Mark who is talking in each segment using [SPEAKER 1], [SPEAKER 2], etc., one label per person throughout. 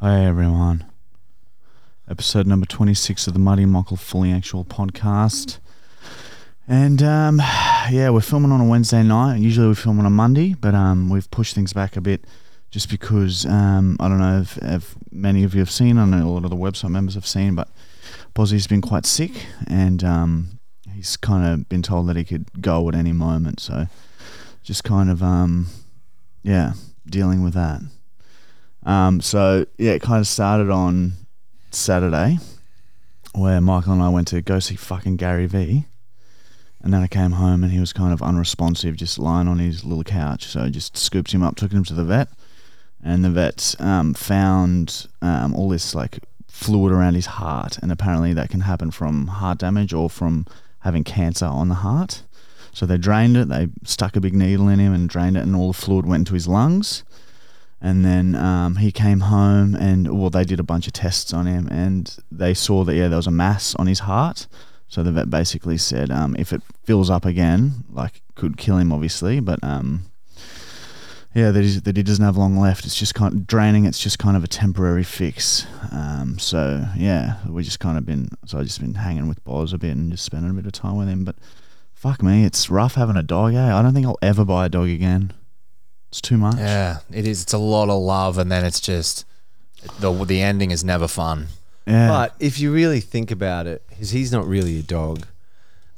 [SPEAKER 1] Hey everyone. Episode number 26 of the Muddy Mockle Fully Actual podcast. And um, yeah, we're filming on a Wednesday night. Usually we film on a Monday, but um, we've pushed things back a bit just because um, I don't know if, if many of you have seen, I know a lot of the website members have seen, but Bozzy's been quite sick and um, he's kind of been told that he could go at any moment. So just kind of, um, yeah, dealing with that. Um, so yeah, it kind of started on Saturday, where Michael and I went to go see fucking Gary V. And then I came home and he was kind of unresponsive, just lying on his little couch. So I just scooped him up, took him to the vet, and the vet um, found um, all this like fluid around his heart, and apparently that can happen from heart damage or from having cancer on the heart. So they drained it. They stuck a big needle in him and drained it, and all the fluid went into his lungs and then um, he came home and well they did a bunch of tests on him and they saw that yeah there was a mass on his heart so the vet basically said um, if it fills up again like could kill him obviously but um, yeah that, is, that he doesn't have long left it's just kind of draining it's just kind of a temporary fix um, so yeah we just kind of been so i just been hanging with Boz a bit and just spending a bit of time with him but fuck me it's rough having a dog eh? i don't think i'll ever buy a dog again it's too much
[SPEAKER 2] Yeah, it is. It's a lot of love, and then it's just the the ending is never fun.
[SPEAKER 1] yeah.
[SPEAKER 3] But if you really think about it, 'cause he's not really a dog.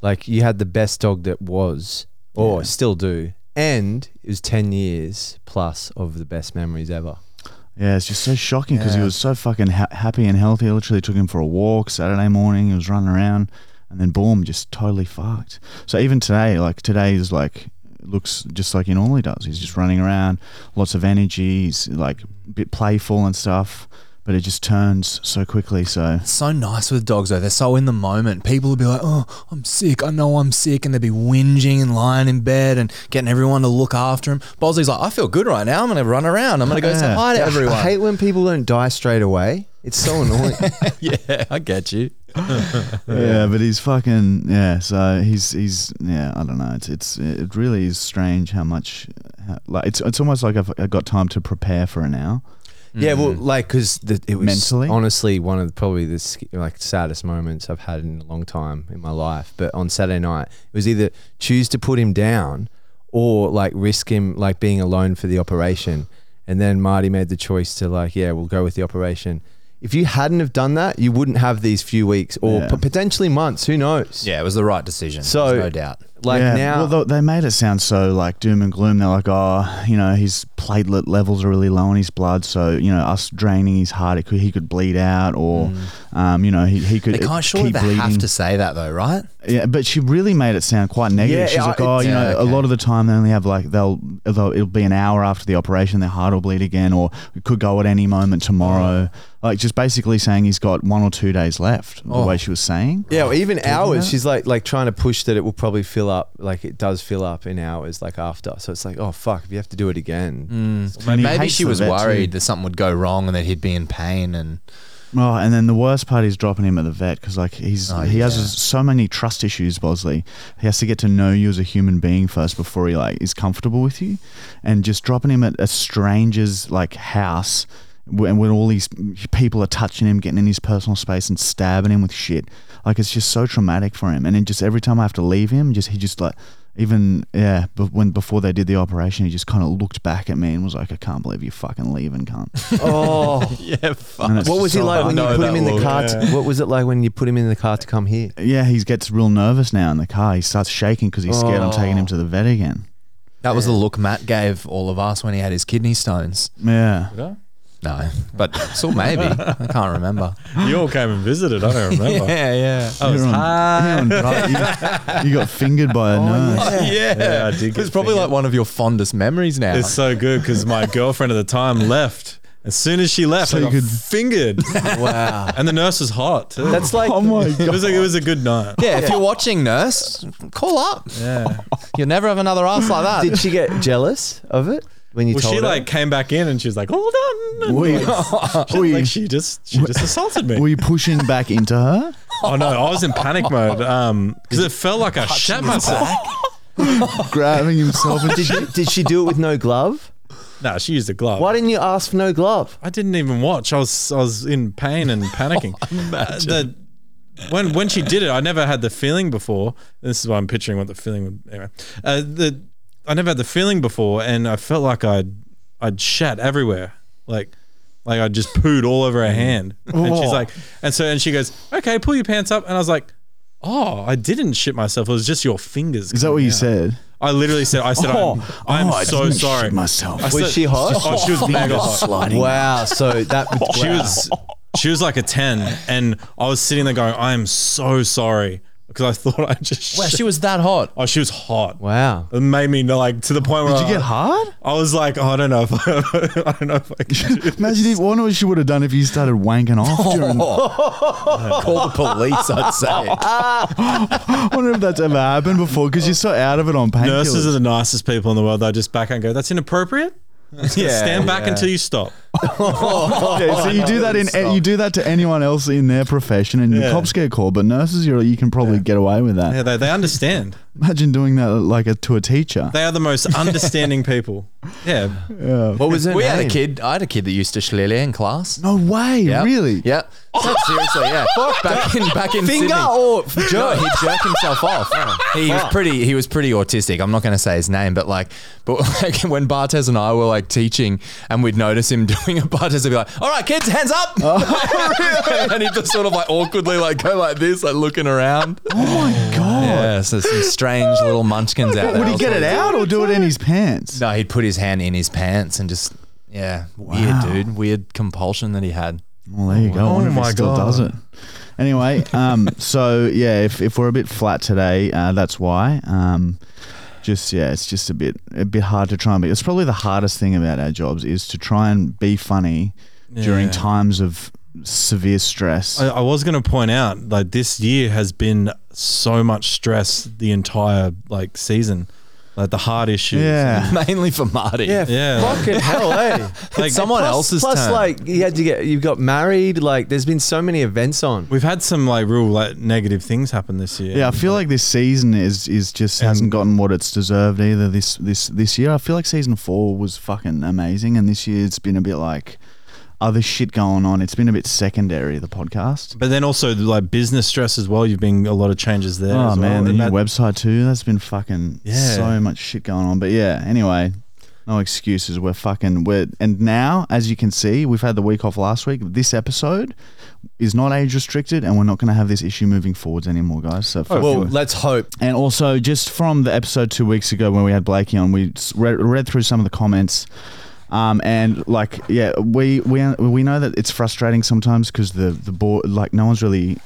[SPEAKER 3] Like you had the best dog that was, or
[SPEAKER 1] Yeah.
[SPEAKER 3] still do, and it was ten years plus of the best memories ever.
[SPEAKER 1] Yeah, it's just so shocking because he
[SPEAKER 2] Yeah.
[SPEAKER 1] was so fucking ha- happy and healthy. I literally took him for a walk Saturday morning. He was running around, and then boom, just totally fucked. So even today, like today is like looks just like he normally does. He's just running around, lots of energy. He's like a bit playful and stuff, but it just turns so quickly. So
[SPEAKER 2] It's so nice with dogs though; they're so in the moment. People will be like, "Oh, I'm sick. I know I'm sick," and they'll be whinging and lying in bed and getting everyone to look after him. Bosley's like, "I feel good right now. I'm gonna run around. I'm gonna go say
[SPEAKER 1] Yeah.
[SPEAKER 2] hi to
[SPEAKER 3] I
[SPEAKER 2] everyone."
[SPEAKER 3] hate when people don't die straight away. It's so annoying.
[SPEAKER 2] yeah, I get you.
[SPEAKER 1] yeah, but he's fucking yeah. So he's he's yeah. I don't know. It's it's it really is strange how much how, like it's it's almost like I've, I've got time to prepare for it now.
[SPEAKER 3] yeah, well, like because it was
[SPEAKER 1] Mm. Mentally?
[SPEAKER 3] honestly one of the, probably the sc- like saddest moments I've had in a long time in my life. But on Saturday night, it was either choose to put him down or like risk him like being alone for the operation. And then Marty made the choice to like, yeah, we'll go with the operation. If you hadn't have done that, you wouldn't have these few weeks or
[SPEAKER 1] Yeah.
[SPEAKER 3] p- potentially months. Who knows?
[SPEAKER 2] Yeah, it was the right decision.
[SPEAKER 3] So-
[SPEAKER 2] there's no doubt.
[SPEAKER 3] Like now,
[SPEAKER 1] well, they, they made it sound so like doom and gloom. They're like, oh, you know, his platelet levels are really low in his blood, so you know, us draining his heart, it could, he could bleed out, or
[SPEAKER 3] Mm.
[SPEAKER 1] um, you know, he, he could
[SPEAKER 2] They
[SPEAKER 1] it-
[SPEAKER 2] can't surely
[SPEAKER 1] keep
[SPEAKER 2] they
[SPEAKER 1] bleeding.
[SPEAKER 2] have to say that though, right?
[SPEAKER 1] Yeah, but she really made it sound quite negative.
[SPEAKER 3] Yeah,
[SPEAKER 1] She's
[SPEAKER 3] I-
[SPEAKER 1] like, oh, you know,
[SPEAKER 2] yeah,
[SPEAKER 1] a
[SPEAKER 2] okay.
[SPEAKER 1] lot of the time they only have like they'll, they'll it'll be an hour after the operation, their heart will bleed again, or it could go at any moment tomorrow.
[SPEAKER 3] Oh.
[SPEAKER 1] Like just basically saying he's got one or two days left. The
[SPEAKER 2] Oh.
[SPEAKER 1] way she was saying.
[SPEAKER 3] Yeah, well, even hours.
[SPEAKER 1] that?
[SPEAKER 3] She's like like trying to push that it will probably fill up. Like it does fill up in hours, like after. So it's like, oh fuck, if you have to do it again.
[SPEAKER 1] And he
[SPEAKER 2] Maybe
[SPEAKER 1] hates
[SPEAKER 2] she
[SPEAKER 1] the
[SPEAKER 2] was
[SPEAKER 1] vet too.
[SPEAKER 2] worried that something would go wrong and that he'd be in pain and
[SPEAKER 1] Oh, and then the worst part is dropping him at the vet because like he's
[SPEAKER 2] Oh,
[SPEAKER 1] he
[SPEAKER 2] yeah.
[SPEAKER 1] has so many trust issues, Bosley. He has to get to know you as a human being first before he like is comfortable with you, and just dropping him at a stranger's like house when, when all these people are touching him, getting in his personal space, and stabbing him with shit. Like it's just so traumatic for him, and then just every time I have to leave him, just he just like. Even yeah, but when before they did the operation, he just kind of looked back at me and was like, "I can't believe you fucking leaving, cunt."
[SPEAKER 4] Mm.
[SPEAKER 3] Oh,
[SPEAKER 2] yeah, fuck.
[SPEAKER 1] And it's
[SPEAKER 3] what
[SPEAKER 1] just
[SPEAKER 3] was he
[SPEAKER 1] so
[SPEAKER 3] like
[SPEAKER 2] I
[SPEAKER 3] when you
[SPEAKER 2] know
[SPEAKER 3] put
[SPEAKER 2] that
[SPEAKER 3] him in the
[SPEAKER 2] look.
[SPEAKER 3] car? To, what was it like when you put him in the car to come here?
[SPEAKER 1] Yeah, he gets real nervous now in the car. He starts shaking because he's scared I'm taking him to the
[SPEAKER 4] Oh.
[SPEAKER 1] vet again.
[SPEAKER 2] That was the look Matt gave all of us when he had his kidney stones.
[SPEAKER 1] Yeah.
[SPEAKER 2] No, but still maybe. I can't remember.
[SPEAKER 4] You all came and visited. I don't remember.
[SPEAKER 2] Yeah, yeah. Ah,
[SPEAKER 4] I was
[SPEAKER 1] You're on-
[SPEAKER 4] high.
[SPEAKER 1] you're on dry- you, you got fingered by a nurse.
[SPEAKER 2] Yeah,
[SPEAKER 4] Oh, Yeah, I did
[SPEAKER 2] It was
[SPEAKER 4] get
[SPEAKER 2] probably
[SPEAKER 4] fingered.
[SPEAKER 2] like one of your fondest memories now.
[SPEAKER 4] It's so good because my girlfriend at the time left. As soon as she left,
[SPEAKER 1] So
[SPEAKER 4] I
[SPEAKER 1] you
[SPEAKER 4] got
[SPEAKER 1] could-
[SPEAKER 4] fingered,
[SPEAKER 2] wow.
[SPEAKER 4] and the nurse was hot. Too.
[SPEAKER 3] That's like
[SPEAKER 1] Oh my
[SPEAKER 4] it
[SPEAKER 1] god.
[SPEAKER 4] was like it was a good night.
[SPEAKER 2] Yeah, if you're watching, nurse, call up.
[SPEAKER 4] Yeah.
[SPEAKER 2] You'll never have another ass like that.
[SPEAKER 3] Did she get jealous of it when you
[SPEAKER 4] Well,
[SPEAKER 3] told
[SPEAKER 4] she
[SPEAKER 3] her?
[SPEAKER 4] like came back in and she was like, "Hold on."
[SPEAKER 1] Were you,
[SPEAKER 4] She, like she just she just assaulted me.
[SPEAKER 1] were you pushing back into her?
[SPEAKER 4] oh no, I was in panic mode um because it felt like I shat myself.
[SPEAKER 1] Grabbing himself and
[SPEAKER 3] did, you, did she do it with no glove?
[SPEAKER 4] No, she used a glove.
[SPEAKER 3] Why didn't you ask for no glove?
[SPEAKER 4] I didn't even watch. I was I was in pain and panicking. Uh, the- when when she did it, I never had the feeling before. This is why I'm picturing what the feeling would. Anyway, uh, the I never had the feeling before, and I felt like I'd I'd shat everywhere, like like I just pooed all over her hand. And she's
[SPEAKER 1] Whoa.
[SPEAKER 4] like, and so and she goes, okay, pull your pants up, and I was like. Oh, I didn't shit myself. It was just your fingers.
[SPEAKER 1] Is that what you said?
[SPEAKER 4] I literally said. I said,
[SPEAKER 1] Oh,
[SPEAKER 4] I'm, I'm
[SPEAKER 1] oh, I
[SPEAKER 4] so
[SPEAKER 1] didn't
[SPEAKER 4] sorry.
[SPEAKER 1] Shit myself.
[SPEAKER 4] I
[SPEAKER 3] Was
[SPEAKER 4] said-
[SPEAKER 3] she hot?
[SPEAKER 4] Oh, she was mega hot.
[SPEAKER 1] Sliding.
[SPEAKER 3] Wow. So that
[SPEAKER 4] She
[SPEAKER 3] wow.
[SPEAKER 4] was she was like a ten, and I was sitting there going, "I am so sorry," because I thought I just.
[SPEAKER 2] Wow, she was that hot.
[SPEAKER 4] oh, she was hot.
[SPEAKER 3] Wow.
[SPEAKER 4] It made me know, like to the point where
[SPEAKER 1] Did you
[SPEAKER 4] I,
[SPEAKER 1] get hard?
[SPEAKER 4] I was like, oh, I don't know if I, I don't know if I can. Do this.
[SPEAKER 1] Imagine if, I wonder what she would have done if you started wanking off during. I
[SPEAKER 2] Call the police, I'd say.
[SPEAKER 1] wonder if that's ever happened before because you're so out of it on painkillers.
[SPEAKER 4] Nurses are the nicest people in the world. They just back out and go, "That's inappropriate."
[SPEAKER 2] yeah,
[SPEAKER 4] Stand back
[SPEAKER 2] yeah.
[SPEAKER 4] until you stop.
[SPEAKER 1] Okay,
[SPEAKER 4] Oh,
[SPEAKER 1] so you do that in you do that to anyone else in their profession, and the
[SPEAKER 4] Yeah.
[SPEAKER 1] cops get called. But nurses, you're, you can probably get away with that.
[SPEAKER 4] Yeah, they, they understand.
[SPEAKER 1] Imagine doing that like a, to a teacher.
[SPEAKER 4] They are the most understanding people. Yeah,
[SPEAKER 3] What was her
[SPEAKER 2] We
[SPEAKER 3] name?
[SPEAKER 2] had a kid. I had a kid that used to schlele in class.
[SPEAKER 1] no way,
[SPEAKER 2] Yeah.
[SPEAKER 1] really?
[SPEAKER 2] Yeah. So seriously, yeah. back in back in
[SPEAKER 3] Finger
[SPEAKER 2] Sydney.
[SPEAKER 3] or
[SPEAKER 2] No, he'd jerk himself off. he was pretty. He was pretty autistic. I'm not going to say his name, but like, but like when Bartez and I were like teaching, and we'd notice him doing a Bartez, would be like, "All right, kids, hands up,"
[SPEAKER 1] Oh.
[SPEAKER 2] and he'd just sort of like awkwardly like go like this, like looking around.
[SPEAKER 1] Oh my god!
[SPEAKER 2] Yeah, so some strange little munchkins out there.
[SPEAKER 1] Would he get it out or do it in his pants?
[SPEAKER 2] No, he'd put his hand in his pants and just yeah,
[SPEAKER 1] Wow.
[SPEAKER 2] weird dude, weird compulsion that he had.
[SPEAKER 1] Well, there you go. I
[SPEAKER 4] Oh
[SPEAKER 1] wonder if
[SPEAKER 4] my
[SPEAKER 1] he still
[SPEAKER 4] God.
[SPEAKER 1] does it. Anyway, um, so yeah, if, if we're a bit flat today, uh, that's why. Um, just yeah, it's just a bit a bit hard to try and be. It's probably the hardest thing about our jobs is to try and be funny during
[SPEAKER 4] Yeah.
[SPEAKER 1] times of severe stress.
[SPEAKER 4] I, I was going to point out like this year has been so much stress the entire like season, like the hard issues.
[SPEAKER 1] yeah.
[SPEAKER 2] Mainly for Marty.
[SPEAKER 4] yeah. like-
[SPEAKER 3] Fucking hell, eh?
[SPEAKER 4] like,
[SPEAKER 2] someone
[SPEAKER 3] plus,
[SPEAKER 2] else's
[SPEAKER 3] plus,
[SPEAKER 2] turn.
[SPEAKER 3] like you had to get you got married. Like there's been so many events on.
[SPEAKER 4] We've had some like real like negative things happen this year.
[SPEAKER 1] Yeah, I feel like this season is is just hasn't
[SPEAKER 4] And-
[SPEAKER 1] gotten what it's deserved either. This this this year, I feel like season four was fucking amazing, and this year it's been a bit like other shit going on. It's been a bit secondary the podcast.
[SPEAKER 4] But then also like business stress as well. You've been a lot of changes there.
[SPEAKER 1] Oh
[SPEAKER 4] as well.
[SPEAKER 1] man, the
[SPEAKER 4] And
[SPEAKER 1] new
[SPEAKER 4] that-
[SPEAKER 1] website too. That's been fucking
[SPEAKER 4] Yeah.
[SPEAKER 1] so much shit going on. But yeah, anyway, no excuses. We're fucking we're and now, as you can see, we've had the week off last week. This episode is not age restricted, and we're not going to have this issue moving forwards anymore, guys. So
[SPEAKER 4] Oh,
[SPEAKER 1] fuck
[SPEAKER 3] well,
[SPEAKER 1] you.
[SPEAKER 3] let's hope.
[SPEAKER 1] And also, just from the episode two weeks ago when we had Blakey on, we s- read, read through some of the comments. Um, and like, yeah, we, we we know that it's frustrating sometimes because the the board, like, no one's really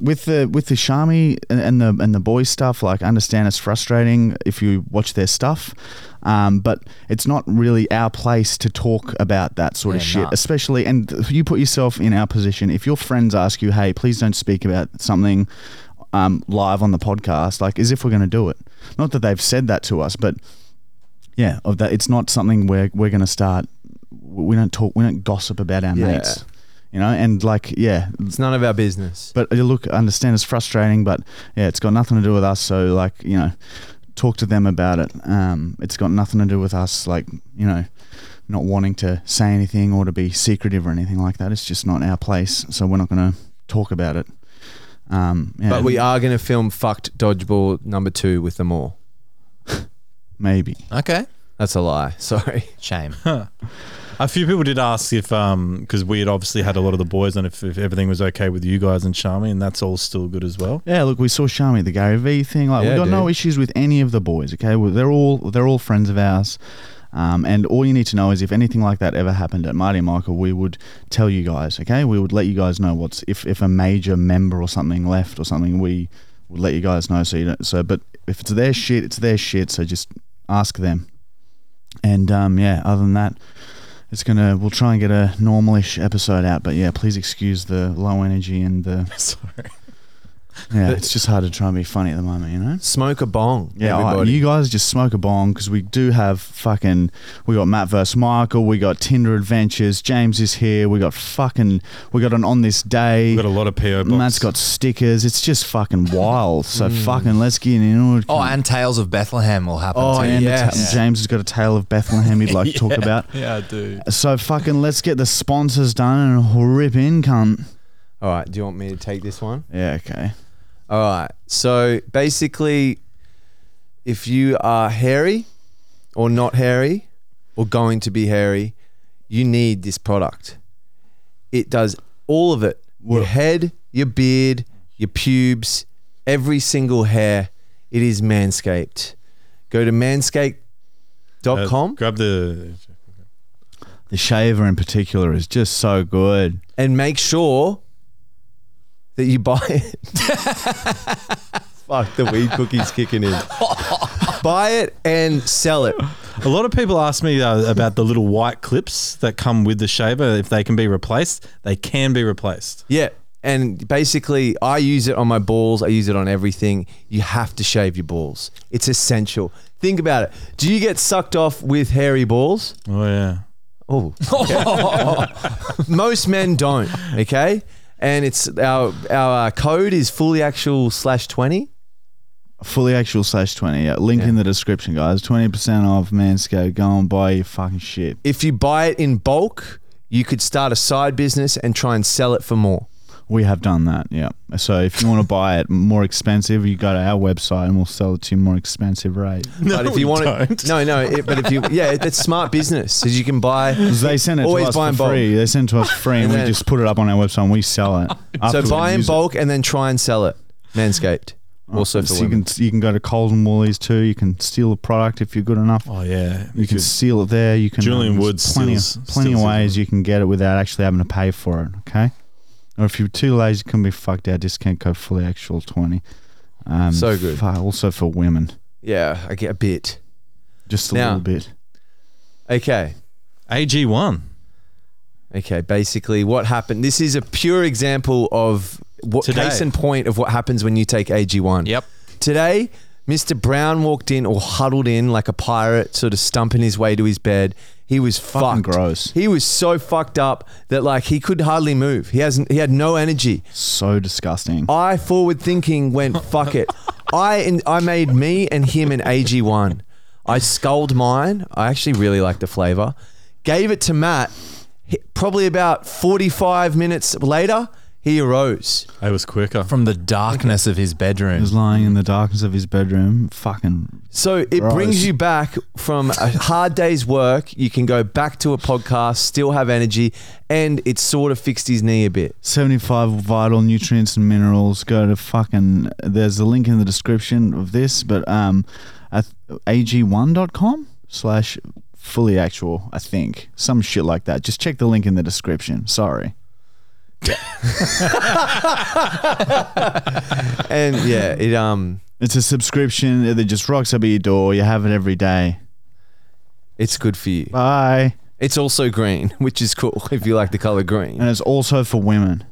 [SPEAKER 1] with the with the Shami and, and the and the boy stuff. Like, I understand it's frustrating if you watch their stuff, um, but it's not really our place to talk about that sort of
[SPEAKER 2] Yeah,
[SPEAKER 1] shit,
[SPEAKER 2] nah.
[SPEAKER 1] especially and you put yourself in our position if your friends ask you hey please don't speak about something um, live on the podcast like as if we're going to do it not that they've said that to us but yeah of that it's not something where we're going to start we don't talk we don't gossip about our
[SPEAKER 3] Yeah.
[SPEAKER 1] mates you know and like yeah
[SPEAKER 3] It's none of our business.
[SPEAKER 1] but uh, look, I understand it's frustrating, but yeah, it's got nothing to do with us. So like, you know, talk to them about it. Um, it's got nothing to do with us, like, you know, not wanting to say anything or to be secretive or anything like that. It's just not our place. So we're not going to talk about it. Um, yeah,
[SPEAKER 3] But we are going to film fucked dodgeball number two with them all.
[SPEAKER 1] maybe.
[SPEAKER 2] Okay.
[SPEAKER 3] That's a lie. Sorry.
[SPEAKER 2] Shame.
[SPEAKER 4] a few people did ask if um because we had obviously had a lot of the boys on if, if everything was okay with you guys and Charmy, and that's all still good as well.
[SPEAKER 1] Yeah, look, we saw Shami, the Gary Vee thing. Like, we
[SPEAKER 3] Yeah,
[SPEAKER 1] got no
[SPEAKER 3] dude.
[SPEAKER 1] issues with any of the boys. Okay, Well, they're all they're all friends of ours. Um, and all you need to know is if anything like that ever happened at Marty and Michael, we would tell you guys. Okay, we would let you guys know what's if if a major member or something left or something, we would let you guys know. So you don't. So, but if it's their shit, it's their shit. So just ask them. And um, yeah, other than that, it's gonna we'll try and get a normalish episode out. But yeah, please excuse the low energy and the
[SPEAKER 4] Sorry.
[SPEAKER 1] Yeah, it's just hard to try and be funny at the moment, you know.
[SPEAKER 3] Smoke a bong.
[SPEAKER 1] Yeah, all right,
[SPEAKER 3] everybody.
[SPEAKER 1] you guys just smoke a bong because we do have fucking. We got Matt versus Michael. We got Tinder Adventures. James is here. We got fucking. We got an on this day.
[SPEAKER 4] We've got a lot of PO box.
[SPEAKER 1] Matt's got stickers. It's just fucking wild. So fucking let's get in.
[SPEAKER 2] Oh, and Tales of Bethlehem will happen
[SPEAKER 3] Oh,
[SPEAKER 2] too.
[SPEAKER 1] and the ta-
[SPEAKER 3] yes.
[SPEAKER 1] James has got a tale of Bethlehem he'd like to talk about.
[SPEAKER 2] Yeah, dude.
[SPEAKER 1] So fucking let's get the sponsors done and rip in, cunt.
[SPEAKER 3] All right. Do you want me to take this one?
[SPEAKER 1] Yeah, okay.
[SPEAKER 3] All right. So basically, if you are hairy or not hairy or going to be hairy, you need this product. It does all of it your head, your beard, your pubes, every single hair. It is Manscaped. Go to manscaped.com.
[SPEAKER 4] Uh, Grab the.
[SPEAKER 1] The shaver in particular is just so good.
[SPEAKER 3] and make sure that you buy it. Fuck, the weed cookie's kicking in. buy it and sell it.
[SPEAKER 4] A lot of people ask me uh, about the little white clips that come with the shaver. If they can be replaced, they can be replaced.
[SPEAKER 3] Yeah. And basically, I use it on my balls. I use it on everything. You have to shave your balls. It's essential. Think about it. Do you get sucked off with hairy balls?
[SPEAKER 4] Oh yeah.
[SPEAKER 3] Oh, most men don't. Okay, and it's our our uh, code is fully actual slash twenty.
[SPEAKER 1] Fully actual slash 20. Yeah. Link in the description, guys. 20% off Manscaped. Go and buy your fucking shit.
[SPEAKER 3] if you buy it in bulk, you could start a side business and try and sell it for more.
[SPEAKER 1] We have done that, yeah. So if you want to buy it more expensive, you go to our website and we'll sell it to you more expensive rate.
[SPEAKER 3] No, but if you
[SPEAKER 4] we
[SPEAKER 3] want
[SPEAKER 4] don't.
[SPEAKER 3] It, no, no. It, but if you, yeah, that's smart business. Because you can buy.
[SPEAKER 1] 'Cause They send it
[SPEAKER 3] Always
[SPEAKER 1] to us
[SPEAKER 3] buy in
[SPEAKER 1] for
[SPEAKER 3] bulk.
[SPEAKER 1] free. They send it to us free, and,
[SPEAKER 3] And
[SPEAKER 1] we
[SPEAKER 3] then-
[SPEAKER 1] just put it up on our website and we sell it.
[SPEAKER 3] So
[SPEAKER 1] after
[SPEAKER 3] buy
[SPEAKER 1] we
[SPEAKER 3] in
[SPEAKER 1] use it. Oh,
[SPEAKER 3] bulk and then try and sell it. Manscaped, also for
[SPEAKER 1] So you
[SPEAKER 3] women.
[SPEAKER 1] can you can go to Coles and Woolies too. You can steal a product if you're good enough.
[SPEAKER 4] Oh yeah.
[SPEAKER 1] You can steal it there. You can. uh,
[SPEAKER 4] Julian
[SPEAKER 1] there's
[SPEAKER 4] Wood
[SPEAKER 1] plenty of-
[SPEAKER 4] steals-
[SPEAKER 1] plenty
[SPEAKER 4] steals
[SPEAKER 1] of
[SPEAKER 4] his
[SPEAKER 1] ways you can get it without actually having to pay for it. Okay, or if you're too lazy, you can be fucked out. Discount code fully actual twenty. Um,
[SPEAKER 3] So good.
[SPEAKER 1] fu- also for women,
[SPEAKER 3] Yeah, I get a bit.
[SPEAKER 1] just a
[SPEAKER 3] Now-
[SPEAKER 1] little bit.
[SPEAKER 3] Okay.
[SPEAKER 4] AG one.
[SPEAKER 3] Okay, basically what happened. This is a pure example of what
[SPEAKER 4] Today.
[SPEAKER 3] case in point of what happens when you take AG1.
[SPEAKER 2] Yep.
[SPEAKER 3] Today, Mr. Brown walked in or huddled in like a pirate, sort of stumping his way to his bed. He was
[SPEAKER 1] Fucking
[SPEAKER 3] fucked.
[SPEAKER 1] gross.
[SPEAKER 3] He was so fucked up that like he could hardly move. He hasn't. He had no energy.
[SPEAKER 1] So disgusting.
[SPEAKER 3] I forward thinking went fuck it. I and I made me and him an AG one. I sculled mine. I actually really like the flavor. Gave it to Matt. He- Probably about forty five minutes later, he arose.
[SPEAKER 4] I was quicker. Mm.
[SPEAKER 2] From the darkness of his
[SPEAKER 1] He was
[SPEAKER 2] bedroom.
[SPEAKER 1] lying in the darkness of his bedroom. Fucking
[SPEAKER 3] So it
[SPEAKER 1] Gross.
[SPEAKER 3] brings you back from a hard day's work. You can go back to a podcast, still have energy, and it sort of fixed his knee a bit.
[SPEAKER 1] 75 vital nutrients and minerals go to fucking there's a link in the description of this but um at ag1.com slash fully actual i think some shit like that just check the link in the description sorry
[SPEAKER 3] And yeah, it um,
[SPEAKER 1] it's a subscription that just rocks up at your door you have it every day
[SPEAKER 3] it's good for you.
[SPEAKER 1] bye
[SPEAKER 3] It's also green, which is cool if you like the color green.
[SPEAKER 1] and it's also for women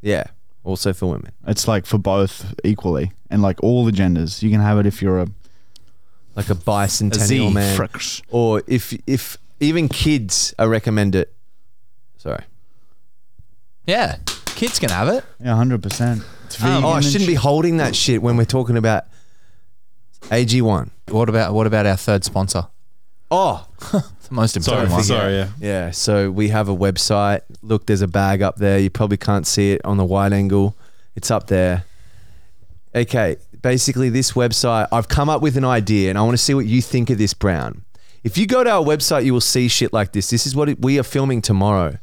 [SPEAKER 3] Yeah, also for women.
[SPEAKER 1] it's like for both equally and like all the genders you can have it if you're a
[SPEAKER 3] like a bicentennial man,
[SPEAKER 1] fricks.
[SPEAKER 3] or if if even kids, I recommend it. Sorry.
[SPEAKER 2] Yeah. Kids can have it.
[SPEAKER 1] yeah 100% it's vegan
[SPEAKER 3] oh, I
[SPEAKER 1] and
[SPEAKER 3] shouldn't be holding that shit when we're talking about AG one.
[SPEAKER 2] What about what about our third sponsor?
[SPEAKER 3] Oh,
[SPEAKER 2] It's the most
[SPEAKER 4] Sorry,
[SPEAKER 2] important
[SPEAKER 4] sorry,
[SPEAKER 2] one.
[SPEAKER 4] yeah.
[SPEAKER 3] yeah. So we have a website. Look, there's a bag up there. You probably can't see it on the wide angle. It's up there. Okay, basically this website, I've come up with an idea and I want to see what you think of this brown. If you go to our website, you will see shit like this. This is what it- we are filming tomorrow.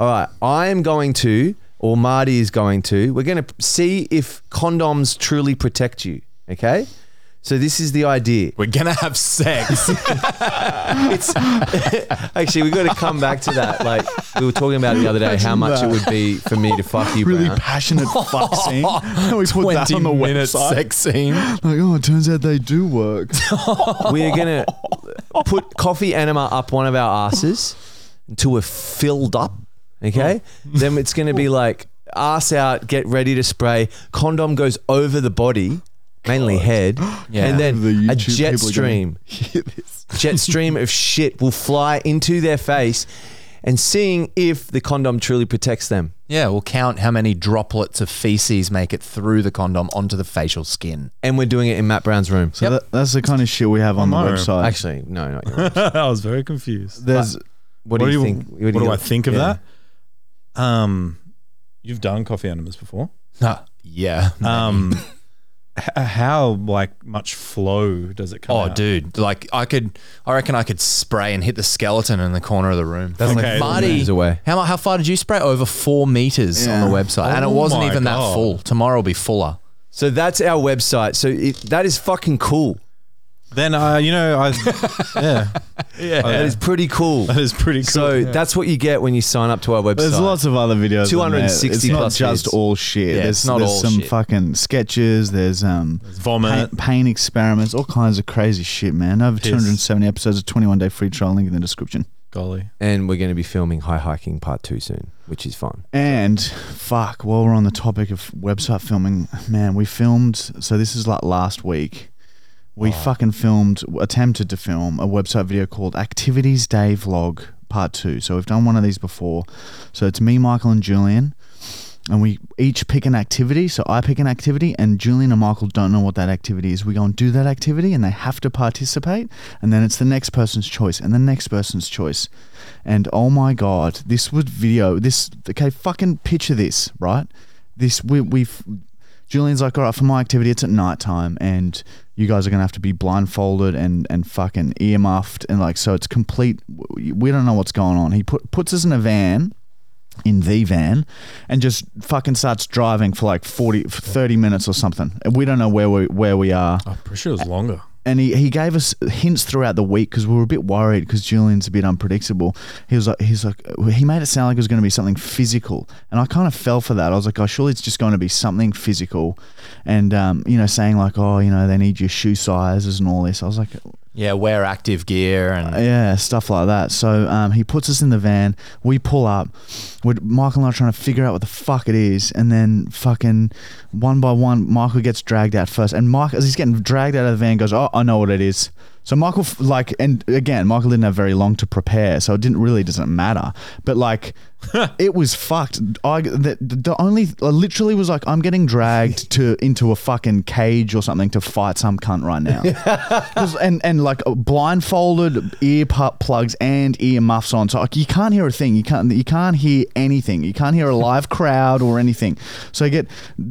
[SPEAKER 3] All right, I am going to, or Marty is going to, we're going to see if condoms truly protect you. Okay? So this is the idea.
[SPEAKER 2] We're gonna have sex.
[SPEAKER 3] It's actually we've got to come back to that. Like we were talking about it the other day, how much it would be for me to fuck you,
[SPEAKER 1] really
[SPEAKER 3] Brown.
[SPEAKER 1] passionate fuck scene. And we put that
[SPEAKER 2] 20
[SPEAKER 1] on the
[SPEAKER 2] minute
[SPEAKER 1] website.
[SPEAKER 2] sex scene.
[SPEAKER 1] Like, oh, it turns out they do work.
[SPEAKER 3] We're gonna put coffee enema up one of our asses until we're filled up. Okay, then it's gonna be like ass out, get ready to spray. Condom goes over the body, mainly head,
[SPEAKER 2] Yeah.
[SPEAKER 3] and
[SPEAKER 1] The
[SPEAKER 3] then a
[SPEAKER 1] YouTube
[SPEAKER 3] jet
[SPEAKER 1] people are gonna
[SPEAKER 3] stream, jet stream of shit will fly into their face, and seeing if the condom truly protects them.
[SPEAKER 2] Yeah, we'll count how many droplets of feces make it through the condom onto the facial skin.
[SPEAKER 3] And we're doing it in Matt Brown's room.
[SPEAKER 1] So that, that's the kind of shit we have on the
[SPEAKER 4] no.
[SPEAKER 1] website.
[SPEAKER 3] Actually, no, not your room.
[SPEAKER 4] I was very confused.
[SPEAKER 1] There's
[SPEAKER 3] What, do you, think?
[SPEAKER 4] What, do I think of
[SPEAKER 3] Yeah.
[SPEAKER 4] that? Um, you've done coffee enemas before.
[SPEAKER 2] Huh. yeah.
[SPEAKER 4] Um, h- how like much flow does it come?
[SPEAKER 2] Oh,
[SPEAKER 4] out?
[SPEAKER 2] dude! Like I could, I reckon I could spray and hit the skeleton in the corner of the room. That's
[SPEAKER 4] like Okay.
[SPEAKER 2] Marty.
[SPEAKER 3] meters away.
[SPEAKER 2] How mu- how far did you spray? Over four meters
[SPEAKER 1] Yeah.
[SPEAKER 2] on the website, and it
[SPEAKER 4] Oh
[SPEAKER 2] wasn't
[SPEAKER 4] my
[SPEAKER 2] even that
[SPEAKER 4] God.
[SPEAKER 2] full. Tomorrow will be fuller.
[SPEAKER 3] So that's our website. So it, that is fucking cool.
[SPEAKER 4] Then uh, you know, I yeah, Oh,
[SPEAKER 2] Yeah.
[SPEAKER 3] That is pretty cool.
[SPEAKER 4] that is pretty cool.
[SPEAKER 3] So that's what you get when you sign up to our website.
[SPEAKER 1] there's lots of other videos. on there.
[SPEAKER 3] 260
[SPEAKER 1] It's not
[SPEAKER 3] plus
[SPEAKER 1] just
[SPEAKER 3] vids.
[SPEAKER 1] all shit.
[SPEAKER 2] Yeah,
[SPEAKER 1] there's
[SPEAKER 2] it's not
[SPEAKER 1] there's
[SPEAKER 2] all
[SPEAKER 1] some
[SPEAKER 2] shit.
[SPEAKER 1] fucking sketches. There's um pain,
[SPEAKER 4] vomit.
[SPEAKER 1] pain experiments, all kinds of crazy shit, man. Over
[SPEAKER 4] Piss.
[SPEAKER 1] 270 episodes, a 21 day free trial link in the description.
[SPEAKER 4] Golly,
[SPEAKER 3] and we're going to be filming High Hiking Part 2 soon, which is fun.
[SPEAKER 1] And fuck, while we're on the topic of website filming, man, we filmed. So this is like last week. We fucking filmed, attempted to film a website video called Activities Day Vlog Part 2. So we've done one of these before. So it's me, Michael, and Julian. And we each pick an activity. So I pick an activity, and Julian and Michael don't know what that activity is. We go and do that activity, and they have to participate. And then it's the next person's choice, and the next person's choice. And oh my god, this would video this. Okay, fucking picture this, right? This we we Julian's like, all right, for my activity, it's at night time, and you guys are gonna have to be blindfolded and and fucking earmuffed, and like, so it's complete. We don't know what's going on. He put puts us in a van. In the van, and just fucking starts driving for like 40, 30 minutes or something. And We don't know where we where we are
[SPEAKER 4] I'm pretty sure it was longer.
[SPEAKER 1] and he, he gave us hints throughout the week because we were a bit worried because Julian's a bit unpredictable. He was like, he's like, he made it sound like it was going to be something physical, and I kind of fell for that. I was like, oh, surely it's just going to be something physical, and um, you know, saying like, oh, you know, they need your shoe sizes and all this. I was like,
[SPEAKER 2] yeah, wear active gear and
[SPEAKER 1] yeah, stuff like that. So um, he puts us in the van. We pull up. We're, Michael and I are trying to figure out what the fuck it is, and then fucking one by one, Michael gets dragged out first. And Mike, as he's getting dragged out of the van, goes, "Oh, I know what it is." So Michael, f- like, and again, Michael didn't have very long to prepare, so it didn't really doesn't matter. But like, it was fucked. I the, the only I literally was like, I'm getting dragged to into a fucking cage or something to fight some cunt right now. 'Cause- and and like uh, blindfolded ear pu- plugs and ear muffs on, so like you can't hear a thing. You can't you can't hear anything. You can't hear a live crowd or anything. So I get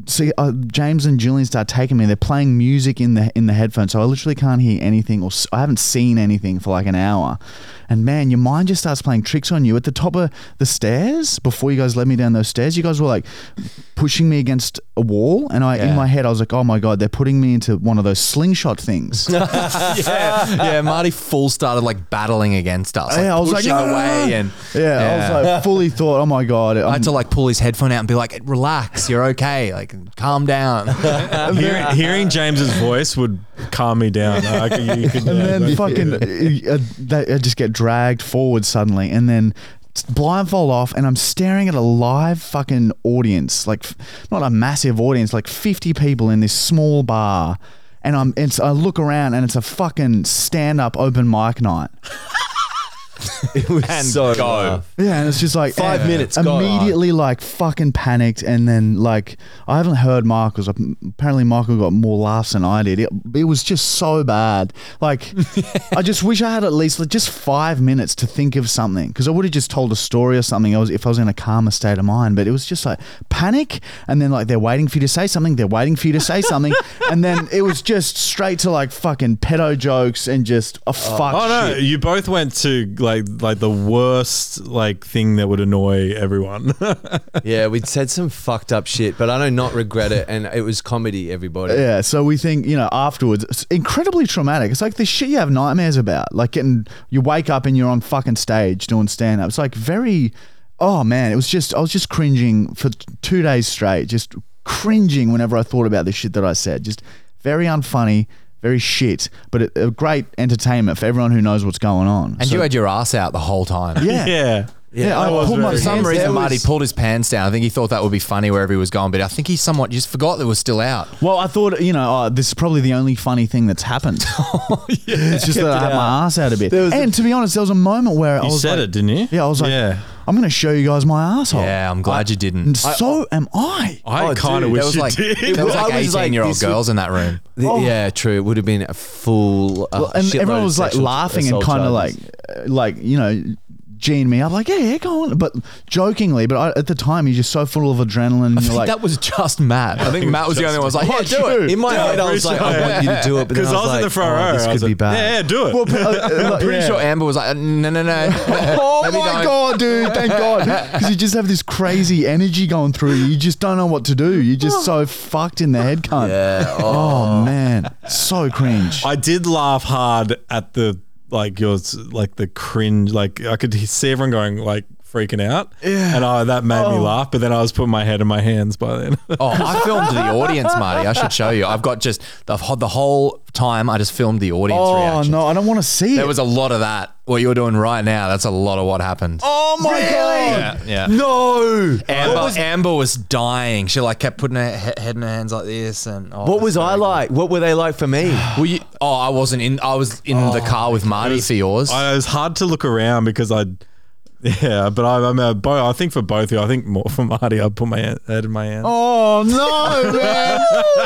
[SPEAKER 1] see uh, James and Julian start taking me. They're playing music in the in the headphones, so I literally can't hear anything or s- I haven't seen anything for like an hour. And man, your mind just starts playing tricks on you. At the top of the stairs, before you guys led me down those stairs, you guys were like pushing me against a wall, and I in my head I was like, oh my god, they're putting me into one of those slingshot things.
[SPEAKER 2] yeah, yeah. Marty full started like battling against us.
[SPEAKER 1] Yeah, I was like,
[SPEAKER 2] pushing
[SPEAKER 1] "No, no,
[SPEAKER 2] away
[SPEAKER 1] no."
[SPEAKER 2] and
[SPEAKER 1] Yeah, I was like fully thought, oh my god,
[SPEAKER 2] I
[SPEAKER 1] I'm,
[SPEAKER 2] had to like pull his headphone out and be like, "Relax, you're okay. Like, calm down."
[SPEAKER 4] Hearing, hearing James's voice would calm me down. I could- you could,
[SPEAKER 1] and
[SPEAKER 4] yeah,
[SPEAKER 1] then
[SPEAKER 4] like-
[SPEAKER 1] fucking, uh, uh, they, I just get dragged forward suddenly, and then s- blindfold off, and I'm staring at a live fucking audience, like f- not a massive audience, like 50 people in this small bar, and I'm, it's, I look around, and it's a fucking stand-up open mic night.
[SPEAKER 3] It was so
[SPEAKER 2] go.
[SPEAKER 3] rough.
[SPEAKER 1] Yeah, and it's just like
[SPEAKER 3] Five
[SPEAKER 1] and
[SPEAKER 3] minutes, go.
[SPEAKER 1] Immediately, like fucking panicked, and then like I haven't heard Michael's. Apparently, Michael got more laughs than I did. It, it was just so bad. Like, I just wish I had at least like, just five minutes to think of something because I would have just told a story or something. I was if I was in a calmer state of mind, but it was just like panic, and then like they're waiting for you to say something. They're waiting for you to say something, and then it was just straight to like fucking pedo jokes and just a fuck.
[SPEAKER 4] Oh no!
[SPEAKER 1] shit.
[SPEAKER 4] You both went to like like the worst like thing that would annoy everyone.
[SPEAKER 3] Yeah, we said some fucked up shit, but I do not regret it. And it was comedy, everybody.
[SPEAKER 1] Yeah, so we think, you know, afterwards, it's incredibly traumatic. It's like the shit you have nightmares about, like getting, you wake up and you're on fucking stage doing stand up. It's like very, oh man, it was just, I was just cringing for t- two days straight, just cringing whenever I thought about the shit that I said. Just very unfunny, very shit, but a, a great entertainment for everyone who knows what's going on.
[SPEAKER 2] and
[SPEAKER 1] So-
[SPEAKER 2] you had your ass out the whole time.
[SPEAKER 1] yeah.
[SPEAKER 4] yeah.
[SPEAKER 1] Yeah, I
[SPEAKER 4] was
[SPEAKER 1] pulled my
[SPEAKER 4] very-
[SPEAKER 2] For some
[SPEAKER 1] pants
[SPEAKER 2] reason,
[SPEAKER 1] down.
[SPEAKER 2] Marty pulled his pants down. I think he thought that would be funny wherever he was going, but I think he somewhat just forgot that we're still out.
[SPEAKER 1] Well, I thought, you know, oh, this is probably the only funny thing that's happened. It's just that I had my ass out a bit.
[SPEAKER 3] There was a-
[SPEAKER 1] And to be honest, there was a moment where I
[SPEAKER 4] You
[SPEAKER 1] was
[SPEAKER 4] said
[SPEAKER 1] like,
[SPEAKER 4] it, didn't you?
[SPEAKER 1] Yeah, I was like,
[SPEAKER 4] yeah.
[SPEAKER 1] I'm going to show you guys my asshole.
[SPEAKER 2] Yeah, I'm glad you
[SPEAKER 1] And
[SPEAKER 2] didn't.
[SPEAKER 1] so am I.
[SPEAKER 4] I
[SPEAKER 3] Oh,
[SPEAKER 4] kind of
[SPEAKER 3] dude,
[SPEAKER 4] wish
[SPEAKER 2] There was
[SPEAKER 4] you
[SPEAKER 2] like
[SPEAKER 4] did.
[SPEAKER 2] there was
[SPEAKER 3] I
[SPEAKER 2] like
[SPEAKER 3] was like,
[SPEAKER 2] 18 year old
[SPEAKER 3] this would-
[SPEAKER 2] girls in that room.
[SPEAKER 3] The- Yeah, true. It would have been a full. Uh,
[SPEAKER 1] Well, and everyone was like laughing and kind of like, uh, like you know, geeing me up, like, yeah, yeah, go on, but jokingly. But I, at the time, you're just so full of adrenaline.
[SPEAKER 2] I
[SPEAKER 1] And you're
[SPEAKER 2] think
[SPEAKER 1] like,
[SPEAKER 2] that was just Matt. I think Matt was the only one who was like, yeah, do it.
[SPEAKER 3] Oh, In my head, I was like, I want you to do it, but then
[SPEAKER 4] Because I was
[SPEAKER 3] like,
[SPEAKER 4] in the front
[SPEAKER 3] oh,
[SPEAKER 4] row.
[SPEAKER 3] This
[SPEAKER 4] I
[SPEAKER 3] could
[SPEAKER 4] was
[SPEAKER 3] be
[SPEAKER 4] like,
[SPEAKER 3] bad.
[SPEAKER 4] Yeah, yeah, do it.
[SPEAKER 1] Well, uh, uh,
[SPEAKER 2] I'm pretty
[SPEAKER 1] yeah.
[SPEAKER 2] sure Amber was like, no, no, no.
[SPEAKER 1] Oh
[SPEAKER 2] Maybe
[SPEAKER 1] my
[SPEAKER 2] don't.
[SPEAKER 1] god, dude! Thank God, because you just have this crazy energy going through you. You just don't know what to do. You're just so
[SPEAKER 2] Oh.
[SPEAKER 1] fucked in the head, cunt. Yeah. Oh man, so cringe.
[SPEAKER 4] I did laugh hard at the like yours, like the cringe. Like I could see everyone going like freaking out.
[SPEAKER 1] Yeah. Oh.
[SPEAKER 4] And I, that made me laugh. But then I was putting my head in my hands by then.
[SPEAKER 2] Oh, I filmed the audience, Marty. I should show you. I've got just the, ho- the whole time I just filmed the audience
[SPEAKER 1] oh
[SPEAKER 2] reaction.
[SPEAKER 1] no, I don't want to see
[SPEAKER 2] There
[SPEAKER 1] it.
[SPEAKER 2] was a lot of that. What you're doing right now, that's a lot of what happened.
[SPEAKER 1] oh my
[SPEAKER 2] Yeah,
[SPEAKER 1] god.
[SPEAKER 2] yeah.
[SPEAKER 1] No.
[SPEAKER 2] Amber, Amber was dying. She like kept putting her he- head in her hands like this, and oh,
[SPEAKER 3] What was I like? What were they like for me?
[SPEAKER 2] Were you, oh, I wasn't in. I was in the car with Marty for yours.
[SPEAKER 4] I, it Oh, was hard to look around because I, yeah. But I, I'm a bo- I think for both of you, I think more for Marty, I put my hand- head in my hands.
[SPEAKER 1] Oh no, man.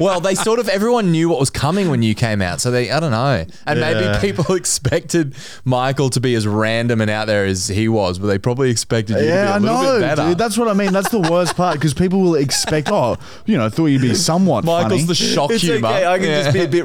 [SPEAKER 2] well, they sort of everyone knew what was coming when you came out, so they I don't know, and
[SPEAKER 4] Yeah.
[SPEAKER 2] maybe people expected Michael to be as random and out there as he was, but they probably expected you
[SPEAKER 1] Yeah, I
[SPEAKER 2] to be a little bit
[SPEAKER 1] know,
[SPEAKER 2] better.
[SPEAKER 1] dude. That's what I mean. That's the worst part because people will expect, oh, you know, thought you'd be somewhat funny.
[SPEAKER 2] Michael's the shock humor. yeah.
[SPEAKER 3] a bit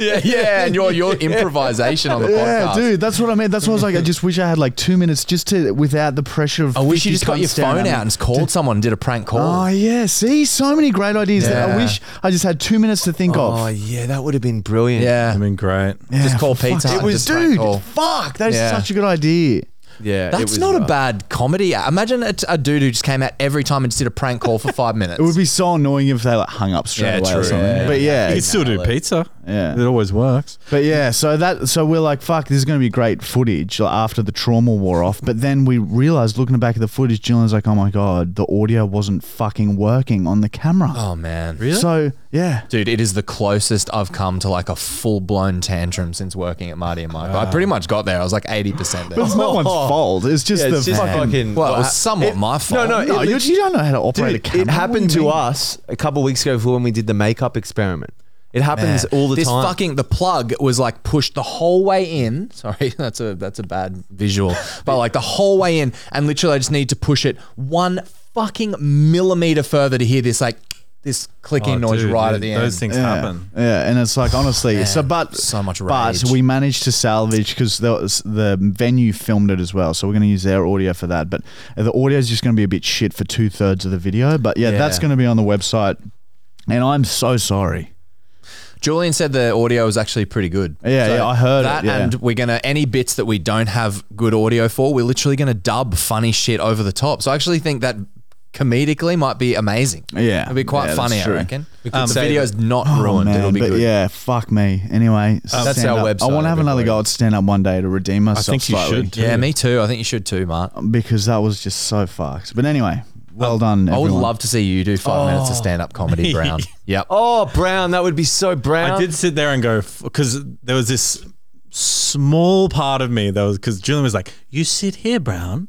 [SPEAKER 2] yeah, yeah, and your your improvisation on the
[SPEAKER 1] yeah,
[SPEAKER 2] podcast.
[SPEAKER 1] dude, that's what I mean. That's what I was like. I just wish I had like two minutes just to, without the pressure of.
[SPEAKER 2] I wish you just got your phone out
[SPEAKER 1] And-
[SPEAKER 2] and called someone and did a prank call.
[SPEAKER 1] oh yeah, see, so many great ideas that I
[SPEAKER 2] Yeah.
[SPEAKER 1] wish I just had two minutes to think
[SPEAKER 3] Oh
[SPEAKER 1] of.
[SPEAKER 3] yeah, that would have been brilliant.
[SPEAKER 2] yeah.
[SPEAKER 4] I mean, great.
[SPEAKER 1] Yeah,
[SPEAKER 2] just call
[SPEAKER 1] for
[SPEAKER 2] Pizza
[SPEAKER 1] fuck's sake.
[SPEAKER 2] Hut and
[SPEAKER 1] It uh, was,
[SPEAKER 2] just prank
[SPEAKER 1] dude.
[SPEAKER 2] call.
[SPEAKER 1] Fuck, that's
[SPEAKER 2] Yeah.
[SPEAKER 1] such a good idea.
[SPEAKER 3] yeah. it
[SPEAKER 2] That's
[SPEAKER 3] was
[SPEAKER 2] not a
[SPEAKER 3] rough.
[SPEAKER 2] bad comedy. act. Imagine a, a dude who just came out every time and just did a prank call for five minutes.
[SPEAKER 1] It would be so annoying if they like hung up straight
[SPEAKER 2] Yeah,
[SPEAKER 1] away or
[SPEAKER 2] true,
[SPEAKER 1] something.
[SPEAKER 2] yeah.
[SPEAKER 1] But yeah,
[SPEAKER 4] You can still do pizza.
[SPEAKER 1] Yeah.
[SPEAKER 4] It always works.
[SPEAKER 1] But yeah, so that so we're like, fuck, this is gonna be great footage like, after the trauma wore off. But then we realized looking back at the footage, Jillian's like, oh my god, the audio wasn't fucking working on the camera.
[SPEAKER 2] oh man,
[SPEAKER 1] So yeah,
[SPEAKER 2] dude, it is the closest I've come to like a full blown tantrum since working at Marty and Michael. I pretty much got there. I was like eighty percent there.
[SPEAKER 1] but it's no one's fault. It's just
[SPEAKER 3] Yeah,
[SPEAKER 1] the
[SPEAKER 3] it's just
[SPEAKER 1] fucking.
[SPEAKER 3] fucking.
[SPEAKER 2] Well, it was somewhat my fault.
[SPEAKER 3] No, no,
[SPEAKER 1] no,
[SPEAKER 3] it
[SPEAKER 1] you,
[SPEAKER 3] leg-
[SPEAKER 1] you don't know how to operate a
[SPEAKER 3] Dude,
[SPEAKER 1] camera.
[SPEAKER 3] it happened
[SPEAKER 1] What do you
[SPEAKER 3] to
[SPEAKER 1] mean?
[SPEAKER 3] us a couple weeks ago for when we did the makeup experiment. It happens
[SPEAKER 2] Yeah.
[SPEAKER 3] all the
[SPEAKER 2] this
[SPEAKER 3] time.
[SPEAKER 2] fucking the plug was like pushed the whole way in. Sorry, that's a that's a bad visual, but like the whole way in, and literally I just need to push it one fucking millimeter further to hear this like this clicking
[SPEAKER 4] Oh,
[SPEAKER 2] noise
[SPEAKER 4] dude,
[SPEAKER 2] right
[SPEAKER 4] yeah,
[SPEAKER 2] at the end.
[SPEAKER 4] Those things
[SPEAKER 1] Yeah,
[SPEAKER 4] happen.
[SPEAKER 1] yeah, and it's like honestly, so but
[SPEAKER 2] so much
[SPEAKER 1] But
[SPEAKER 2] rage.
[SPEAKER 1] we managed to salvage because the venue filmed it as well, so we're going to use their audio for that. But the audio is just going to be a bit shit for two thirds of the video. But yeah,
[SPEAKER 2] Yeah.
[SPEAKER 1] that's going to be on the website, and I'm so sorry.
[SPEAKER 2] Julian said the audio was actually pretty good.
[SPEAKER 1] Yeah, yeah, I heard it,
[SPEAKER 2] that,
[SPEAKER 1] yeah.
[SPEAKER 2] and we're gonna any bits that we don't have good audio for, we're literally gonna dub funny shit over the top. So I actually think that comedically might be amazing.
[SPEAKER 1] Yeah,
[SPEAKER 2] it'll be quite
[SPEAKER 1] yeah,
[SPEAKER 2] funny.
[SPEAKER 1] that's true.
[SPEAKER 2] I reckon
[SPEAKER 3] We could
[SPEAKER 2] um, the
[SPEAKER 3] say
[SPEAKER 2] video's not ruined.
[SPEAKER 1] Oh, Man,
[SPEAKER 2] it'll be
[SPEAKER 1] but
[SPEAKER 2] good.
[SPEAKER 1] yeah, fuck me. Anyway,
[SPEAKER 3] That's
[SPEAKER 1] stand
[SPEAKER 3] our
[SPEAKER 1] up. I
[SPEAKER 3] website,
[SPEAKER 1] want to have another go at stand up one day to redeem
[SPEAKER 4] I
[SPEAKER 1] myself.
[SPEAKER 4] think you
[SPEAKER 1] slightly,
[SPEAKER 4] should. Too.
[SPEAKER 2] Yeah, me too. I think you should too, Mark.
[SPEAKER 1] because that was just so fucked. But anyway, well done.
[SPEAKER 2] I would
[SPEAKER 1] everyone.
[SPEAKER 2] love to see you do five minutes of stand up comedy, Brown. yep.
[SPEAKER 3] Oh, Brown, that would be so Brown.
[SPEAKER 4] I did sit there and go because there was this small part of me that was because Julian was like, "You sit here, Brown,"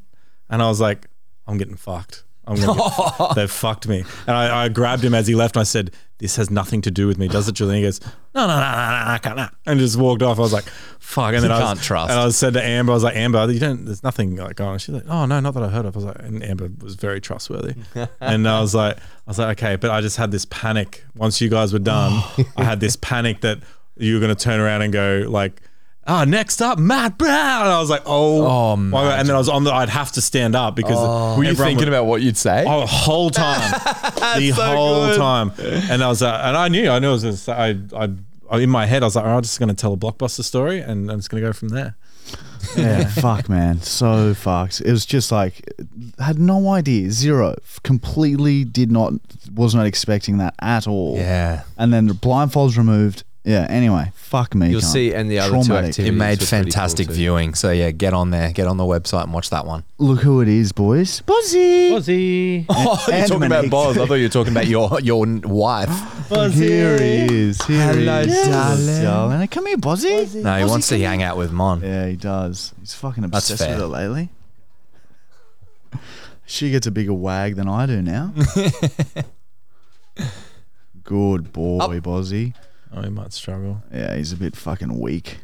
[SPEAKER 4] and I was like, "I'm getting fucked. I'm gonna get fucked. they fucked me." And I, I grabbed him as he left, and I said, "This has nothing to do with me, does it, Julian?" He goes, "No, no, no, no, no, no, can't, no," and just walked off. I was like, "Fuck!" And then I was-
[SPEAKER 2] can't trust.
[SPEAKER 4] And I said to Amber, "I was like, Amber, you don't. There's nothing like going." on." She's like, "Oh no, not that I heard of." I was like, and Amber was very trustworthy. and I was like, I was like, okay, but I just had this panic. Once you guys were done, I had this panic that you were going to turn around and go like, "Ah, next up, Matt Brown." And I was like, "Oh,
[SPEAKER 2] Oh,
[SPEAKER 4] my God. And then I was on the. I'd have to stand up because
[SPEAKER 2] Were you thinking about what you'd say?
[SPEAKER 4] Oh, whole time, the whole time, and I was, uh, and I knew, I knew, I was, just, I, I, I, in my head, I was like, "All right, I'm just going to tell a blockbuster story, and I'm just going to go from there."
[SPEAKER 1] Yeah, fuck, man. So fucked. It was just like, had no idea. Zero. Completely did not, was not expecting that at all.
[SPEAKER 2] Yeah.
[SPEAKER 1] And then the blindfold's removed. Yeah. Anyway, fuck me.
[SPEAKER 3] You'll
[SPEAKER 1] cunt.
[SPEAKER 3] see, and the other two
[SPEAKER 1] Traumatic.
[SPEAKER 3] activities
[SPEAKER 2] It
[SPEAKER 3] were
[SPEAKER 2] made
[SPEAKER 3] pretty cool
[SPEAKER 2] fantastic
[SPEAKER 3] too.
[SPEAKER 2] viewing. So yeah, get on there, get on the website and watch that one.
[SPEAKER 1] Look who it is, boys. Bozzy.
[SPEAKER 4] Buzzy.
[SPEAKER 2] Oh,
[SPEAKER 1] you're talking about Dominic. Boz. I thought
[SPEAKER 2] you were talking about your your wife.
[SPEAKER 1] Here he is. Here
[SPEAKER 3] Hello,
[SPEAKER 1] he is.
[SPEAKER 3] darling.
[SPEAKER 1] darling. Come here, Bozzy.
[SPEAKER 2] No, he
[SPEAKER 1] Bozzy,
[SPEAKER 2] wants to
[SPEAKER 1] come
[SPEAKER 2] hang out with Mon.
[SPEAKER 1] Yeah, he does. He's fucking
[SPEAKER 2] That's
[SPEAKER 1] obsessed with
[SPEAKER 2] fair.
[SPEAKER 1] it lately. She gets a bigger wag than I do now. Good boy, Bozzy.
[SPEAKER 4] Oh, he might struggle.
[SPEAKER 1] Yeah, he's a bit fucking weak.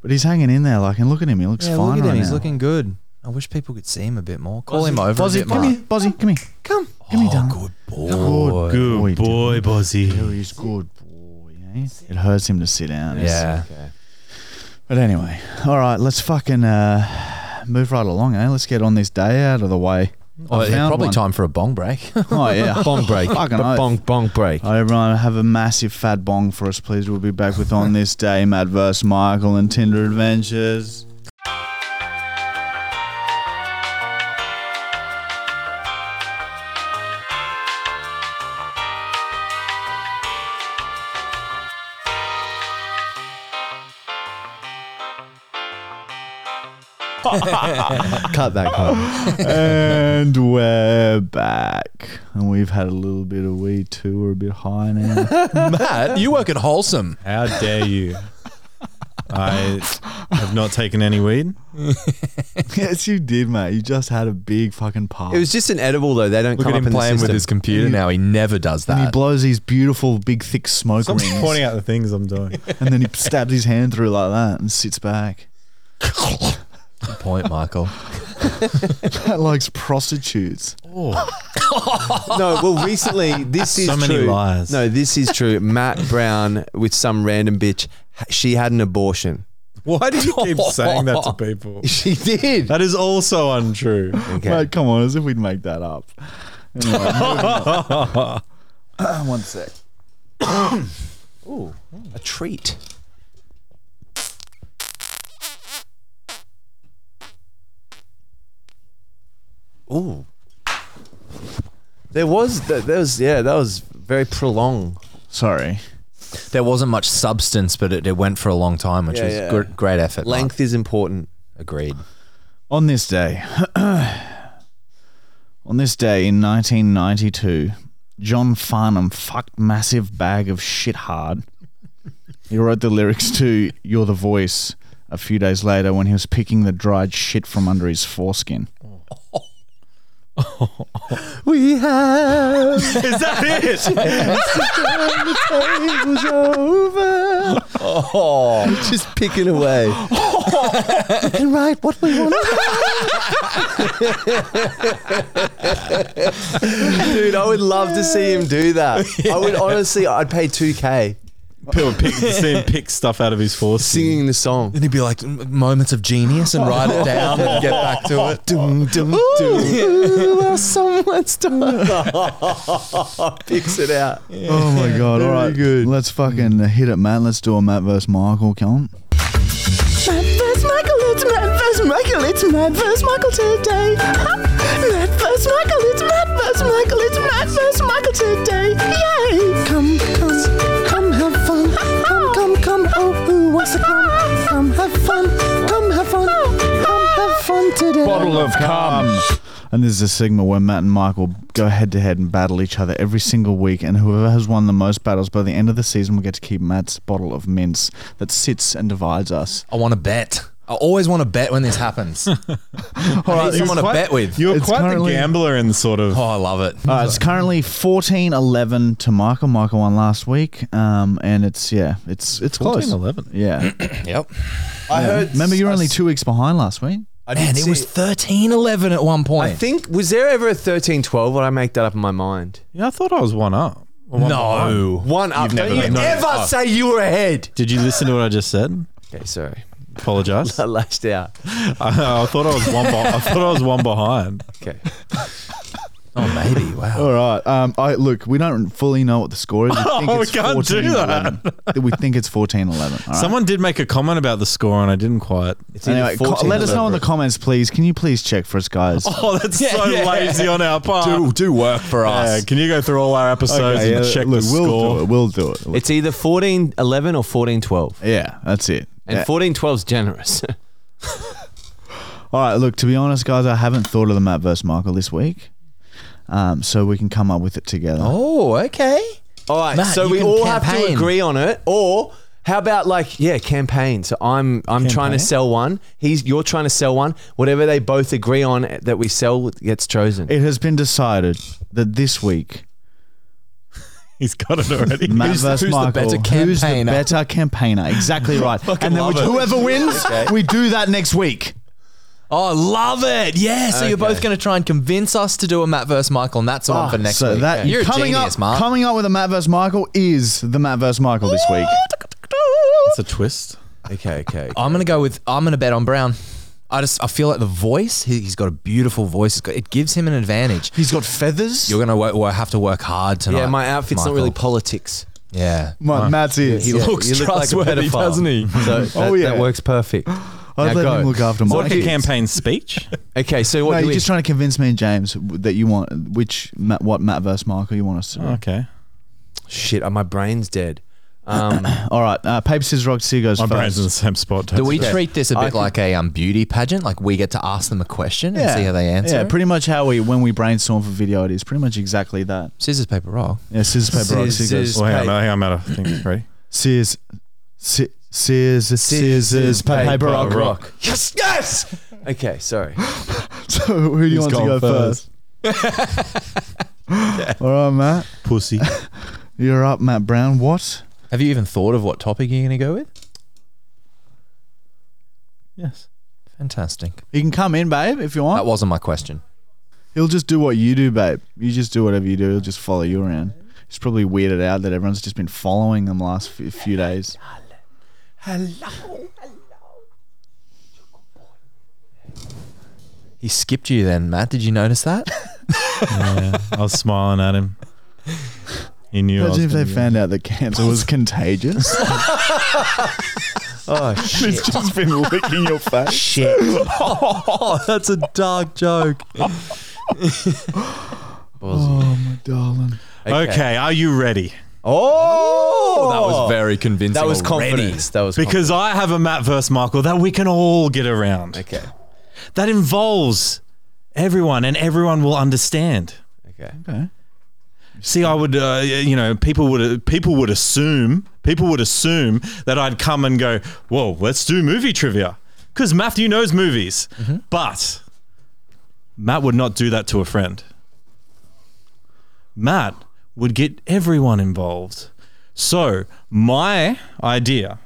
[SPEAKER 1] But he's hanging in there, like, and look at him. He looks fine
[SPEAKER 2] look at him.
[SPEAKER 1] right
[SPEAKER 2] He's
[SPEAKER 1] now.
[SPEAKER 2] looking good. I wish people could see him a bit more. Call him over a
[SPEAKER 1] Bozzy,
[SPEAKER 2] bit
[SPEAKER 1] come
[SPEAKER 2] more.
[SPEAKER 1] here. Bozzy, come here.
[SPEAKER 2] Come, Oh,
[SPEAKER 1] Give me down.
[SPEAKER 2] Good boy.
[SPEAKER 1] Good boy, boy,
[SPEAKER 4] Buzzy.
[SPEAKER 1] Yeah, he's good boy. Eh? It hurts him to sit down.
[SPEAKER 2] Yeah.
[SPEAKER 3] Okay.
[SPEAKER 1] But anyway, all right, let's fucking uh, move right along, eh? Let's get on this day out of the way.
[SPEAKER 2] Oh,
[SPEAKER 1] I
[SPEAKER 2] it's
[SPEAKER 1] found
[SPEAKER 2] probably
[SPEAKER 1] one.
[SPEAKER 2] time for a bong break.
[SPEAKER 1] Oh yeah,
[SPEAKER 3] Bong break.
[SPEAKER 1] Fucking oath.
[SPEAKER 3] bong bong break.
[SPEAKER 1] Oh, everyone, have a massive fat bong for us, please. We'll be back with On This Day, Matt vs. Michael and Tinder Adventures.
[SPEAKER 3] Cut that. Cut.
[SPEAKER 1] and we're back. And we've had a little bit of weed too. We're a bit high now.
[SPEAKER 2] Matt, you work at Wholesome.
[SPEAKER 4] How dare you? I have not taken any weed.
[SPEAKER 1] yes, you did, mate. You just had a big fucking party.
[SPEAKER 3] It was just an edible though. They don't
[SPEAKER 2] Look
[SPEAKER 3] come
[SPEAKER 2] at him
[SPEAKER 3] up in
[SPEAKER 2] playing
[SPEAKER 3] the
[SPEAKER 2] with
[SPEAKER 3] system.
[SPEAKER 2] his computer now. He never does
[SPEAKER 1] and he
[SPEAKER 2] that.
[SPEAKER 1] blows these beautiful, big, thick smoke
[SPEAKER 4] Stop
[SPEAKER 1] rings.
[SPEAKER 4] pointing out the things I'm doing.
[SPEAKER 1] and then he stabs his hand through like that and sits back.
[SPEAKER 2] Good point, Michael.
[SPEAKER 1] That likes prostitutes.
[SPEAKER 3] no, well, recently this is
[SPEAKER 4] So many
[SPEAKER 3] true.
[SPEAKER 4] lies.
[SPEAKER 3] No, this is true. Matt Brown with some random bitch. h- She had an abortion.
[SPEAKER 4] Why do you keep saying that to people?
[SPEAKER 3] She did.
[SPEAKER 4] That is also untrue.
[SPEAKER 3] Okay.
[SPEAKER 1] Mate, come on, as if we'd make that up. Anyway, moving on. One sec.
[SPEAKER 3] a treat. Ooh. There was th- there was yeah that was very prolonged.
[SPEAKER 1] Sorry.
[SPEAKER 2] There wasn't much substance, but it, it went for a long time, which
[SPEAKER 3] Yeah,
[SPEAKER 2] was
[SPEAKER 3] yeah.
[SPEAKER 2] gr- great effort. Mike.
[SPEAKER 3] Length is important.
[SPEAKER 2] Agreed.
[SPEAKER 1] On this day, on this day in 1992, John Farnham fucked massive bag of shit hard. He wrote the lyrics to "You're the Voice" a few days later when he was picking the dried shit from under his foreskin.
[SPEAKER 3] We have
[SPEAKER 4] Is that it?
[SPEAKER 3] it was over. Oh, just picking away. we can write what we want. Dude, I would love to see him do that. I would honestly, I'd pay two k
[SPEAKER 4] People pick, see him pick stuff out of his force.
[SPEAKER 3] singing the song.
[SPEAKER 2] And he'd be like, moments of genius and write it down and get back to it.
[SPEAKER 3] Dum, dum, dum. Well, someone's done. Picks it out.
[SPEAKER 1] Oh my god! All right, good. Let's fucking hit it, Matt. Let's do a Matt versus Michael. Come
[SPEAKER 5] Mad vs. Michael, it's Mad vs. Michael, it's Mad vs. Michael today. Mad vs. Michael, it's Mad vs. Michael, it's Mad vs. Michael today. Yay! Come, come, come have fun. Come, come, come, oh, who wants to come? Come have fun, come have fun, come have fun today.
[SPEAKER 1] of cum. And this is a segment where Matt and Michael go head to head and battle each other every single week. And whoever has won the most battles by the end of the season will get to keep Matt's bottle of mints that sits and divides us.
[SPEAKER 2] I want to bet. I always want to bet when this happens. I need someone to bet with.
[SPEAKER 4] You're
[SPEAKER 1] It's
[SPEAKER 4] quite
[SPEAKER 1] currently-
[SPEAKER 4] the gambler in sort of.
[SPEAKER 2] oh, I love it.
[SPEAKER 1] All right, Uh, it's currently 14 11 to Michael. Michael won last week. Um, and it's, yeah, it's it's close.
[SPEAKER 4] 14-11.
[SPEAKER 1] Yeah. Uh,
[SPEAKER 2] Yep.
[SPEAKER 3] I heard.
[SPEAKER 1] Remember, you were only two weeks behind last week.
[SPEAKER 3] I did
[SPEAKER 2] Man, it
[SPEAKER 3] see
[SPEAKER 2] was 13 11 at one
[SPEAKER 3] I
[SPEAKER 2] point.
[SPEAKER 3] think was there ever a thirteen twelve? Or I make that up in my mind.
[SPEAKER 4] Yeah, I thought I was one up. Or one behind.
[SPEAKER 2] no.
[SPEAKER 3] One up.
[SPEAKER 4] never
[SPEAKER 3] Don't you
[SPEAKER 4] been- no.
[SPEAKER 3] ever
[SPEAKER 4] Oh.
[SPEAKER 3] say you were ahead.
[SPEAKER 4] Did you listen to what I just said?
[SPEAKER 3] Okay, sorry.
[SPEAKER 4] Apologize.
[SPEAKER 3] I
[SPEAKER 4] I,
[SPEAKER 3] lashed out.
[SPEAKER 4] I thought I was one. Be- I thought I was one behind.
[SPEAKER 3] Okay.
[SPEAKER 2] Oh, maybe. Wow.
[SPEAKER 1] All right. Um, I look. We don't fully know what the score is. We think
[SPEAKER 4] Oh, we
[SPEAKER 1] it's
[SPEAKER 4] can't do
[SPEAKER 1] 14-11. we think it's 14-11. All right?
[SPEAKER 4] Someone did make a comment about the score, and I didn't quite.
[SPEAKER 3] It's either
[SPEAKER 1] Anyway, co-
[SPEAKER 3] 14
[SPEAKER 1] let us know in the
[SPEAKER 3] or-
[SPEAKER 1] comments, please. Can you please check for us, guys?
[SPEAKER 4] Oh, that's
[SPEAKER 2] Yeah,
[SPEAKER 4] so
[SPEAKER 2] yeah.
[SPEAKER 4] lazy on our part.
[SPEAKER 2] Do do work for
[SPEAKER 4] Yeah,
[SPEAKER 2] us.
[SPEAKER 4] can you go through all our episodes
[SPEAKER 1] Okay,
[SPEAKER 4] and
[SPEAKER 1] yeah,
[SPEAKER 4] check
[SPEAKER 1] look,
[SPEAKER 4] the
[SPEAKER 1] we'll
[SPEAKER 4] score?
[SPEAKER 1] Do it, we'll do it.
[SPEAKER 3] It's either 14 11 or 14 12.
[SPEAKER 1] yeah, that's it.
[SPEAKER 3] And
[SPEAKER 1] Yeah.
[SPEAKER 3] fourteen twelve 14 is generous.
[SPEAKER 1] All right, look, to be honest, guys, I haven't thought of the Matt versus Michael this week. Um, so we can come up with it together.
[SPEAKER 2] Oh, okay.
[SPEAKER 3] all right.
[SPEAKER 2] Matt,
[SPEAKER 3] so
[SPEAKER 2] you
[SPEAKER 3] we
[SPEAKER 2] can
[SPEAKER 3] all have to
[SPEAKER 2] campaign.
[SPEAKER 3] agree on it. Or how about like, yeah, campaign. So I'm I'm trying to
[SPEAKER 4] Campaign?
[SPEAKER 3] sell one. He's you're trying to sell one. Whatever they both agree on that we sell gets chosen.
[SPEAKER 1] It has been decided that this week,
[SPEAKER 4] He's got it already.
[SPEAKER 1] Matt
[SPEAKER 2] Who's-
[SPEAKER 1] versus
[SPEAKER 2] who's the
[SPEAKER 1] Michael,
[SPEAKER 2] better
[SPEAKER 1] who's the
[SPEAKER 2] campaigner?
[SPEAKER 1] better campaigner? Exactly right. and then
[SPEAKER 2] love
[SPEAKER 1] we-
[SPEAKER 2] it.
[SPEAKER 1] whoever wins, we do that next week.
[SPEAKER 2] Oh, love it. Yeah. So you're both going to try and convince us to do a Matt versus Michael, and that's the one for next
[SPEAKER 1] Ah, so
[SPEAKER 2] week.
[SPEAKER 1] that
[SPEAKER 2] you're a
[SPEAKER 1] coming
[SPEAKER 2] genius,
[SPEAKER 1] up,
[SPEAKER 2] Mark.
[SPEAKER 1] coming up with a Matt versus Michael is the Matt versus Michael this week.
[SPEAKER 4] That's a twist.
[SPEAKER 3] okay, okay.
[SPEAKER 1] Oh,
[SPEAKER 2] I'm gonna go with I'm gonna bet on Brown. I just I feel like the voice. He, he's got a beautiful voice. It's got- It gives him an advantage.
[SPEAKER 1] He's got feathers.
[SPEAKER 2] You're gonna wo- wo- have to work hard tonight.
[SPEAKER 3] yeah, my outfit's
[SPEAKER 2] Michael.
[SPEAKER 3] not really politics.
[SPEAKER 2] Yeah.
[SPEAKER 1] My, Matt's is.
[SPEAKER 3] Yeah, you look like a pedophile. So that,
[SPEAKER 1] Oh, yeah.
[SPEAKER 3] that works perfect.
[SPEAKER 1] I'd
[SPEAKER 3] Now
[SPEAKER 1] let
[SPEAKER 3] go.
[SPEAKER 1] him look after
[SPEAKER 3] So
[SPEAKER 1] Mike.
[SPEAKER 3] what
[SPEAKER 4] Like a
[SPEAKER 3] Yes.
[SPEAKER 4] campaign speech.
[SPEAKER 3] Okay, so what
[SPEAKER 1] No,
[SPEAKER 3] do
[SPEAKER 1] you're
[SPEAKER 3] we
[SPEAKER 1] just trying to convince me and James that you want which Matt, what Matt versus Michael you want us to do.
[SPEAKER 4] okay.
[SPEAKER 3] Shit, uh, my brain's dead. Um,
[SPEAKER 1] All right, uh, paper, scissors, rock, scissors
[SPEAKER 4] My
[SPEAKER 1] goes
[SPEAKER 4] brain's in the
[SPEAKER 1] first.
[SPEAKER 4] same spot.
[SPEAKER 2] Do we
[SPEAKER 4] That's-
[SPEAKER 2] treat this a
[SPEAKER 3] I
[SPEAKER 2] bit
[SPEAKER 3] could-
[SPEAKER 2] like a um, beauty pageant? Like we get to ask them a question and see how they answer?
[SPEAKER 1] Yeah,
[SPEAKER 2] it?
[SPEAKER 1] pretty much how we when we brainstorm for video, it is pretty much exactly that.
[SPEAKER 2] Scissors, paper, rock.
[SPEAKER 1] Yeah, scissors, paper, rock,
[SPEAKER 3] Scissors.
[SPEAKER 1] scissors,
[SPEAKER 4] Well, Oh, hang on, hang on, Matt. I think it's ready.
[SPEAKER 1] scissors, sci- scissors, scissors, paper, rock, rock.
[SPEAKER 3] Yes, yes. okay, sorry.
[SPEAKER 1] So who do you want
[SPEAKER 4] He's
[SPEAKER 1] to
[SPEAKER 4] gone
[SPEAKER 1] go first?
[SPEAKER 4] first.
[SPEAKER 1] All right, Matt,
[SPEAKER 4] Pussy.
[SPEAKER 1] you're up, Matt Brown. What?
[SPEAKER 2] Have you even thought of what topic you're gonna go with?
[SPEAKER 4] yes.
[SPEAKER 2] Fantastic.
[SPEAKER 1] You can come in, babe, if you
[SPEAKER 2] That
[SPEAKER 1] want.
[SPEAKER 2] wasn't my question.
[SPEAKER 1] He'll just do what you do, babe. You just do whatever you do. He'll just follow you around. He's probably weirded out that everyone's just been following them last few, few days.
[SPEAKER 2] He skipped you then, Matt. Did you notice that?
[SPEAKER 4] Yeah. I was smiling at him. He knew. I was
[SPEAKER 1] Imagine if they
[SPEAKER 4] gonna
[SPEAKER 1] found out that cancer was contagious.
[SPEAKER 3] Oh shit.
[SPEAKER 1] It's just been licking your face.
[SPEAKER 2] Shit. oh, that's a dark joke.
[SPEAKER 1] Oh, my darling.
[SPEAKER 4] get- Okay. Are you ready?
[SPEAKER 3] Oh,
[SPEAKER 2] That was very convincing.
[SPEAKER 3] That was
[SPEAKER 2] already.
[SPEAKER 3] confidence. That was
[SPEAKER 4] Because I have a Matt versus Michael that we can all get around.
[SPEAKER 3] confidence.
[SPEAKER 4] That involves everyone, and everyone will understand.
[SPEAKER 3] okay, okay.
[SPEAKER 1] Okay.
[SPEAKER 4] See, I would, uh, you know, people would people would assume people would assume that I'd come and go. Whoa, let's do movie trivia because Matthew knows movies, but Matt would not do that to a friend. Matt would get everyone involved. So my idea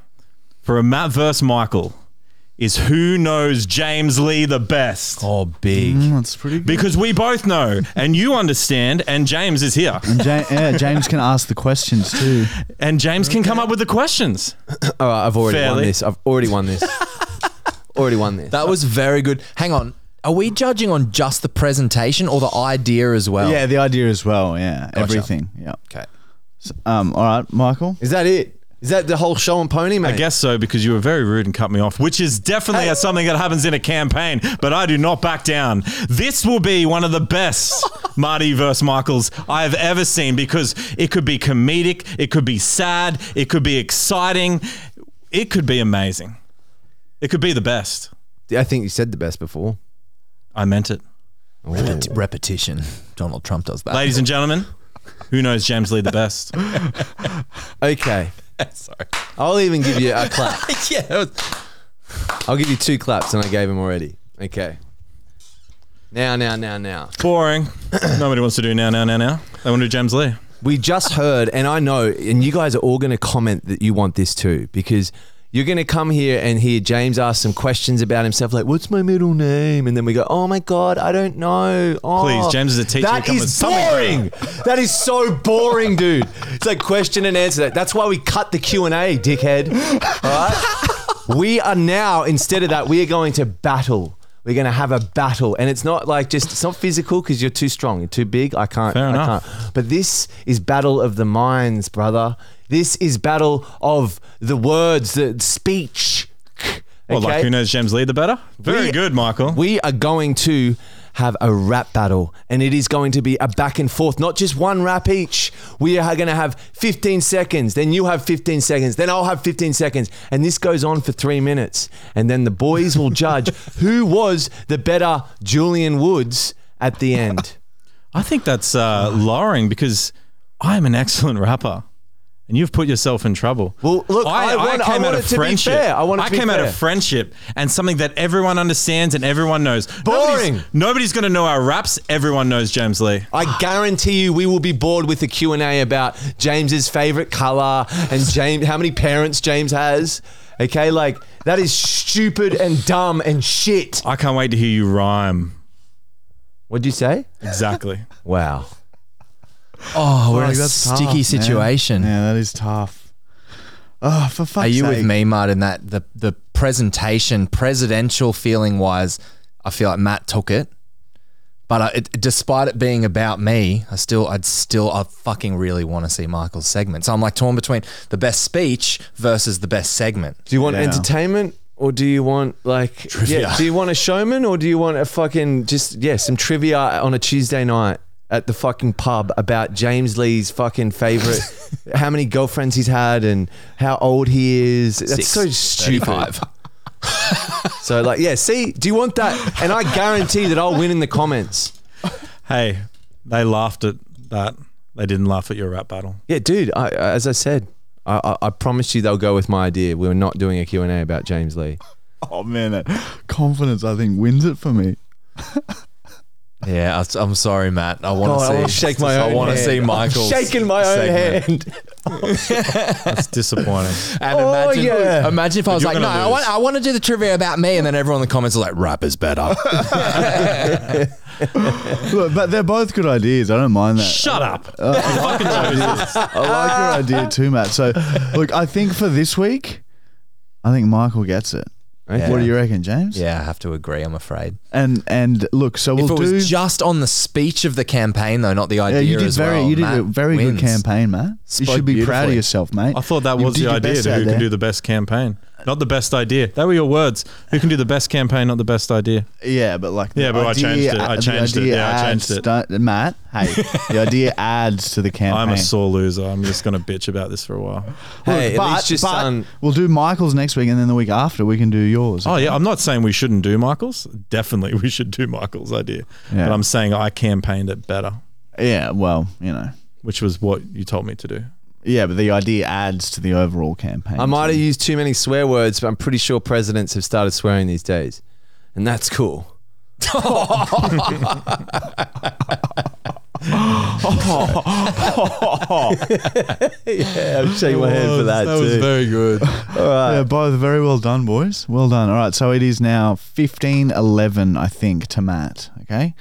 [SPEAKER 4] for a Matt versus Michael is who knows James Lee the best.
[SPEAKER 2] Oh, big.
[SPEAKER 1] Mm, that's pretty good.
[SPEAKER 4] Because we both know, and you understand, and James is here.
[SPEAKER 1] Ja- yeah, James can ask the questions too.
[SPEAKER 4] And James can come up with the questions.
[SPEAKER 3] All right, I've already won
[SPEAKER 4] Fairly.
[SPEAKER 3] this. I've already won this. already won this.
[SPEAKER 2] That was very good. Hang on. Are we judging on just the presentation or the idea as well?
[SPEAKER 1] Yeah, the idea as well. Yeah, everything. Yeah.
[SPEAKER 2] Oh. Okay.
[SPEAKER 1] So, um. All right, Michael.
[SPEAKER 3] Is that it? Is that the whole show and pony, mate?
[SPEAKER 4] I guess so because you were very rude and cut me off, which is definitely something that happens in a campaign, but I do not back down. This will be one of the best Marty versus Michaels I have ever seen because it could be comedic, it could be sad, it could be exciting, it could be amazing. It could be the best.
[SPEAKER 3] I think you said the best before.
[SPEAKER 4] I meant it.
[SPEAKER 2] Repeti- repetition. Donald Trump does that.
[SPEAKER 4] Ladies and gentlemen, who knows James Lee the best?
[SPEAKER 3] Okay,
[SPEAKER 2] Sorry.
[SPEAKER 3] I'll even give you a clap.
[SPEAKER 2] yeah. that was-
[SPEAKER 3] I'll give you two claps, and I gave him already. Okay. Now, now, now, now.
[SPEAKER 4] Boring. Nobody wants to do now, now, now, now. They want to do James Lee.
[SPEAKER 3] We just heard, and I know, and you guys are all going to comment that you want this too, because you're going to come here and hear James ask some questions about himself, like, "What's my middle name?" And then we go, "Oh my god, I don't know." Oh,
[SPEAKER 4] Please, James is a teacher.
[SPEAKER 3] That
[SPEAKER 4] Come with
[SPEAKER 3] is
[SPEAKER 4] something
[SPEAKER 3] boring. that is so boring, dude. It's like question and answer. That that's why we cut the Q and A, dickhead. All right. we are now instead of that, we are going to battle. We're gonna have a battle, and it's not like just it's not physical because you're too strong, you're too big. I can't.
[SPEAKER 4] Fair
[SPEAKER 3] I
[SPEAKER 4] enough.
[SPEAKER 3] can't. But this is battle of the minds, brother. This is battle of the words, the speech.
[SPEAKER 4] Well, like who knows James Lee the better? Very
[SPEAKER 3] We-
[SPEAKER 4] good, Michael.
[SPEAKER 3] We are going to have a rap battle, and it is going to be a back and forth, not just one rap each. We are going to have 15 seconds, then you have 15 seconds, then I'll have 15 seconds, and this goes on for three minutes. And then the boys will judge who was the better Julian Woods at the end.
[SPEAKER 4] I think that's uh, lowering because I'm an excellent rapper, and you've put yourself in trouble.
[SPEAKER 3] Well, look, I want- I want it to be fair. I want it to be
[SPEAKER 4] came out
[SPEAKER 3] fair.
[SPEAKER 4] of friendship and something that everyone understands and everyone knows.
[SPEAKER 3] Boring.
[SPEAKER 4] Nobody's, nobody's going to know our raps. Everyone knows James Lee.
[SPEAKER 3] I guarantee you, we will be bored with the Q and A about James's favorite color and James, how many parents James has. Okay, like that is stupid and dumb and shit.
[SPEAKER 4] I can't wait to hear you rhyme.
[SPEAKER 3] What'd you say?
[SPEAKER 4] Exactly.
[SPEAKER 3] Wow.
[SPEAKER 2] Oh, we're in a
[SPEAKER 1] Like, that's tough,
[SPEAKER 2] sticky
[SPEAKER 1] man.
[SPEAKER 2] situation.
[SPEAKER 1] Yeah, that is tough. Oh, for fuck's
[SPEAKER 2] Are you with
[SPEAKER 1] sake.
[SPEAKER 2] me, Martin? That the the presentation, presidential feeling wise, I feel like Matt took it. But I, it, despite it being about me, I still, I'd still, I fucking really want to see Michael's segment. So I'm like torn between the best speech versus the best segment.
[SPEAKER 3] Do you want
[SPEAKER 1] Yeah.
[SPEAKER 3] entertainment or do you want like
[SPEAKER 2] Trivia.
[SPEAKER 3] Yeah, do you want a showman or do you want a fucking just yeah some trivia on a Tuesday night at the fucking pub about James Lee's fucking favorite, how many girlfriends he's had and how old he is? That's so stupid.
[SPEAKER 2] 35.
[SPEAKER 3] So like yeah, see, do you want that? And I guarantee that I'll win in the comments.
[SPEAKER 4] Hey, they laughed at that. They didn't laugh at your rap battle.
[SPEAKER 3] Yeah, dude. I, as I said, I, I, I promise you they'll go with my idea. We're not doing a Q and A about James Lee.
[SPEAKER 1] Oh man, that confidence I think wins it for me.
[SPEAKER 2] Yeah, I, am sorry, Matt. I want
[SPEAKER 3] God, Oh, I wanna
[SPEAKER 2] to see.
[SPEAKER 3] shake my
[SPEAKER 2] I
[SPEAKER 3] own
[SPEAKER 2] want to
[SPEAKER 3] hand.
[SPEAKER 2] see
[SPEAKER 3] I'm
[SPEAKER 2] Michael's
[SPEAKER 3] shaking my own
[SPEAKER 2] segment.
[SPEAKER 3] hand.
[SPEAKER 4] That's disappointing.
[SPEAKER 2] And
[SPEAKER 3] Oh,
[SPEAKER 2] imagine,
[SPEAKER 3] yeah.
[SPEAKER 2] imagine if I was
[SPEAKER 4] you're
[SPEAKER 2] like, no,
[SPEAKER 4] gonna
[SPEAKER 2] I
[SPEAKER 4] lose.
[SPEAKER 2] want, I want to do the trivia about me, and then everyone in the comments are like, rap is better.
[SPEAKER 1] Look, but they're both good ideas. I don't mind that.
[SPEAKER 4] Shut up.
[SPEAKER 1] I like your idea too, Matt. So, look, I think for this week, I think Michael gets it.
[SPEAKER 3] Okay.
[SPEAKER 1] What do you reckon, James?
[SPEAKER 2] yeah, I have to agree. I'm afraid.
[SPEAKER 1] And and look, so
[SPEAKER 2] if
[SPEAKER 1] we'll
[SPEAKER 2] it was
[SPEAKER 1] do.
[SPEAKER 2] just on the speech of the campaign, though, not the
[SPEAKER 1] yeah,
[SPEAKER 2] idea
[SPEAKER 1] you did
[SPEAKER 2] as
[SPEAKER 1] very,
[SPEAKER 2] well.
[SPEAKER 1] you did
[SPEAKER 2] Matt
[SPEAKER 1] a very good
[SPEAKER 2] wins.
[SPEAKER 1] campaign, Matt. you
[SPEAKER 2] Spoke
[SPEAKER 1] should be proud of
[SPEAKER 2] beautifully.
[SPEAKER 1] yourself, mate.
[SPEAKER 4] I thought that
[SPEAKER 1] You
[SPEAKER 4] was
[SPEAKER 1] did
[SPEAKER 4] the
[SPEAKER 1] your
[SPEAKER 4] idea
[SPEAKER 1] best
[SPEAKER 4] to
[SPEAKER 1] out
[SPEAKER 4] who
[SPEAKER 1] there.
[SPEAKER 4] can do the best campaign. Not the best idea. They were your words. Who can do the best campaign, not the best idea.
[SPEAKER 1] Yeah, but like, the
[SPEAKER 4] Yeah, but I
[SPEAKER 1] idea
[SPEAKER 4] changed it. I
[SPEAKER 1] ad- the
[SPEAKER 4] changed it.
[SPEAKER 1] idea
[SPEAKER 4] Yeah, I
[SPEAKER 1] adds
[SPEAKER 4] changed it.
[SPEAKER 1] don't- Matt, hey, the idea adds to the campaign.
[SPEAKER 4] I'm a sore loser. I'm just going to bitch about this for a while.
[SPEAKER 1] Look,
[SPEAKER 3] Hey, at
[SPEAKER 1] but,
[SPEAKER 3] least um, your
[SPEAKER 1] but
[SPEAKER 3] son-
[SPEAKER 1] We'll do Michael's next week, and then the week after we can do yours.
[SPEAKER 4] Oh, yeah. I'm not saying we shouldn't do Michael's. Definitely we should do Michael's idea.
[SPEAKER 1] Yeah.
[SPEAKER 4] But I'm saying I campaigned it better,
[SPEAKER 1] yeah. Well, you know.
[SPEAKER 4] which was what you told me to do.
[SPEAKER 1] Yeah, but the idea adds to the overall campaign.
[SPEAKER 3] I might have used too many swear words, but I'm pretty sure presidents have started swearing these days, and that's cool. yeah, I'm shaking my head for that, too.
[SPEAKER 2] very good.
[SPEAKER 1] Yeah, Uh, both very well done, boys. Well done. All right, so it is now 15-11, I think, to Matt. Okay,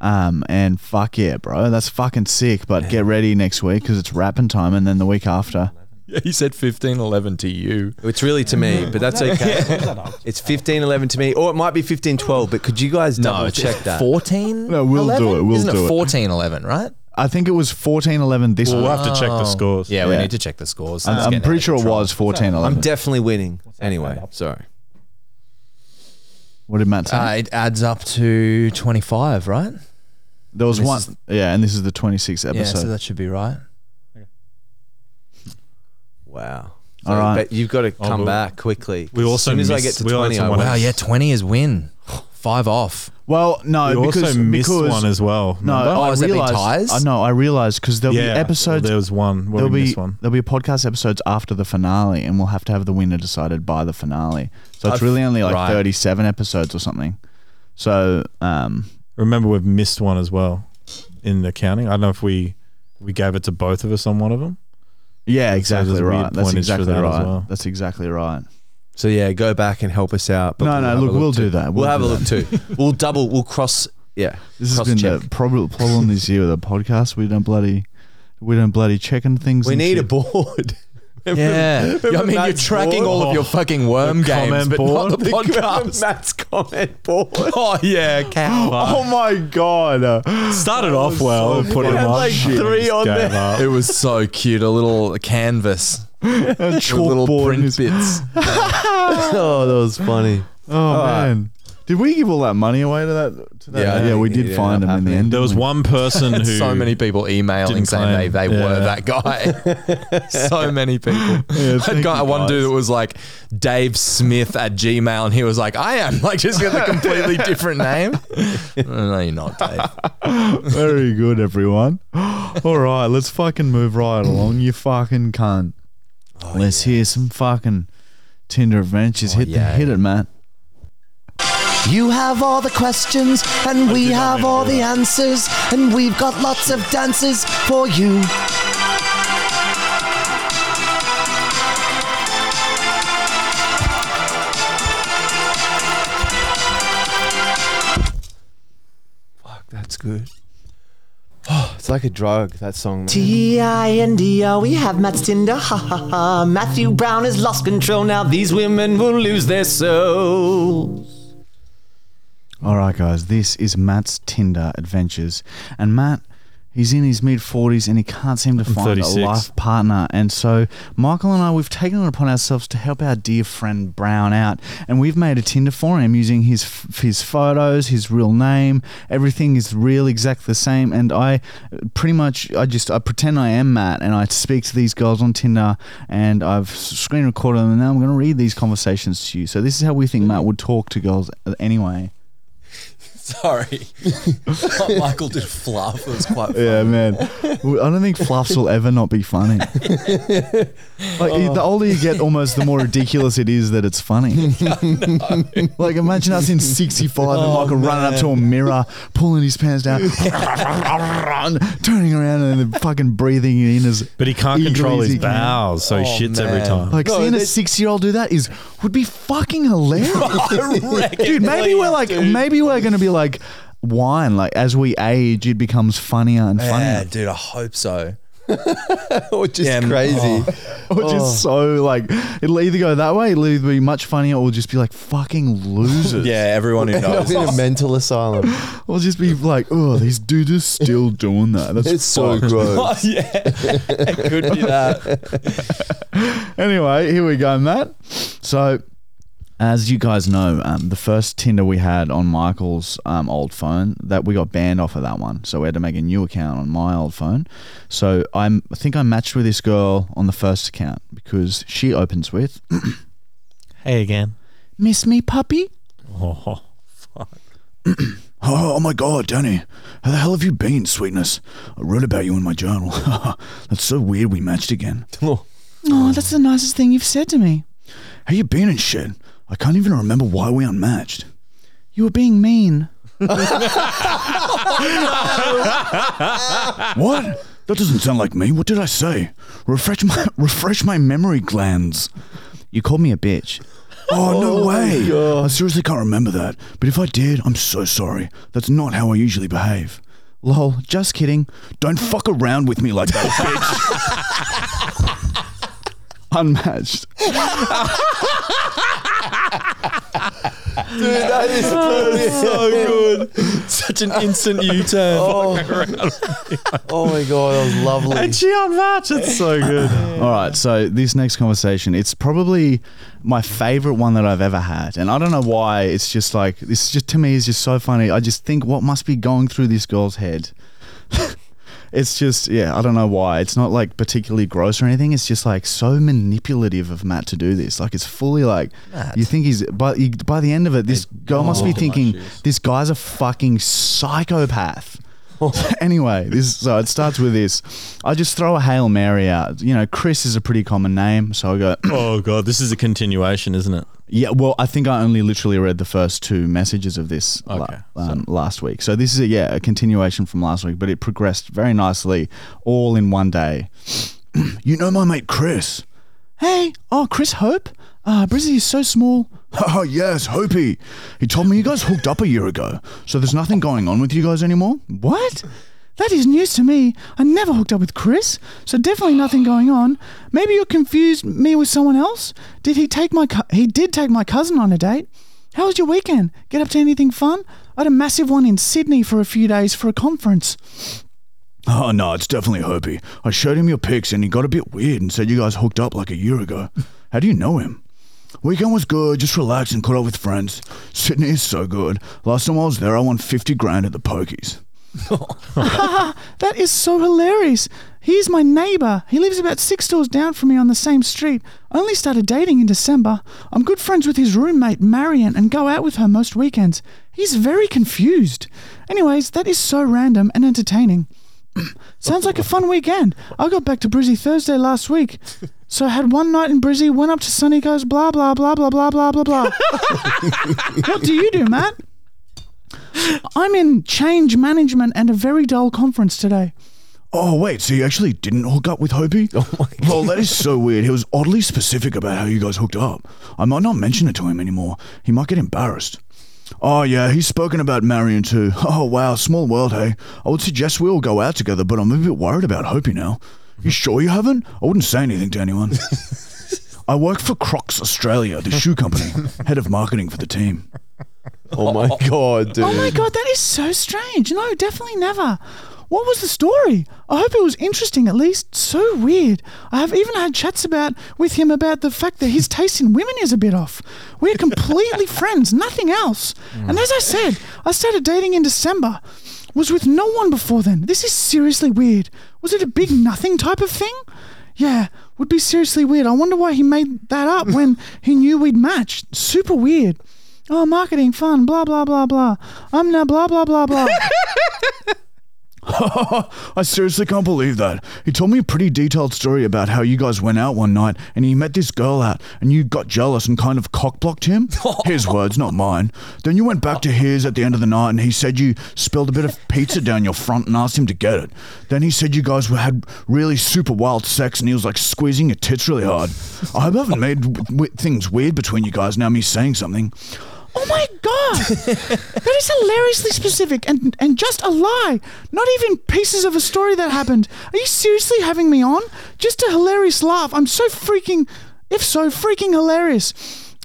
[SPEAKER 1] um, and fuck yeah, bro, that's fucking sick. But get ready next week because it's rapping time, and then the week after.
[SPEAKER 2] Yeah, he said 15, 11 to you.
[SPEAKER 3] it's really to me, but that's okay. it's 15 11 to me, or it might be 15 12, but could you guys double check that?
[SPEAKER 2] 14.
[SPEAKER 1] No, we'll do
[SPEAKER 2] 11?
[SPEAKER 1] it, we'll
[SPEAKER 2] Isn't
[SPEAKER 1] do
[SPEAKER 2] it
[SPEAKER 1] it.
[SPEAKER 2] 14, 11, right?
[SPEAKER 1] I think it was 14-11 this
[SPEAKER 4] We'll
[SPEAKER 1] week.
[SPEAKER 4] have to check the scores.
[SPEAKER 2] Yeah, we
[SPEAKER 1] Oh. Yeah.
[SPEAKER 2] need to check the scores. It's
[SPEAKER 1] I'm, I'm
[SPEAKER 2] getting out
[SPEAKER 1] pretty
[SPEAKER 2] of
[SPEAKER 1] sure it
[SPEAKER 2] control.
[SPEAKER 1] was 14-11.
[SPEAKER 3] I'm definitely winning. Anyway, sorry.
[SPEAKER 1] what did Matt say?
[SPEAKER 2] Uh, it adds up to 25, right?
[SPEAKER 1] there was
[SPEAKER 2] this
[SPEAKER 1] one.
[SPEAKER 2] is-
[SPEAKER 1] yeah, and this is the 26th episode.
[SPEAKER 2] Yeah, so that should be right.
[SPEAKER 3] Wow.
[SPEAKER 1] All right.
[SPEAKER 3] But you've got to come
[SPEAKER 4] but
[SPEAKER 3] back quickly.
[SPEAKER 4] Oh, we also
[SPEAKER 3] as soon as I get
[SPEAKER 4] missed-
[SPEAKER 3] to
[SPEAKER 4] we also
[SPEAKER 3] 20, I
[SPEAKER 4] wanted-
[SPEAKER 3] won't.
[SPEAKER 2] Wow, yeah, 20 is win. Five off.
[SPEAKER 1] well, no,
[SPEAKER 4] You
[SPEAKER 1] because
[SPEAKER 4] also missed
[SPEAKER 1] because
[SPEAKER 4] one as well.
[SPEAKER 1] no,
[SPEAKER 4] remember?
[SPEAKER 2] Oh,
[SPEAKER 1] I
[SPEAKER 2] has that been
[SPEAKER 1] realized.
[SPEAKER 2] ties?
[SPEAKER 1] I know. I realized because there'll
[SPEAKER 4] yeah.
[SPEAKER 1] be episodes
[SPEAKER 4] There was one. Where
[SPEAKER 1] there'll
[SPEAKER 4] we
[SPEAKER 1] be
[SPEAKER 4] missed one.
[SPEAKER 1] there'll be podcast episodes after the finale, and we'll have to have the winner decided by the finale. So it's really only like
[SPEAKER 2] right.
[SPEAKER 1] thirty-seven episodes or something. So um,
[SPEAKER 4] Remember, we've missed one as well in the counting. I don't know if we we gave it to both of us on one of them.
[SPEAKER 1] yeah,
[SPEAKER 4] there's
[SPEAKER 1] exactly
[SPEAKER 4] a
[SPEAKER 1] right.
[SPEAKER 4] weird
[SPEAKER 1] That's
[SPEAKER 4] pointage for
[SPEAKER 1] exactly
[SPEAKER 4] that as
[SPEAKER 1] right.
[SPEAKER 4] well.
[SPEAKER 1] That's exactly right.
[SPEAKER 3] So yeah, go back and help us out. but
[SPEAKER 1] No, no,
[SPEAKER 3] have a
[SPEAKER 1] look, we'll
[SPEAKER 3] too.
[SPEAKER 1] do that.
[SPEAKER 3] We'll,
[SPEAKER 1] We'll
[SPEAKER 3] have a
[SPEAKER 1] do
[SPEAKER 3] look too. We'll double. We'll cross. Yeah,
[SPEAKER 1] This has
[SPEAKER 3] cross
[SPEAKER 1] been
[SPEAKER 3] check.
[SPEAKER 1] the problem problem this year with the podcast. We don't bloody we don't bloody checking things.
[SPEAKER 3] We
[SPEAKER 1] and
[SPEAKER 3] need a
[SPEAKER 1] shit.
[SPEAKER 3] board.
[SPEAKER 2] Yeah. I mean, you're
[SPEAKER 3] Matt's
[SPEAKER 2] tracking all of your fucking worm games,
[SPEAKER 1] comment
[SPEAKER 2] but not the podcast.
[SPEAKER 3] Matt's comment board.
[SPEAKER 2] Oh, yeah, cow.
[SPEAKER 1] Oh my god. Oh,
[SPEAKER 4] Started off well, put
[SPEAKER 1] funny.
[SPEAKER 4] him
[SPEAKER 1] Had
[SPEAKER 4] up.
[SPEAKER 1] like
[SPEAKER 4] shit,
[SPEAKER 1] three on
[SPEAKER 2] Oh,
[SPEAKER 4] just gave
[SPEAKER 1] there.
[SPEAKER 4] up.
[SPEAKER 2] It was so cute. A little canvas
[SPEAKER 1] A
[SPEAKER 2] with little
[SPEAKER 1] chalkboard.
[SPEAKER 2] print
[SPEAKER 1] is-
[SPEAKER 2] bits.
[SPEAKER 3] oh, that was funny.
[SPEAKER 1] Oh man. Did we give all that money away to that? To that?
[SPEAKER 3] Yeah, I
[SPEAKER 1] yeah,
[SPEAKER 3] think
[SPEAKER 1] we
[SPEAKER 3] it
[SPEAKER 1] did
[SPEAKER 3] ended
[SPEAKER 1] find
[SPEAKER 3] up
[SPEAKER 1] them in the
[SPEAKER 3] happening.
[SPEAKER 1] end.
[SPEAKER 4] There was
[SPEAKER 1] didn't we?
[SPEAKER 4] one person who
[SPEAKER 2] so many people emailing
[SPEAKER 4] didn't
[SPEAKER 2] saying they,
[SPEAKER 4] claim.
[SPEAKER 2] they were
[SPEAKER 4] Yeah.
[SPEAKER 2] that guy. so many people.
[SPEAKER 1] thank
[SPEAKER 2] I'd got
[SPEAKER 1] you,
[SPEAKER 2] one
[SPEAKER 1] guys.
[SPEAKER 2] dude that was like Dave Smith at Gmail, and he was like, "I am like just got a completely different name." no, you're not, Dave.
[SPEAKER 1] Very good, everyone. All right, let's fucking move right along. You fucking cunt. let's hear some fucking Tinder adventures. hit
[SPEAKER 2] yeah.
[SPEAKER 1] the, hit it, Matt.
[SPEAKER 6] You have all the questions, and we have all the answers, and we've got lots of dances for you.
[SPEAKER 3] Fuck, that's good. Oh, it's like a drug. That song. man.
[SPEAKER 6] T I N D O, we have Matt's Tinder. Ha ha ha. Matthew Brown has lost control. Now these women will lose their souls.
[SPEAKER 1] All right, guys, this is Matt's Tinder adventures. And Matt, he's in his mid 40s and he can't seem to find
[SPEAKER 4] 36.
[SPEAKER 1] a life partner. And so, Michael and I, we've taken it upon ourselves to help our dear friend Brown out. And we've made a Tinder for him using his, f- his photos, his real name. Everything is real, exact the same. And I uh, pretty much, I just, I pretend I am Matt and I speak to these girls on Tinder and I've s- screen recorded them. And now I'm going to read these conversations to you. So, this is how we think Matt would talk to girls uh, anyway.
[SPEAKER 2] Sorry, Michael did fluff. It was quite.
[SPEAKER 1] Yeah, man. W- I don't think fluffs will ever not be funny. Like the older you get, almost the more ridiculous it is that it's funny. like imagine us in '65 and Michael running up to a mirror, pulling his pants down, turning around, and then fucking breathing it in as.
[SPEAKER 4] But he can't
[SPEAKER 1] eagle
[SPEAKER 4] control
[SPEAKER 1] as
[SPEAKER 4] his
[SPEAKER 1] he can.
[SPEAKER 4] bowels, so he
[SPEAKER 2] Oh,
[SPEAKER 4] shits every
[SPEAKER 2] man.
[SPEAKER 4] time.
[SPEAKER 1] Like seeing a six-year-old do that is would be fucking hilarious. dude. Maybe we're like, maybe we're gonna be like wine. Like as we age, it becomes funnier and
[SPEAKER 2] Yeah,
[SPEAKER 1] funnier.
[SPEAKER 2] dude. I hope so.
[SPEAKER 3] or just
[SPEAKER 2] Yeah,
[SPEAKER 3] crazy.
[SPEAKER 1] Or
[SPEAKER 3] Oh.
[SPEAKER 1] just so like it'll either go that way, it'll either be much funnier, or just be like fucking losers.
[SPEAKER 2] Yeah, everyone who
[SPEAKER 3] I'm
[SPEAKER 2] knows.
[SPEAKER 3] in a mental asylum.
[SPEAKER 1] Or just be like, oh, these dudes are still doing that. That's
[SPEAKER 3] It's so
[SPEAKER 1] fucked."
[SPEAKER 3] gross.
[SPEAKER 2] Oh, yeah, it could be that.
[SPEAKER 1] Anyway, here we go, Matt. So. As you guys know, um, the first Tinder we had on Michael's um, old phone, that we got banned off of that one, so we had to make a new account on my old phone. So I'm, I think I matched with this girl on the first account because she opens with,
[SPEAKER 4] Hey again.
[SPEAKER 1] "Miss me, puppy."
[SPEAKER 4] Oh,
[SPEAKER 1] Oh, oh my God, Danny. How the hell have you been, sweetness? I wrote about you in my journal. that's so weird we matched again.
[SPEAKER 3] Oh.
[SPEAKER 1] Oh, that's the nicest thing you've said to me. How you been and shit? I can't even remember why we unmatched. You were being mean. what? That doesn't sound like me. What did I say? Refresh my refresh my memory glands. You called me a bitch. Oh, no way. I seriously can't remember that. But if I did, I'm so sorry. That's not how I usually behave. Lol, just kidding. Don't fuck around with me like that, bitch. Unmatched.
[SPEAKER 3] That is
[SPEAKER 2] so good. Such an instant U-turn.
[SPEAKER 3] Oh my god, that was lovely.
[SPEAKER 4] it's so good.
[SPEAKER 1] All right, so this next conversation, it's probably my favorite one that I've ever had. And I don't know why, it's just like this just to me is just so funny. I just think what must be going through this girl's head. it's just yeah, I don't know why. It's not like particularly gross or anything. It's just like so manipulative of Matt to do this. Like it's fully like you think he's but you, by the end of it this girl must be thinking this guy's a fucking psychopath. anyway, this so it starts with this. I just throw a Hail Mary out. You know, Chris is a pretty common name, so I go,
[SPEAKER 4] Oh god, this is a continuation, isn't it?
[SPEAKER 1] yeah, well, I think I only literally read the first two messages of this la-
[SPEAKER 4] Okay,
[SPEAKER 1] um, last week. So this is a, yeah, a continuation from last week, but it progressed very nicely all in one day. you know my mate Chris. Hey, oh, Chris Hope? Uh, Brizzy is so small. Oh, yes, Hopey. He told me you guys hooked up a year ago, so there's nothing going on with you guys anymore? What? That is news to me. I never hooked up with Chris, so definitely nothing going on. Maybe you confused me with someone else. Did he take my cu- he did take my cousin on a date? How was your weekend? Get up to anything fun? I had a massive one in Sydney for a few days for a conference. Oh no, it's definitely Herbie. I showed him your pics and he got a bit weird and said you guys hooked up like a year ago. How do you know him? Weekend was good, just relaxed and caught up with friends. Sydney is so good. Last time I was there, I won 50 grand at the pokies. that is so hilarious. He's my neighbor. He lives about six doors down from me on the same street. I only started dating in December. I'm good friends with his roommate, Marion, and go out with her most weekends. He's very confused. Anyways, that is so random and entertaining. Sounds like a fun weekend. I got back to Brizzy Thursday last week. So I had one night in Brizzy, went up to Sunny Coast, blah, blah, blah, blah, blah, blah, blah, blah. what do you do, Matt? I'm in change management and a very dull conference today. Oh, wait, so you actually didn't hook up with Hopi? Oh my God. Well, that is so weird. He was oddly specific about how you guys hooked up. I might not mention it to him anymore. He might get embarrassed. Oh, yeah, he's spoken about Marion too. Oh, wow, small world, hey. I would suggest we all go out together, but I'm a bit worried about Hopi now.
[SPEAKER 3] Hmm.
[SPEAKER 1] You sure you haven't? I wouldn't say anything to anyone. I work for Crocs Australia, the shoe company, head of marketing for the team.
[SPEAKER 3] Oh my god, dude.
[SPEAKER 1] Oh my god, that is so strange. No, definitely never. What was the story? I hope it was interesting at least. So weird. I have even had chats about with him about the fact that his taste in women is a bit off. We're completely friends, nothing else. And as I said, I started dating in December. Was with no one before then. This is seriously weird. Was it a big nothing type of thing? Yeah, would be seriously weird. I wonder why he made that up when he knew we'd matched. Super weird. Oh, marketing fun, blah blah blah blah. I'm now blah blah blah blah. I seriously can't believe that. He told me a pretty detailed story about how you guys went out one night and he met this girl out and you got jealous and kind of cockblocked him. his words, not mine. Then you went back to his at the end of the night and he said you spilled a bit of pizza down your front and asked him to get it. Then he said you guys were- had really super wild sex and he was like squeezing your tits really hard. I hope I haven't made w- w- things weird between you guys now, me saying something. Oh my god, that is hilariously specific and and just a lie. Not even pieces of a story that happened. Are you seriously having me on? Just a hilarious laugh. I'm so freaking, if so freaking hilarious.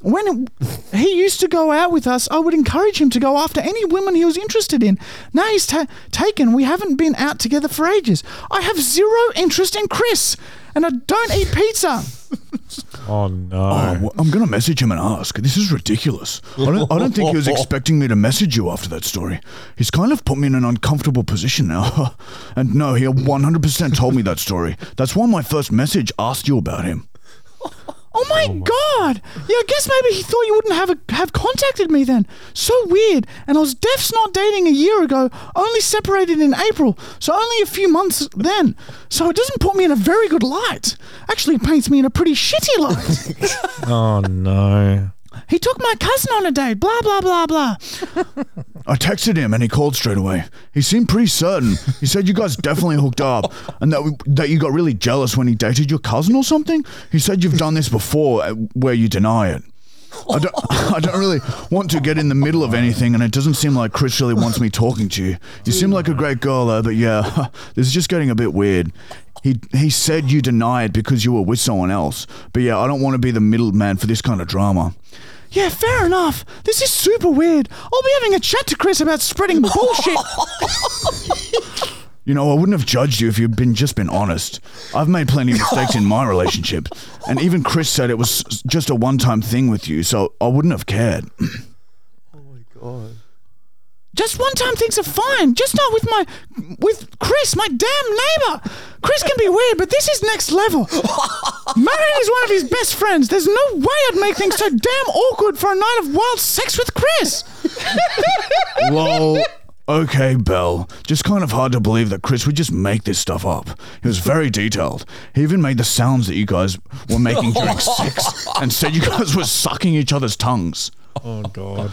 [SPEAKER 1] When he used to go out with us, I would encourage him to go after any women he was interested in. Now he's ta- taken. We haven't been out together for ages. I have zero interest in Chris, and I don't eat pizza.
[SPEAKER 4] Oh no.
[SPEAKER 1] Oh, wh- I'm going to message him and ask. This is ridiculous. I don't, I don't think he was expecting me to message you after that story. He's kind of put me in an uncomfortable position now. and no, he 100% told me that story. That's why my first message asked you about him. Oh my, god! Yeah, I guess maybe he thought you wouldn't have a, have contacted me then. So weird. And I was deaf's not dating a year ago, only separated in April, so only a few months then. So it doesn't put me in a very good light. Actually, it paints me in a pretty shitty light.
[SPEAKER 4] Oh no.
[SPEAKER 1] He took my cousin on a date, blah, blah, blah, blah. I texted him and he called straight away. He seemed pretty certain. He said you guys definitely hooked up and that, we, that you got really jealous when he dated your cousin or something. He said you've done this before uh, where you deny it. I don't, I don't really want to get in the middle of anything, and it doesn't seem like Chris really wants me talking to you. You seem like a great girl, though, but yeah, this is just getting a bit weird. He, he said you denied because you were with someone else, but yeah, I don't want to be the middleman for this kind of drama. Yeah, fair enough. This is super weird. I'll be having a chat to Chris about spreading bullshit. You know, I wouldn't have judged you if you'd been just been honest. I've made plenty of mistakes in my relationship, and even Chris said it was s- just a one-time thing with you, so I wouldn't have cared. oh my god. Just one-time things are fine. Just not with my with Chris, my damn neighbor. Chris can be weird, but this is next level. Marion is one of his best friends. There's no way I'd make things so damn awkward for a night of wild sex with Chris. Lol. Okay, Bell. Just kind of hard to believe that Chris would just make this stuff up. He was very detailed. He even made the sounds that you guys were making during sex and said you guys were sucking each other's tongues.
[SPEAKER 4] Oh god.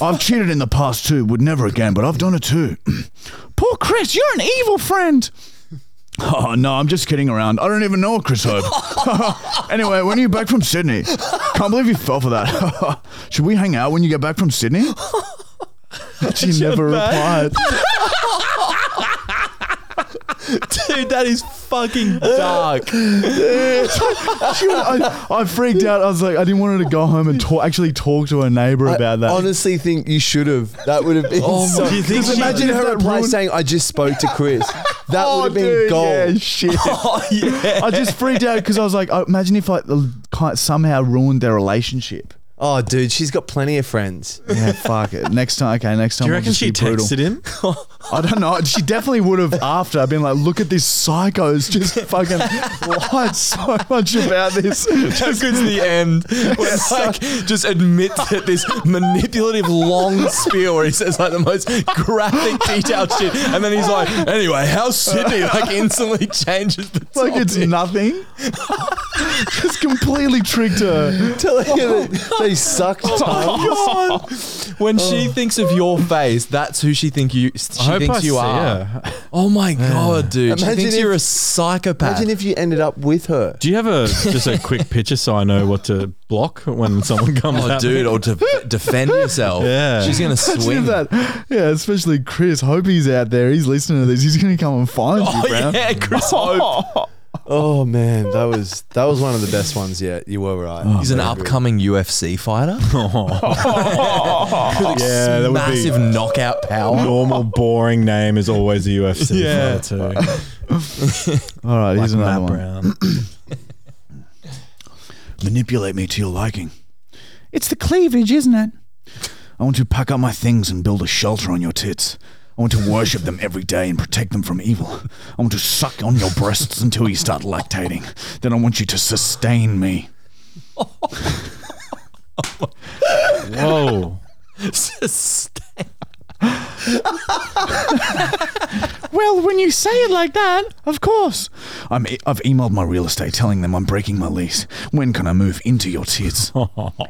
[SPEAKER 1] I've cheated in the past too, would never again, but I've done it too. Poor Chris, you're an evil friend. Oh, no, I'm just kidding around. I don't even know what Chris heard. anyway, when are you back from Sydney? Can't believe you fell for that. Should we hang out when you get back from Sydney? She never replied.
[SPEAKER 2] Dude, that is fucking dark.
[SPEAKER 1] She- I, I freaked out. I was like, I didn't want her to go home and talk, actually talk to her neighbor about that.
[SPEAKER 3] honestly think you should have. That would have been.
[SPEAKER 2] Oh my-
[SPEAKER 3] so,
[SPEAKER 2] Do you think
[SPEAKER 3] Because
[SPEAKER 2] she-
[SPEAKER 3] imagine
[SPEAKER 1] Did that
[SPEAKER 3] her reply
[SPEAKER 1] ruin-
[SPEAKER 3] saying, "I just spoke to Chris." That
[SPEAKER 1] Oh,
[SPEAKER 3] would have been
[SPEAKER 1] dude,
[SPEAKER 3] gold.
[SPEAKER 1] Yeah, shit.
[SPEAKER 2] Oh, yeah.
[SPEAKER 1] I just freaked out because I was like, oh, imagine if I kind- somehow ruined their relationship.
[SPEAKER 3] Oh, dude, she's got plenty of friends.
[SPEAKER 1] Yeah, fuck it. Next time, okay, next time.
[SPEAKER 4] Do you
[SPEAKER 1] I'll
[SPEAKER 4] reckon
[SPEAKER 1] just
[SPEAKER 4] she
[SPEAKER 1] be brutal.
[SPEAKER 4] texted him?
[SPEAKER 1] I don't know. She definitely would have after been like, look at this psycho's just fucking lied so much about this.
[SPEAKER 2] How good's the end? Where, like, just admit that this manipulative long spiel where he says like the most graphic, detailed shit, and then he's like, "Anyway, how's Sydney?" Like, instantly changes the
[SPEAKER 1] Like it's
[SPEAKER 2] topic.
[SPEAKER 1] nothing. just completely tricked her.
[SPEAKER 3] Telling her that they sucked
[SPEAKER 2] Oh.
[SPEAKER 3] time.
[SPEAKER 2] When she thinks of your face, that's who she think you she thinks you are.
[SPEAKER 4] Yeah.
[SPEAKER 2] Oh my god, dude!
[SPEAKER 3] Imagine
[SPEAKER 2] she thinks
[SPEAKER 3] if-
[SPEAKER 2] you're a psychopath.
[SPEAKER 3] Imagine if you ended up with her.
[SPEAKER 4] Do you have a just a quick picture so I know what to block when someone comes?
[SPEAKER 2] oh,
[SPEAKER 4] at me?
[SPEAKER 2] dude, or to defend yourself.
[SPEAKER 4] Yeah.
[SPEAKER 2] she's gonna
[SPEAKER 1] Imagine
[SPEAKER 2] swing.
[SPEAKER 1] that. Yeah, especially Chris. Hope he's out there. He's listening to this. He's going to come and find you, bro.
[SPEAKER 2] Oh yeah, Chris Hope.
[SPEAKER 3] Oh man, that was that was one of the best ones yet. You were right.
[SPEAKER 1] Oh,
[SPEAKER 2] He's an upcoming UFC fighter.
[SPEAKER 4] Oh. yeah, that would be
[SPEAKER 2] Massive knockout power.
[SPEAKER 4] normal boring name is always a UFC
[SPEAKER 2] Yeah.
[SPEAKER 4] fighter too.
[SPEAKER 1] All right, here's another
[SPEAKER 4] Matt
[SPEAKER 1] one.
[SPEAKER 4] Brown.
[SPEAKER 1] Manipulate me to your liking. It's the cleavage, isn't it? I want to pack up my things and build a shelter on your tits. I want to worship them every day and protect them from evil. I want to suck on your breasts until you start lactating. Then I want you to sustain me.
[SPEAKER 4] Whoa.
[SPEAKER 1] Well, when you say it like that, of course. I'm, e, I've emailed my real estate telling them I'm breaking my lease. When can I move into your tits?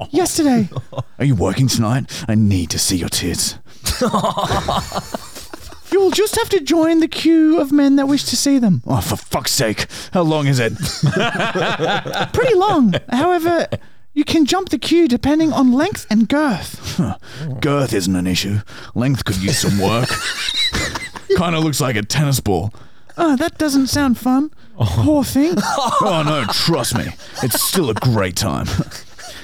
[SPEAKER 1] Yesterday. Are you working tonight? I need to see your tits. You'll just have to join the queue of men that wish to see them. Oh, for fuck's sake. How long is it? Pretty long. However, you can jump the queue depending on length and girth. Huh. Girth isn't an issue. Length could use some work. kind of looks like a tennis ball. Oh, that doesn't sound fun. Poor thing. oh, no, trust me. It's still a great time.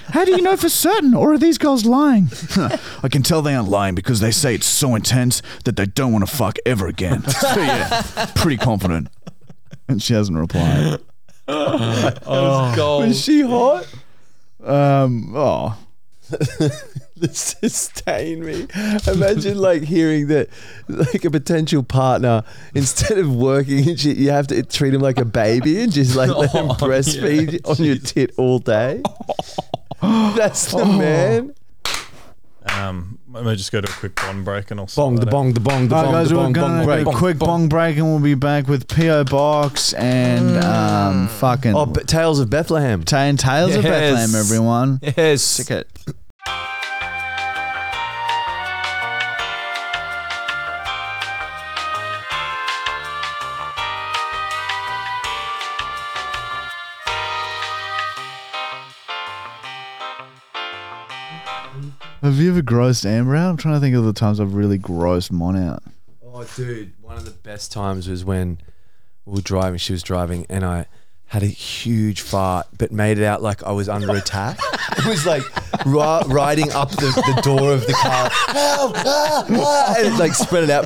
[SPEAKER 1] How do you know for certain, or are these girls lying? I can tell they aren't lying because they say it's so intense that they don't want to fuck ever again. So, yeah, pretty confident. And she hasn't replied.
[SPEAKER 3] Is she hot?
[SPEAKER 1] Um, oh.
[SPEAKER 3] Sustain me. Imagine like hearing that, like a potential partner. Instead of working and shit, you have to treat him like a baby and just like let him breastfeed on your tit all day. That's the man.
[SPEAKER 4] Um, let me just go to a quick bond break and I'll sort
[SPEAKER 3] Bong the
[SPEAKER 4] that out.
[SPEAKER 3] bong the bong the
[SPEAKER 1] All
[SPEAKER 3] bong
[SPEAKER 1] right, guys,
[SPEAKER 3] the
[SPEAKER 1] we're
[SPEAKER 3] bong bong
[SPEAKER 1] going to
[SPEAKER 3] break.
[SPEAKER 1] do a quick bong break and we'll be back with P.O. Box and um, fucking
[SPEAKER 3] Oh, but Tales of Bethlehem.
[SPEAKER 1] Ta- and Tales of
[SPEAKER 2] Yes.
[SPEAKER 1] Bethlehem, everyone.
[SPEAKER 2] Yes.
[SPEAKER 1] Ticket. Have you ever grossed Amber out? I'm trying to think of the times I've really grossed mine out.
[SPEAKER 3] Oh, dude, one of the best times was when we were driving. She was driving, and I had a huge fart, but made it out like I was under attack. it was like ri- riding up the, the door of the car, "Help! Ah, ah," and it like spread it out.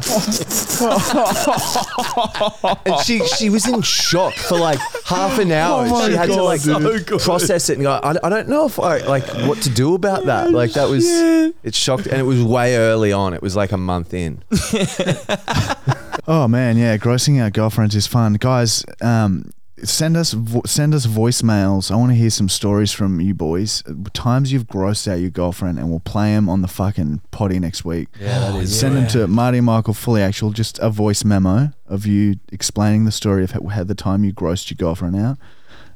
[SPEAKER 3] and she she was in shock for like half an hour.
[SPEAKER 1] Oh my
[SPEAKER 3] she had to
[SPEAKER 1] God,
[SPEAKER 3] like
[SPEAKER 1] dude.
[SPEAKER 3] process it and go. I, I don't know if I like what to do about that. Like that was it shocked, and it was way early on. It was like a month in.
[SPEAKER 1] Oh man, yeah, grossing out girlfriends is fun, guys. Um, send us vo- send us voicemails. I want to hear some stories from you boys. Uh, Times you've grossed out your girlfriend, and we'll play them on the fucking potty next week. Yeah, that is. Send them to Marty Michael Fully Actual. Just a voice memo of you explaining the story of how, how the time you grossed your girlfriend out,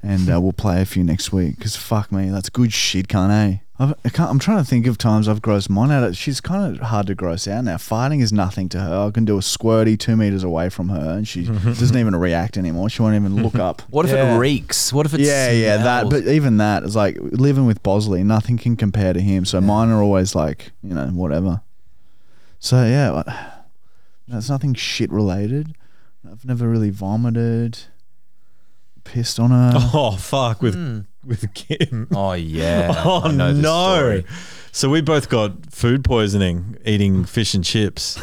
[SPEAKER 1] and uh, we'll play a few next week. Because fuck me, that's good shit, can't eh? I've, I can't, I'm trying to think of times I've grossed mine out. She's kind of hard to gross out now. Farting is nothing to her. I can do a squirty two meters away from her, and she doesn't even react anymore. She won't even look up.
[SPEAKER 2] What if
[SPEAKER 3] Yeah.
[SPEAKER 2] it reeks? What if it's
[SPEAKER 1] Yeah, yeah, that. But even that is like living with Bosley. Nothing can compare to him. So mine are always like you know whatever. So yeah, I- that's nothing shit related. I've never really vomited, pissed on a.
[SPEAKER 4] Oh fuck with
[SPEAKER 1] Hmm.
[SPEAKER 4] with Kim.
[SPEAKER 2] Oh yeah.
[SPEAKER 4] Oh
[SPEAKER 2] I know this
[SPEAKER 4] no.
[SPEAKER 2] story.
[SPEAKER 4] So we both got food poisoning eating fish and chips.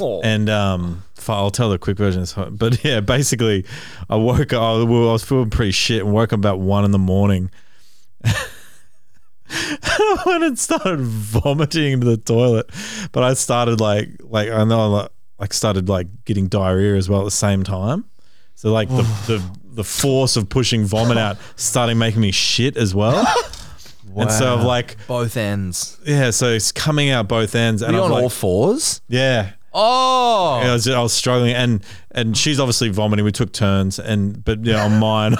[SPEAKER 4] And um, f- I'll tell the quick version. it's hot. But yeah, basically, I woke up. I was feeling pretty shit and woke up about one in the morning. I went and started vomiting into the toilet, but I started like like I know I like, like started like getting diarrhea as well at the same time. So like the the the force of pushing vomit out started making me shit as well. And so I've like
[SPEAKER 2] Both ends.
[SPEAKER 4] yeah, so it's coming out both ends, and
[SPEAKER 2] Are you
[SPEAKER 4] I'm
[SPEAKER 2] on
[SPEAKER 4] like
[SPEAKER 2] all fours?
[SPEAKER 4] yeah.
[SPEAKER 2] Oh.
[SPEAKER 4] I was, I was struggling, and and she's obviously vomiting. We took turns, and but yeah, on mine,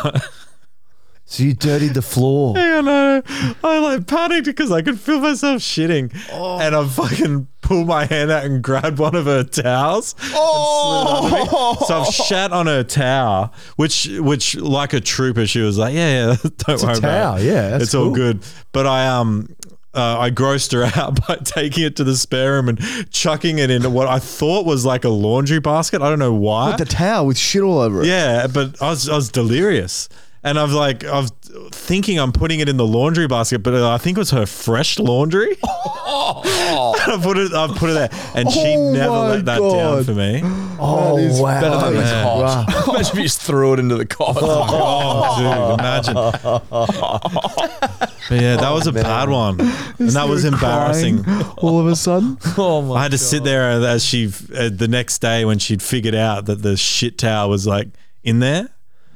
[SPEAKER 3] So you dirtied the floor.
[SPEAKER 4] I know, I like panicked because I could feel myself shitting,
[SPEAKER 3] Oh.
[SPEAKER 4] and I fucking pulled my hand out and grabbed one of her towels. Oh, so I've shat on her towel, which which like a trooper, she was like, yeah, yeah, don't worry
[SPEAKER 3] towel,
[SPEAKER 4] about it,
[SPEAKER 3] yeah, that's
[SPEAKER 4] it's all
[SPEAKER 3] cool.
[SPEAKER 4] good. But I um. Uh, I grossed her out by taking it to the spare room and chucking it into what I thought was like a laundry basket. I don't know why.
[SPEAKER 1] With the towel with shit all over it.
[SPEAKER 4] Yeah, but I was I was delirious, and I was like I was thinking I'm putting it in the laundry basket, but I think it was her fresh laundry. and I put it I put it there, and she
[SPEAKER 1] Oh
[SPEAKER 4] never
[SPEAKER 1] my
[SPEAKER 4] let that down
[SPEAKER 1] God.
[SPEAKER 4] for me.
[SPEAKER 3] Oh wow!
[SPEAKER 2] Better than the
[SPEAKER 4] yeah.
[SPEAKER 2] cosh. Imagine if you just threw it into the cosh.
[SPEAKER 4] Oh, dude, imagine. but yeah, that was a bad one, and that was embarrassing.
[SPEAKER 1] All of a sudden,
[SPEAKER 2] Oh my
[SPEAKER 4] I had to sit there as she uh, the next day when she'd figured out that the shit towel was like in there.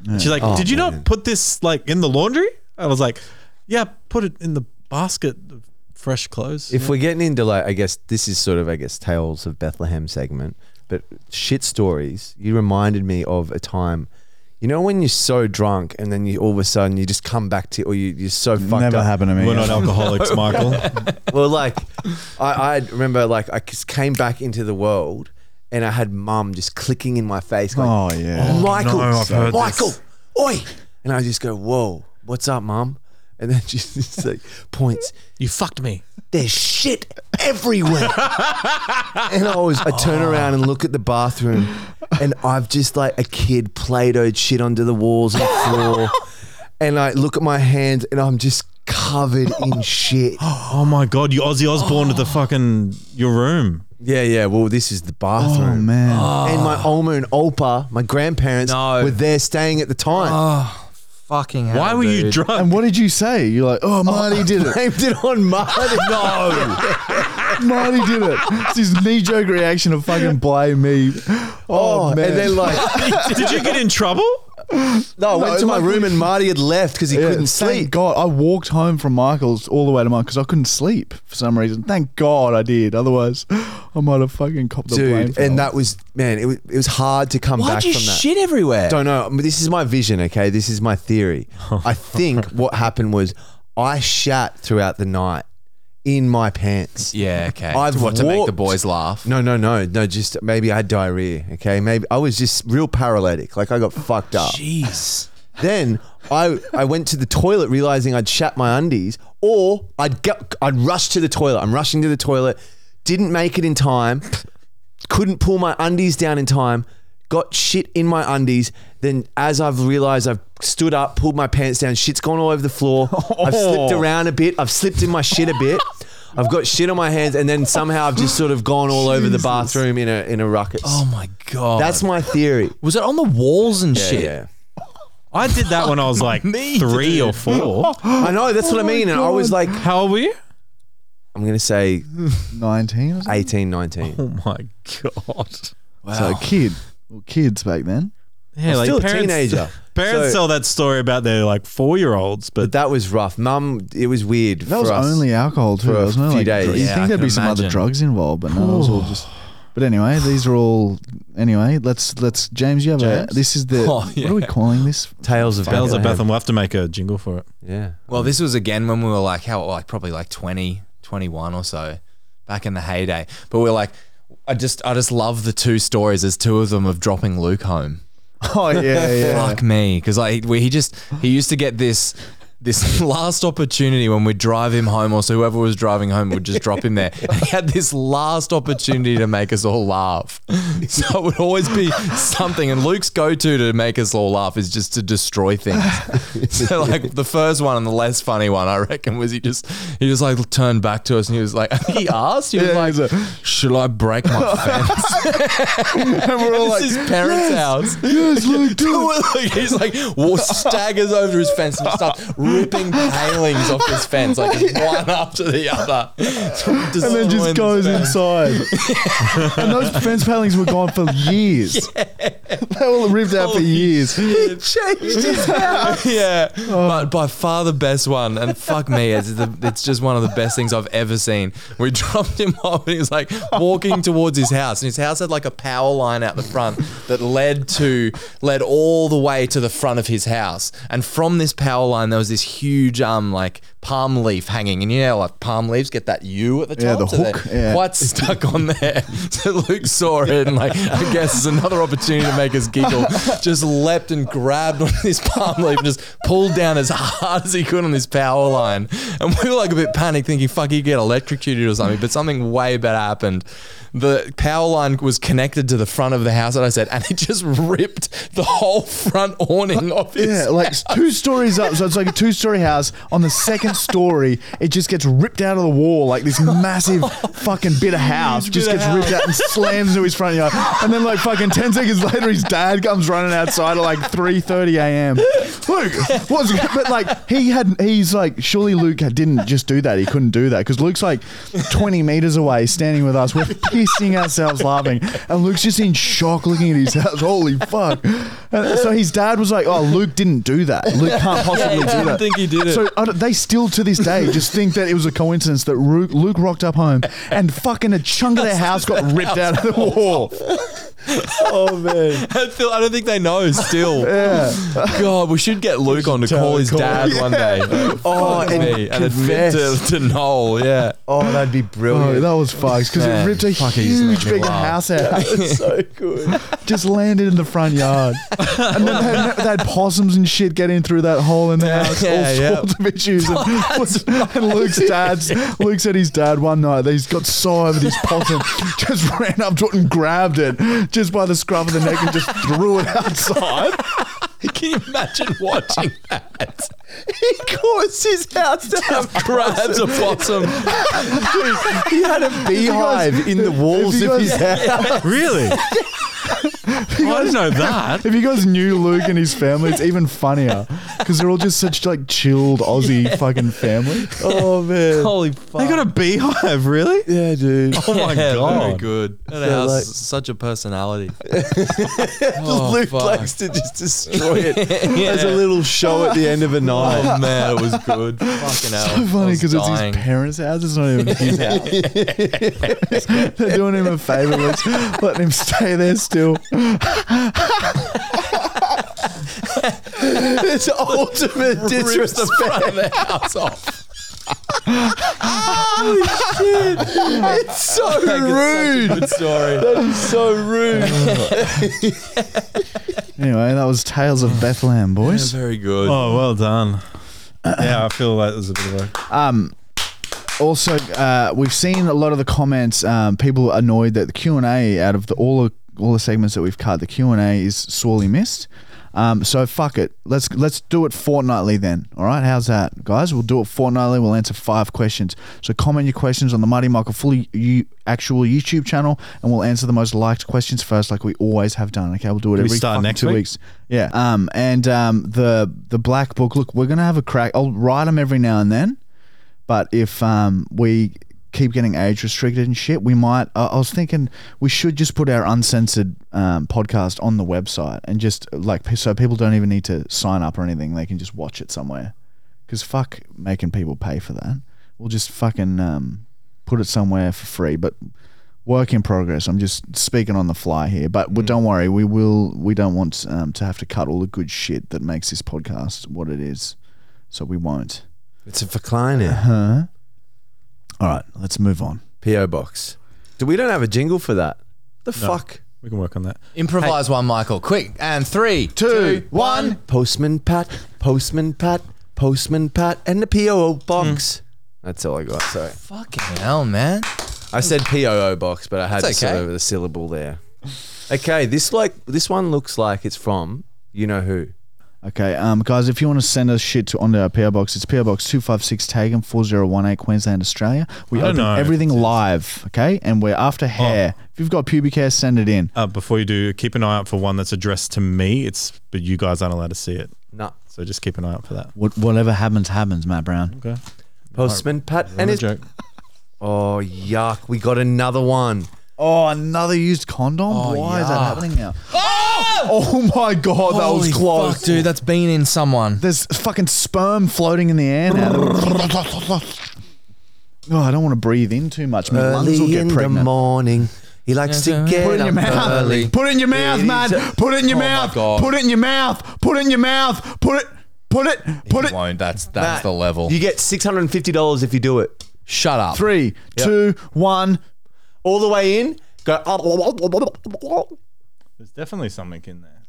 [SPEAKER 4] She's like,
[SPEAKER 1] Oh,
[SPEAKER 4] "Did you not put this like in the laundry?" I was like, "Yeah, put it in the basket of fresh clothes."
[SPEAKER 3] If we're getting into like, I guess this is sort of, I guess, tales of Bethlehem segment, but shit stories. You reminded me of a time. You know when you're so drunk and then you all of a sudden you just come back to, or you, you're so fucked
[SPEAKER 1] never
[SPEAKER 3] up.
[SPEAKER 1] happened to me.
[SPEAKER 4] we're not alcoholics, Michael.
[SPEAKER 3] Well, like I, I remember, like I just came back into the world, and I had mum just clicking in my face, going,
[SPEAKER 1] Oh, yeah. Oh,
[SPEAKER 3] Michael,
[SPEAKER 4] no, I've heard
[SPEAKER 3] Michael, oi!" And I just go, "Whoa, what's up, mum?" And then she just like points.
[SPEAKER 4] you fucked me.
[SPEAKER 3] There's shit everywhere. and I was, I turn around and look at the bathroom, and I've just like a kid play-dohed shit onto the walls and floor, and I look at my hands, and I'm just covered in shit.
[SPEAKER 4] Oh my god, you Ozzy Osbourne to the fucking your room.
[SPEAKER 3] Yeah, yeah. Well, this is the bathroom. Ah.
[SPEAKER 1] Oh man.
[SPEAKER 3] And my Oma and Opa, my grandparents,
[SPEAKER 2] No.
[SPEAKER 3] were there staying at the time.
[SPEAKER 2] fucking hell.
[SPEAKER 4] Why were you
[SPEAKER 2] dude.
[SPEAKER 4] drunk?
[SPEAKER 1] And what did you say? You're like, oh, Marty did it.
[SPEAKER 3] Blamed it on Marty. no.
[SPEAKER 1] Marty did it. It's his knee joke reaction of fucking blame me. Oh,
[SPEAKER 3] Oh,
[SPEAKER 1] man.
[SPEAKER 3] and then like,
[SPEAKER 4] Did you get in trouble?
[SPEAKER 3] no, I
[SPEAKER 1] No,
[SPEAKER 3] went to my
[SPEAKER 1] like-
[SPEAKER 3] room and Marty had left because he
[SPEAKER 1] Yeah,
[SPEAKER 3] couldn't
[SPEAKER 1] thank
[SPEAKER 3] sleep.
[SPEAKER 1] God, I walked home from Michael's all the way to mine because I couldn't sleep for some reason. Thank God I did. Otherwise, I might have fucking copped the blame.
[SPEAKER 3] Dude,
[SPEAKER 1] for
[SPEAKER 3] and that was, man, it was, it was hard to come back
[SPEAKER 2] Why'd
[SPEAKER 3] from
[SPEAKER 2] you
[SPEAKER 3] that.
[SPEAKER 2] shit everywhere?
[SPEAKER 3] Don't know. but This is my vision, okay? This is my theory. I think what happened was I shat throughout the night in my pants.
[SPEAKER 2] Yeah, okay.
[SPEAKER 3] I've
[SPEAKER 2] what to make the
[SPEAKER 3] walked-
[SPEAKER 2] boys laugh.
[SPEAKER 3] No, no, no, no. Just maybe I had diarrhea. Okay, maybe I was just real paralytic. Like I got fucked up.
[SPEAKER 2] Jeez.
[SPEAKER 3] Then I I went to the toilet, realizing I'd shat my undies, or I'd get I'd rush to the toilet. I'm rushing to the toilet, didn't make it in time, couldn't pull my undies down in time, got shit in my undies. Then as I've realized, I've stood up, pulled my pants down, shit's gone all over the floor. I've slipped
[SPEAKER 2] Oh.
[SPEAKER 3] around a bit. I've slipped in my shit a bit. I've got shit on my hands, and then somehow I've just sort of gone all over the bathroom in a in a ruckus.
[SPEAKER 2] Oh my god.
[SPEAKER 3] That's my theory.
[SPEAKER 2] was it on the walls and
[SPEAKER 3] Yeah,
[SPEAKER 2] shit?
[SPEAKER 3] yeah.
[SPEAKER 4] I did that when I was like
[SPEAKER 2] Me,
[SPEAKER 4] three
[SPEAKER 2] dude.
[SPEAKER 4] or four.
[SPEAKER 3] I know that's what I mean, and I was like,
[SPEAKER 4] How old were you?
[SPEAKER 3] I'm going to say
[SPEAKER 1] 19 or something.
[SPEAKER 3] 18, 19.
[SPEAKER 4] Oh my god.
[SPEAKER 1] So a kid, or kids back then.
[SPEAKER 4] Yeah,
[SPEAKER 3] still a teenager.
[SPEAKER 4] Parents
[SPEAKER 3] So-
[SPEAKER 4] tell that story about their like four year olds, but
[SPEAKER 3] But that was rough. Mum, it was weird.
[SPEAKER 1] That was
[SPEAKER 3] for us.
[SPEAKER 1] only alcohol too,
[SPEAKER 3] for a
[SPEAKER 1] wasn't it?
[SPEAKER 3] few
[SPEAKER 1] Like,
[SPEAKER 3] days.
[SPEAKER 1] You
[SPEAKER 3] Yeah,
[SPEAKER 1] think
[SPEAKER 2] I
[SPEAKER 1] there'd
[SPEAKER 2] can
[SPEAKER 1] be some other
[SPEAKER 2] imagine.
[SPEAKER 1] drugs involved, but no, it was all just. But anyway, these are all. Anyway, let's let's James. You have a. This is the.
[SPEAKER 2] Oh,
[SPEAKER 1] What
[SPEAKER 2] yeah.
[SPEAKER 1] are we calling this?
[SPEAKER 3] Tales of
[SPEAKER 4] Bells of
[SPEAKER 3] Bethlehem.
[SPEAKER 4] Bethlehem. We'll have to make a jingle for it.
[SPEAKER 3] Yeah.
[SPEAKER 2] Well, this was again when we were like how like probably like 20, 21 or so, back in the heyday. But we are like, I just I just love the two stories as two of them of dropping Luke home.
[SPEAKER 1] Oh yeah, yeah.
[SPEAKER 2] Fuck me, because like we, he just he used to get this this last opportunity when we'd drive him home, or so whoever was driving home would just drop him there. And he had this last opportunity to make us all laugh. So it would always be something. And Luke's go to to make us all laugh is just to destroy things. So like the first one and the less funny one, I reckon, was he just he just like turned back to us and he was like, I think he asked, he was like, "Shall I break my fence?" and we're all like, "His parents' house."
[SPEAKER 1] Yes, Luke, do it.
[SPEAKER 2] Like, he's like wa- staggers over his fence and starts ripping palings off his fence, like one after the other.
[SPEAKER 1] And then just goes inside. and those fence palings were gone for years. They were ripped out for years.
[SPEAKER 2] yeah,
[SPEAKER 1] Oh.
[SPEAKER 2] but by far the best one, and fuck me, it's, the, it's just one of the best things I've ever seen. We dropped him off, and he was like walking towards his house, and his house had like a power line out the front that led to led all the way to the front of his house, and from this power line there was this huge um like palm leaf hanging, and you know like palm leaves get that U at the top,
[SPEAKER 1] Yeah, the
[SPEAKER 2] so they're
[SPEAKER 1] hook, yeah.
[SPEAKER 2] quite stuck on there. So Luke saw it and like I guess it's another opportunity to make us giggle. Just leapt and grabbed on this palm leaf and just pulled down as hard as he could on this power line. And we were like a bit panicked, thinking fuck he'd get electrocuted or something. But something way better happened. The power line was connected to the front of the house that I said, and it just ripped the whole front awning off his
[SPEAKER 1] Yeah, like two stories up. So it's like a two story house. On the second story, it just gets ripped out of the wall. Like this massive fucking bit of house just
[SPEAKER 2] bit of
[SPEAKER 1] gets ripped out and slams into his front yard. And then like fucking 10 seconds later, his dad comes running outside at like 3.30 a.m. Luke, what's... But like he had... He's like... Surely Luke didn't just do that. He couldn't do that because Luke's like 20 meters away standing with us. We're pissing ourselves laughing. And Luke's just in shock looking at his house. Holy fuck. And so his dad was like, oh, Luke didn't do that. Luke can't possibly do that.
[SPEAKER 2] think he did it.
[SPEAKER 1] So I don't- they still to this day just think that it was a coincidence that Luke, Luke rocked up home and fucking a chunk of their house got ripped out of the wall.
[SPEAKER 2] Oh man, I, feel, I don't think they know still. God, we should get Luke on to
[SPEAKER 1] tell-
[SPEAKER 2] call his
[SPEAKER 1] call-
[SPEAKER 2] dad one day.
[SPEAKER 1] Oh,
[SPEAKER 2] Fuck
[SPEAKER 1] and
[SPEAKER 2] me, and admit to,
[SPEAKER 1] confess.
[SPEAKER 2] to Noel. Yeah,
[SPEAKER 3] Oh, that'd be
[SPEAKER 1] Oh,
[SPEAKER 3] brilliant.
[SPEAKER 1] that was fucked because
[SPEAKER 2] Yeah.
[SPEAKER 1] it ripped a
[SPEAKER 2] Fuck, he's
[SPEAKER 1] huge
[SPEAKER 2] making me
[SPEAKER 1] big
[SPEAKER 2] laugh.
[SPEAKER 1] house out.
[SPEAKER 3] so good.
[SPEAKER 1] just landed in the front yard. And then they had, they had possums and shit getting through that hole in the house.
[SPEAKER 2] yeah,
[SPEAKER 1] all
[SPEAKER 2] yeah.
[SPEAKER 1] sorts of issues. And, and Luke's dad's Luke said his dad one night he's got so over this possum, just ran up to it and grabbed it just by the scruff of the neck and just threw it outside.
[SPEAKER 2] can you imagine watching that?
[SPEAKER 3] He caused his house to have
[SPEAKER 2] Grabs a possum.
[SPEAKER 3] He had a beehive in the walls
[SPEAKER 1] if you
[SPEAKER 3] of
[SPEAKER 1] guys-
[SPEAKER 3] his house.
[SPEAKER 4] Really? I didn't know that.
[SPEAKER 1] If you guys knew Luke and his family, it's even funnier because they're all just such like chilled Aussie fucking family.
[SPEAKER 3] Oh man.
[SPEAKER 2] Holy fuck!
[SPEAKER 4] They got a beehive, really?
[SPEAKER 3] Yeah, dude.
[SPEAKER 4] Oh my
[SPEAKER 2] Very
[SPEAKER 4] god.
[SPEAKER 2] good. That house is such a personality. oh,
[SPEAKER 3] Luke
[SPEAKER 2] fuck.
[SPEAKER 3] likes to just destroy it
[SPEAKER 2] Yeah.
[SPEAKER 3] as a little show at the end of a night.
[SPEAKER 2] Oh man, it was good. Fucking hell.
[SPEAKER 1] So funny because it's his parents'
[SPEAKER 2] parents.
[SPEAKER 1] house. It's not even his house. They're doing him a favor, Luke's letting him stay there still.
[SPEAKER 3] It's ultimate
[SPEAKER 2] rips
[SPEAKER 3] disrespect.
[SPEAKER 2] the front of the house off.
[SPEAKER 3] It's so
[SPEAKER 2] Rude.
[SPEAKER 3] rude.
[SPEAKER 2] Good story.
[SPEAKER 3] It's so rude.
[SPEAKER 1] Anyway, that was Tales of Bethlehem, boys.
[SPEAKER 2] Very good.
[SPEAKER 4] Oh, well done. Yeah, I feel like there's a bit of a
[SPEAKER 1] Um, also, uh, we've seen a lot of the comments. Um, people annoyed that the Q and A out of the, all the, all the segments that we've cut, the Q and A is sorely missed. Um, so fuck it. Let's let's do it fortnightly then. All right, how's that, guys? We'll do it fortnightly. We'll answer five questions. So comment your questions on the Marty Michael Fully you, actual YouTube channel, and we'll answer the most liked questions first, like we always have done. Okay, we'll do it
[SPEAKER 4] we
[SPEAKER 1] every
[SPEAKER 4] start
[SPEAKER 1] fucking
[SPEAKER 4] next
[SPEAKER 1] two
[SPEAKER 4] week?
[SPEAKER 1] weeks. Yeah. Um, and um, the the black book. Look, we're gonna have a crack. I'll write them every now and then, but if um we keep getting age restricted and shit, we might. I, I was thinking we should just put our uncensored um, podcast on the website and just like p- so people don't even need to sign up or anything. They can just watch it somewhere. Because fuck making people pay for that. We'll just fucking um, put it somewhere for free. But work in progress. I'm just speaking on the fly here, but we don't worry. We will. We don't want um, to have to cut all the good shit that makes this podcast what it is. So we won't.
[SPEAKER 3] It's a recliner.
[SPEAKER 1] Huh? All right, let's move on.
[SPEAKER 3] PO box. Do we don't have a jingle for that? The fuck.
[SPEAKER 4] we can work on that.
[SPEAKER 2] Improvise one, Michael. Quick. And three, two, one.
[SPEAKER 3] Postman Pat. Postman Pat. Postman Pat and the POO box.
[SPEAKER 4] Hmm.
[SPEAKER 3] That's all I got. Sorry,
[SPEAKER 2] Fucking hell, man.
[SPEAKER 3] I said POO box, but I had
[SPEAKER 2] That's
[SPEAKER 3] to
[SPEAKER 2] okay.
[SPEAKER 3] sort of the syllable there. Okay, this like this one looks like it's from you know who.
[SPEAKER 7] Okay, um, guys, if you want to send us shit to, onto our PO box, it's PO box two five six Tagan four zero one eight Queensland, Australia. We
[SPEAKER 4] I don't
[SPEAKER 7] open
[SPEAKER 4] know.
[SPEAKER 7] everything live, okay, and we're after hair. If you've got pubic hair, send it in.
[SPEAKER 4] Uh, before you do, keep an eye out for one that's addressed to me. It's but you guys aren't allowed to see it,
[SPEAKER 3] Nah,
[SPEAKER 4] so just keep an eye out for that.
[SPEAKER 7] What, whatever happens, happens, Matt Brown.
[SPEAKER 4] Okay,
[SPEAKER 3] Postman Pat and
[SPEAKER 4] a
[SPEAKER 3] his.
[SPEAKER 4] joke.
[SPEAKER 3] Oh yuck! We got another one.
[SPEAKER 7] Oh, another used condom. Why is that happening now? Oh, my god, that was close.
[SPEAKER 2] dude. That's been in someone.
[SPEAKER 7] There's fucking sperm floating in the air now. oh, I don't want to breathe in too much. My lungs will
[SPEAKER 3] Early in the
[SPEAKER 7] get pregnant.
[SPEAKER 3] morning, he likes to
[SPEAKER 2] Yes,
[SPEAKER 3] get
[SPEAKER 7] Put it in your
[SPEAKER 3] up
[SPEAKER 7] mouth.
[SPEAKER 3] early.
[SPEAKER 7] Put it in your mouth, man. Put it in your
[SPEAKER 2] Oh my
[SPEAKER 7] mouth.
[SPEAKER 2] God.
[SPEAKER 7] Put it in your mouth. Put it in your mouth. Put it. Put it. Put
[SPEAKER 2] It
[SPEAKER 7] it.
[SPEAKER 2] won't. That's that's
[SPEAKER 3] Matt,
[SPEAKER 2] the level.
[SPEAKER 3] You get six hundred and fifty dollars if you do it.
[SPEAKER 2] Shut up.
[SPEAKER 7] Three, two, one.
[SPEAKER 3] all the way in. Go.
[SPEAKER 4] There's definitely something in there.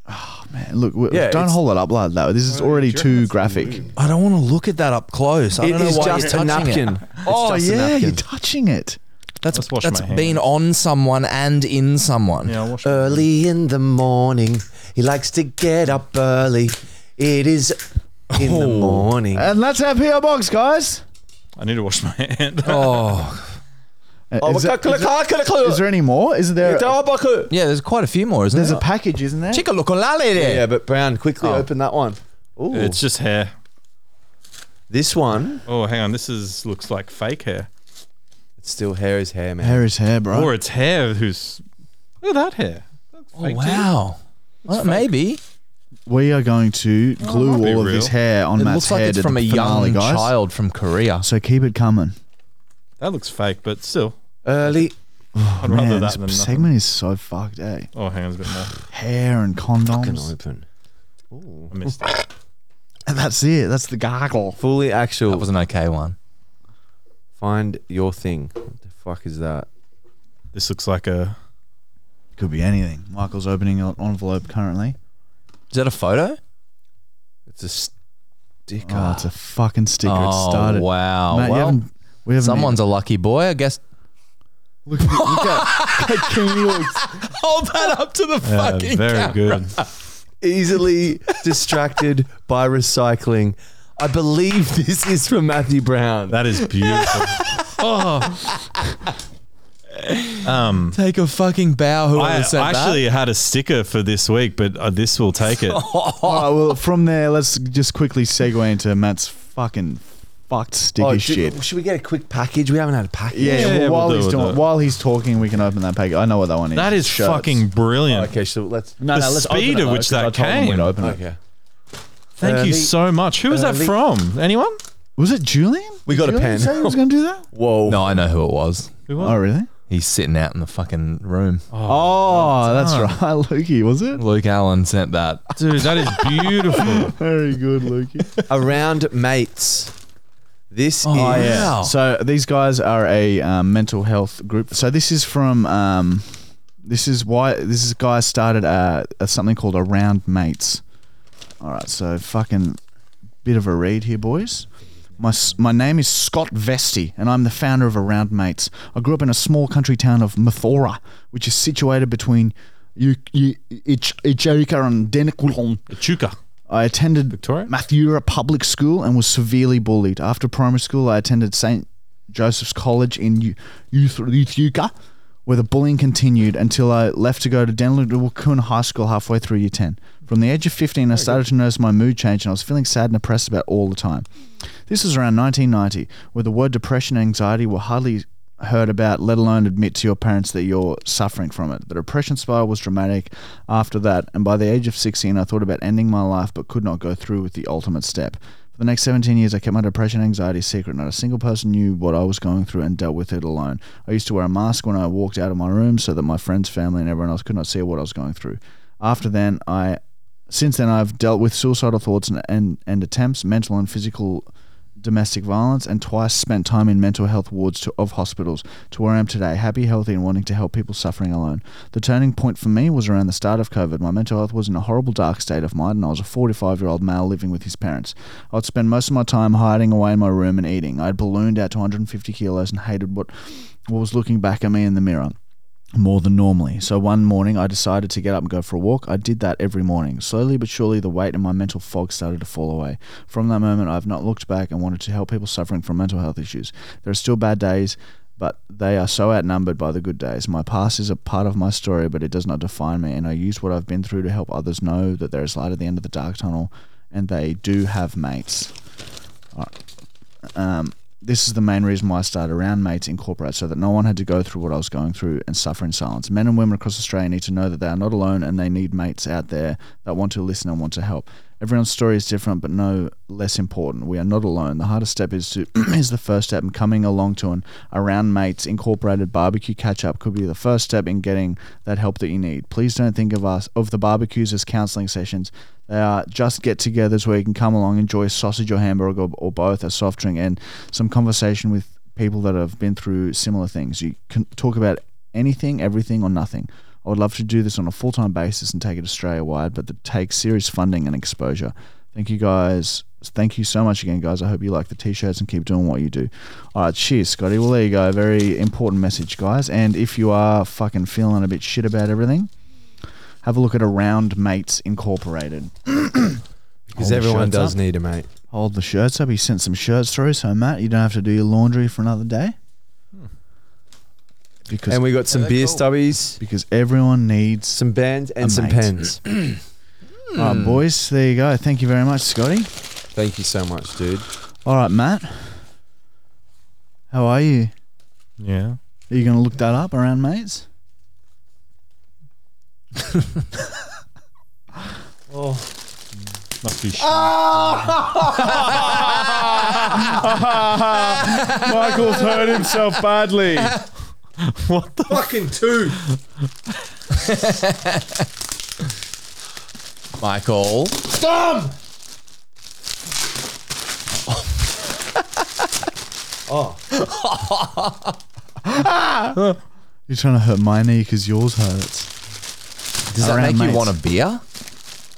[SPEAKER 7] Man, look, w
[SPEAKER 3] Yeah,
[SPEAKER 7] don't
[SPEAKER 3] it's-
[SPEAKER 7] hold it up like that. This is already too graphic.
[SPEAKER 2] I don't want to look at that up close. I
[SPEAKER 3] It
[SPEAKER 2] don't know
[SPEAKER 3] is
[SPEAKER 2] why
[SPEAKER 3] just
[SPEAKER 2] you're
[SPEAKER 3] a
[SPEAKER 2] touching it.
[SPEAKER 3] napkin.
[SPEAKER 7] Oh
[SPEAKER 3] just a
[SPEAKER 7] yeah, you're
[SPEAKER 3] napkin.
[SPEAKER 7] touching it.
[SPEAKER 2] That's
[SPEAKER 4] Let's wash
[SPEAKER 2] that's
[SPEAKER 4] my hands.
[SPEAKER 2] been on someone and in someone.
[SPEAKER 4] Yeah, I'll wash
[SPEAKER 7] Uh,
[SPEAKER 4] my-
[SPEAKER 3] Early in the morning, he likes to get up early. It is in the morning.
[SPEAKER 7] And that's our PO box, guys.
[SPEAKER 4] I need to wash my hand.
[SPEAKER 2] Oh
[SPEAKER 7] Uh, Is, there- is there any more? Is there?
[SPEAKER 2] yeah, there's quite a few more, isn't
[SPEAKER 7] There's a
[SPEAKER 2] there?
[SPEAKER 7] package, isn't there?
[SPEAKER 2] Chica look there.
[SPEAKER 3] Yeah, but Brown, quickly open that one. Ooh,
[SPEAKER 4] It's just hair.
[SPEAKER 3] this one.
[SPEAKER 4] Oh, hang on. This is looks like fake hair,
[SPEAKER 3] It's still hair is hair, man.
[SPEAKER 7] Hair is hair, bro.
[SPEAKER 4] or it's hair. Who's look at that hair?
[SPEAKER 2] Oh wow. Well, maybe.
[SPEAKER 7] We are going to glue
[SPEAKER 4] Oh, be
[SPEAKER 7] all of
[SPEAKER 4] real.
[SPEAKER 7] this hair on
[SPEAKER 2] It
[SPEAKER 7] Matt's
[SPEAKER 2] looks like
[SPEAKER 7] head
[SPEAKER 2] it's
[SPEAKER 7] at
[SPEAKER 2] from
[SPEAKER 7] the
[SPEAKER 2] a
[SPEAKER 7] finale,
[SPEAKER 2] young
[SPEAKER 7] guys.
[SPEAKER 2] child from Korea.
[SPEAKER 7] So keep it coming.
[SPEAKER 4] That looks fake, but still,
[SPEAKER 3] Early.
[SPEAKER 4] I'd rather
[SPEAKER 7] Man,
[SPEAKER 4] that
[SPEAKER 7] this
[SPEAKER 4] than nothing.
[SPEAKER 7] segment is so fucked, eh?
[SPEAKER 4] Oh, hang on, there's a bit more.
[SPEAKER 7] Hair and
[SPEAKER 3] Can
[SPEAKER 7] condoms.
[SPEAKER 3] open.
[SPEAKER 4] I missed it.
[SPEAKER 7] And that's it. That's the gargle.
[SPEAKER 3] Fully
[SPEAKER 2] That
[SPEAKER 3] actual.
[SPEAKER 2] was an okay one.
[SPEAKER 3] Find your thing. What the fuck is that?
[SPEAKER 4] This looks like a.
[SPEAKER 7] Could be anything. Michael's opening an envelope currently.
[SPEAKER 2] Is that a photo?
[SPEAKER 3] It's a sticker.
[SPEAKER 4] Ah.
[SPEAKER 7] Oh,
[SPEAKER 3] Ah.
[SPEAKER 7] it's a fucking sticker.
[SPEAKER 2] oh
[SPEAKER 7] it started.
[SPEAKER 2] wow.
[SPEAKER 7] Matt, you
[SPEAKER 2] well,
[SPEAKER 7] haven't- we haven't.
[SPEAKER 2] someone's a lucky boy, I guess.
[SPEAKER 7] Look at look at- look at King looks.
[SPEAKER 2] Hold that up to the
[SPEAKER 4] Yeah, very good.
[SPEAKER 3] easily distracted by recycling. I believe this is from Matthew Brown.
[SPEAKER 4] That is beautiful. oh. Um,
[SPEAKER 2] Take a fucking bow, whoever
[SPEAKER 4] I
[SPEAKER 2] said
[SPEAKER 4] actually had a sticker for this week, but uh, this will take it.
[SPEAKER 7] All right, Oh, well, from there, let's just quickly segue into Matt's fucking fucked sticker
[SPEAKER 3] Oh,
[SPEAKER 7] shit.
[SPEAKER 3] should, should we get a quick package? We haven't had a package.
[SPEAKER 7] Yeah,
[SPEAKER 4] Yeah,
[SPEAKER 7] well,
[SPEAKER 4] yeah,
[SPEAKER 7] while
[SPEAKER 4] we'll do
[SPEAKER 7] he's
[SPEAKER 4] it,
[SPEAKER 7] doing,
[SPEAKER 4] we'll do it.
[SPEAKER 7] while he's talking, we can open that package. I know what that one is.
[SPEAKER 4] That is
[SPEAKER 7] Shirts.
[SPEAKER 4] fucking brilliant.
[SPEAKER 3] Okay, so let's.
[SPEAKER 7] No,
[SPEAKER 4] the
[SPEAKER 7] no, let's open
[SPEAKER 4] speed
[SPEAKER 7] it,
[SPEAKER 4] at
[SPEAKER 7] though,
[SPEAKER 4] which
[SPEAKER 7] 'cause I Uh,
[SPEAKER 4] that
[SPEAKER 7] told him we'd
[SPEAKER 4] came.
[SPEAKER 7] open it.
[SPEAKER 3] Okay.
[SPEAKER 4] Thank
[SPEAKER 3] Early-
[SPEAKER 4] you so much. Who was
[SPEAKER 7] uh,
[SPEAKER 4] that
[SPEAKER 3] early-
[SPEAKER 4] from? Anyone?
[SPEAKER 7] Was it Julian?
[SPEAKER 3] We got a
[SPEAKER 7] Julian
[SPEAKER 3] pen.
[SPEAKER 7] say he was going to do that?
[SPEAKER 3] Whoa.
[SPEAKER 2] No, I know who it was.
[SPEAKER 4] Who
[SPEAKER 7] Oh,
[SPEAKER 4] was?
[SPEAKER 7] really?
[SPEAKER 2] He's sitting out in the fucking room.
[SPEAKER 7] Oh, that's right. Lukey, was it?
[SPEAKER 2] Luke Allen sent that.
[SPEAKER 4] Dude, that is beautiful.
[SPEAKER 7] Very good, Lukey.
[SPEAKER 3] Around mates. This is.
[SPEAKER 2] Oh, yeah.
[SPEAKER 7] So these guys are a um, mental health group. So this is from um, this is why this is guy started a, a something called Around Mates. All right, so fucking bit of a read here, boys. My, s- my name is Scott Vesty, and I'm the founder of Around Mates. I grew up in a small country town of Mathora, which is situated between U- U- Ich- Icherika and Denikulon.
[SPEAKER 4] Chuka.
[SPEAKER 7] I attended
[SPEAKER 4] Victoria?
[SPEAKER 7] Mathura Public School and was severely bullied. After primary school, I attended St. Joseph's College in U- Youth- Euthuka, where the bullying continued until I left to go to Denlukun High School halfway through year 10. From the age of 15, I started to notice my mood change and I was feeling sad and depressed about all the time. This was around 1990, where the word depression and anxiety were hardly heard about, let alone admit to your parents that you're suffering from it. The depression spiral was dramatic after that, and by the age of 16, I thought about ending my life but could not go through with the ultimate step. For the next 17 years, I kept my depression and anxiety secret. Not a single person knew what I was going through and dealt with it alone. I used to wear a mask when I walked out of my room so that my friends, family, and everyone else could not see what I was going through. After then, I since then, I've dealt with suicidal thoughts and, and, and attempts, mental and physical domestic violence and twice spent time in mental health wards to, of hospitals to where I am today, happy, healthy, and wanting to help people suffering alone. The turning point for me was around the start of COVID. My mental health was in a horrible, dark state of mind, and I was a 45 year old male living with his parents. I would spend most of my time hiding away in my room and eating. I had ballooned out to 150 kilos and hated what, what was looking back at me in the mirror more than normally. So one morning I decided to get up and go for a walk. I did that every morning. Slowly but surely the weight and my mental fog started to fall away. From that moment I've not looked back and wanted to help people suffering from mental health issues. There are still bad days, but they are so outnumbered by the good days. My past is a part of my story, but it does not define me and I use what I've been through to help others know that there is light at the end of the dark tunnel and they do have mates. Um, This is the main reason why I started Around Mates Incorporate, so that no one had to go through what I was going through and suffer in silence. Men and women across Australia need to know that they are not alone and they need mates out there that want to listen and want to help. Everyone's story is different, but no less important. We are not alone. The hardest step is to is the first step, and coming along to an Around Mates Incorporated barbecue catch up could be the first step in getting that help that you need. Please don't think of us of the barbecues as counselling sessions. They are just get togethers where you can come along, enjoy sausage or hamburger or, or both, a soft drink, and some conversation with people that have been through similar things. You can talk about anything, everything, or nothing. I would love to do this on a full time basis and take it Australia wide, but it takes serious funding and exposure. Thank you guys. Thank you so much again, guys. I hope you like the t shirts and keep doing what you do. All right, cheers, Scotty. Well, there you go. Very important message, guys. And if you are fucking feeling a bit shit about everything, have a look at Around Mates Incorporated.
[SPEAKER 3] Because everyone does need a mate.
[SPEAKER 7] Hold the shirts up. He sent some shirts through, so Matt, you don't have to do your laundry for another day. Because
[SPEAKER 3] And we got some beer stubbies,
[SPEAKER 7] because everyone needs.
[SPEAKER 3] some bands, and
[SPEAKER 7] A
[SPEAKER 3] some
[SPEAKER 7] mate.
[SPEAKER 3] pens.
[SPEAKER 7] All right, boys. There you go. Thank you very much, Scotty.
[SPEAKER 3] Thank you so much, dude.
[SPEAKER 7] All right, Matt. How are you?
[SPEAKER 4] Yeah.
[SPEAKER 7] Are you going to look that up around mates?
[SPEAKER 4] Must be sh- Ah!
[SPEAKER 7] Michael's hurt himself badly.
[SPEAKER 3] Fucking two.
[SPEAKER 2] Michael.
[SPEAKER 7] You're trying to hurt my knee because yours hurts
[SPEAKER 2] Does that
[SPEAKER 7] Around
[SPEAKER 2] make
[SPEAKER 7] mates.
[SPEAKER 2] you want a beer?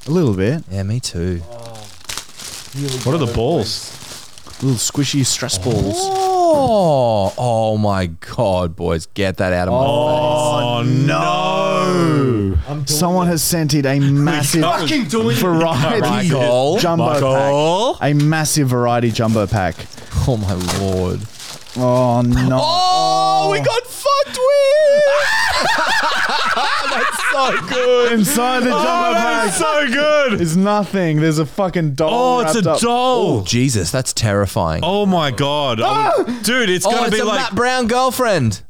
[SPEAKER 7] a little bit.
[SPEAKER 2] Yeah, me too.
[SPEAKER 4] what are the balls?
[SPEAKER 7] Little squishy stress balls.
[SPEAKER 2] Oh, oh my god, boys, get that out of my
[SPEAKER 4] Oh no!
[SPEAKER 7] Someone has sent it a massive
[SPEAKER 4] Fucking doing
[SPEAKER 7] variety
[SPEAKER 2] Michael.
[SPEAKER 7] jumbo
[SPEAKER 2] Michael.
[SPEAKER 7] pack. A massive variety jumbo pack.
[SPEAKER 2] face. Oh my lord.
[SPEAKER 7] Oh no!
[SPEAKER 2] Oh, we got fucked with. That's so good.
[SPEAKER 7] Inside the jumbo
[SPEAKER 4] Oh.
[SPEAKER 7] pack
[SPEAKER 4] so good.
[SPEAKER 7] is nothing. There's a fucking
[SPEAKER 4] Oh,
[SPEAKER 7] doll.
[SPEAKER 4] it's a
[SPEAKER 7] wrapped up.
[SPEAKER 4] doll.
[SPEAKER 2] Jesus, that's terrifying. Oh,
[SPEAKER 4] Oh my god, I would- dude! Ah! Oh, It's gonna
[SPEAKER 2] it's
[SPEAKER 4] be
[SPEAKER 2] a
[SPEAKER 4] like
[SPEAKER 2] Matt Brown girlfriend.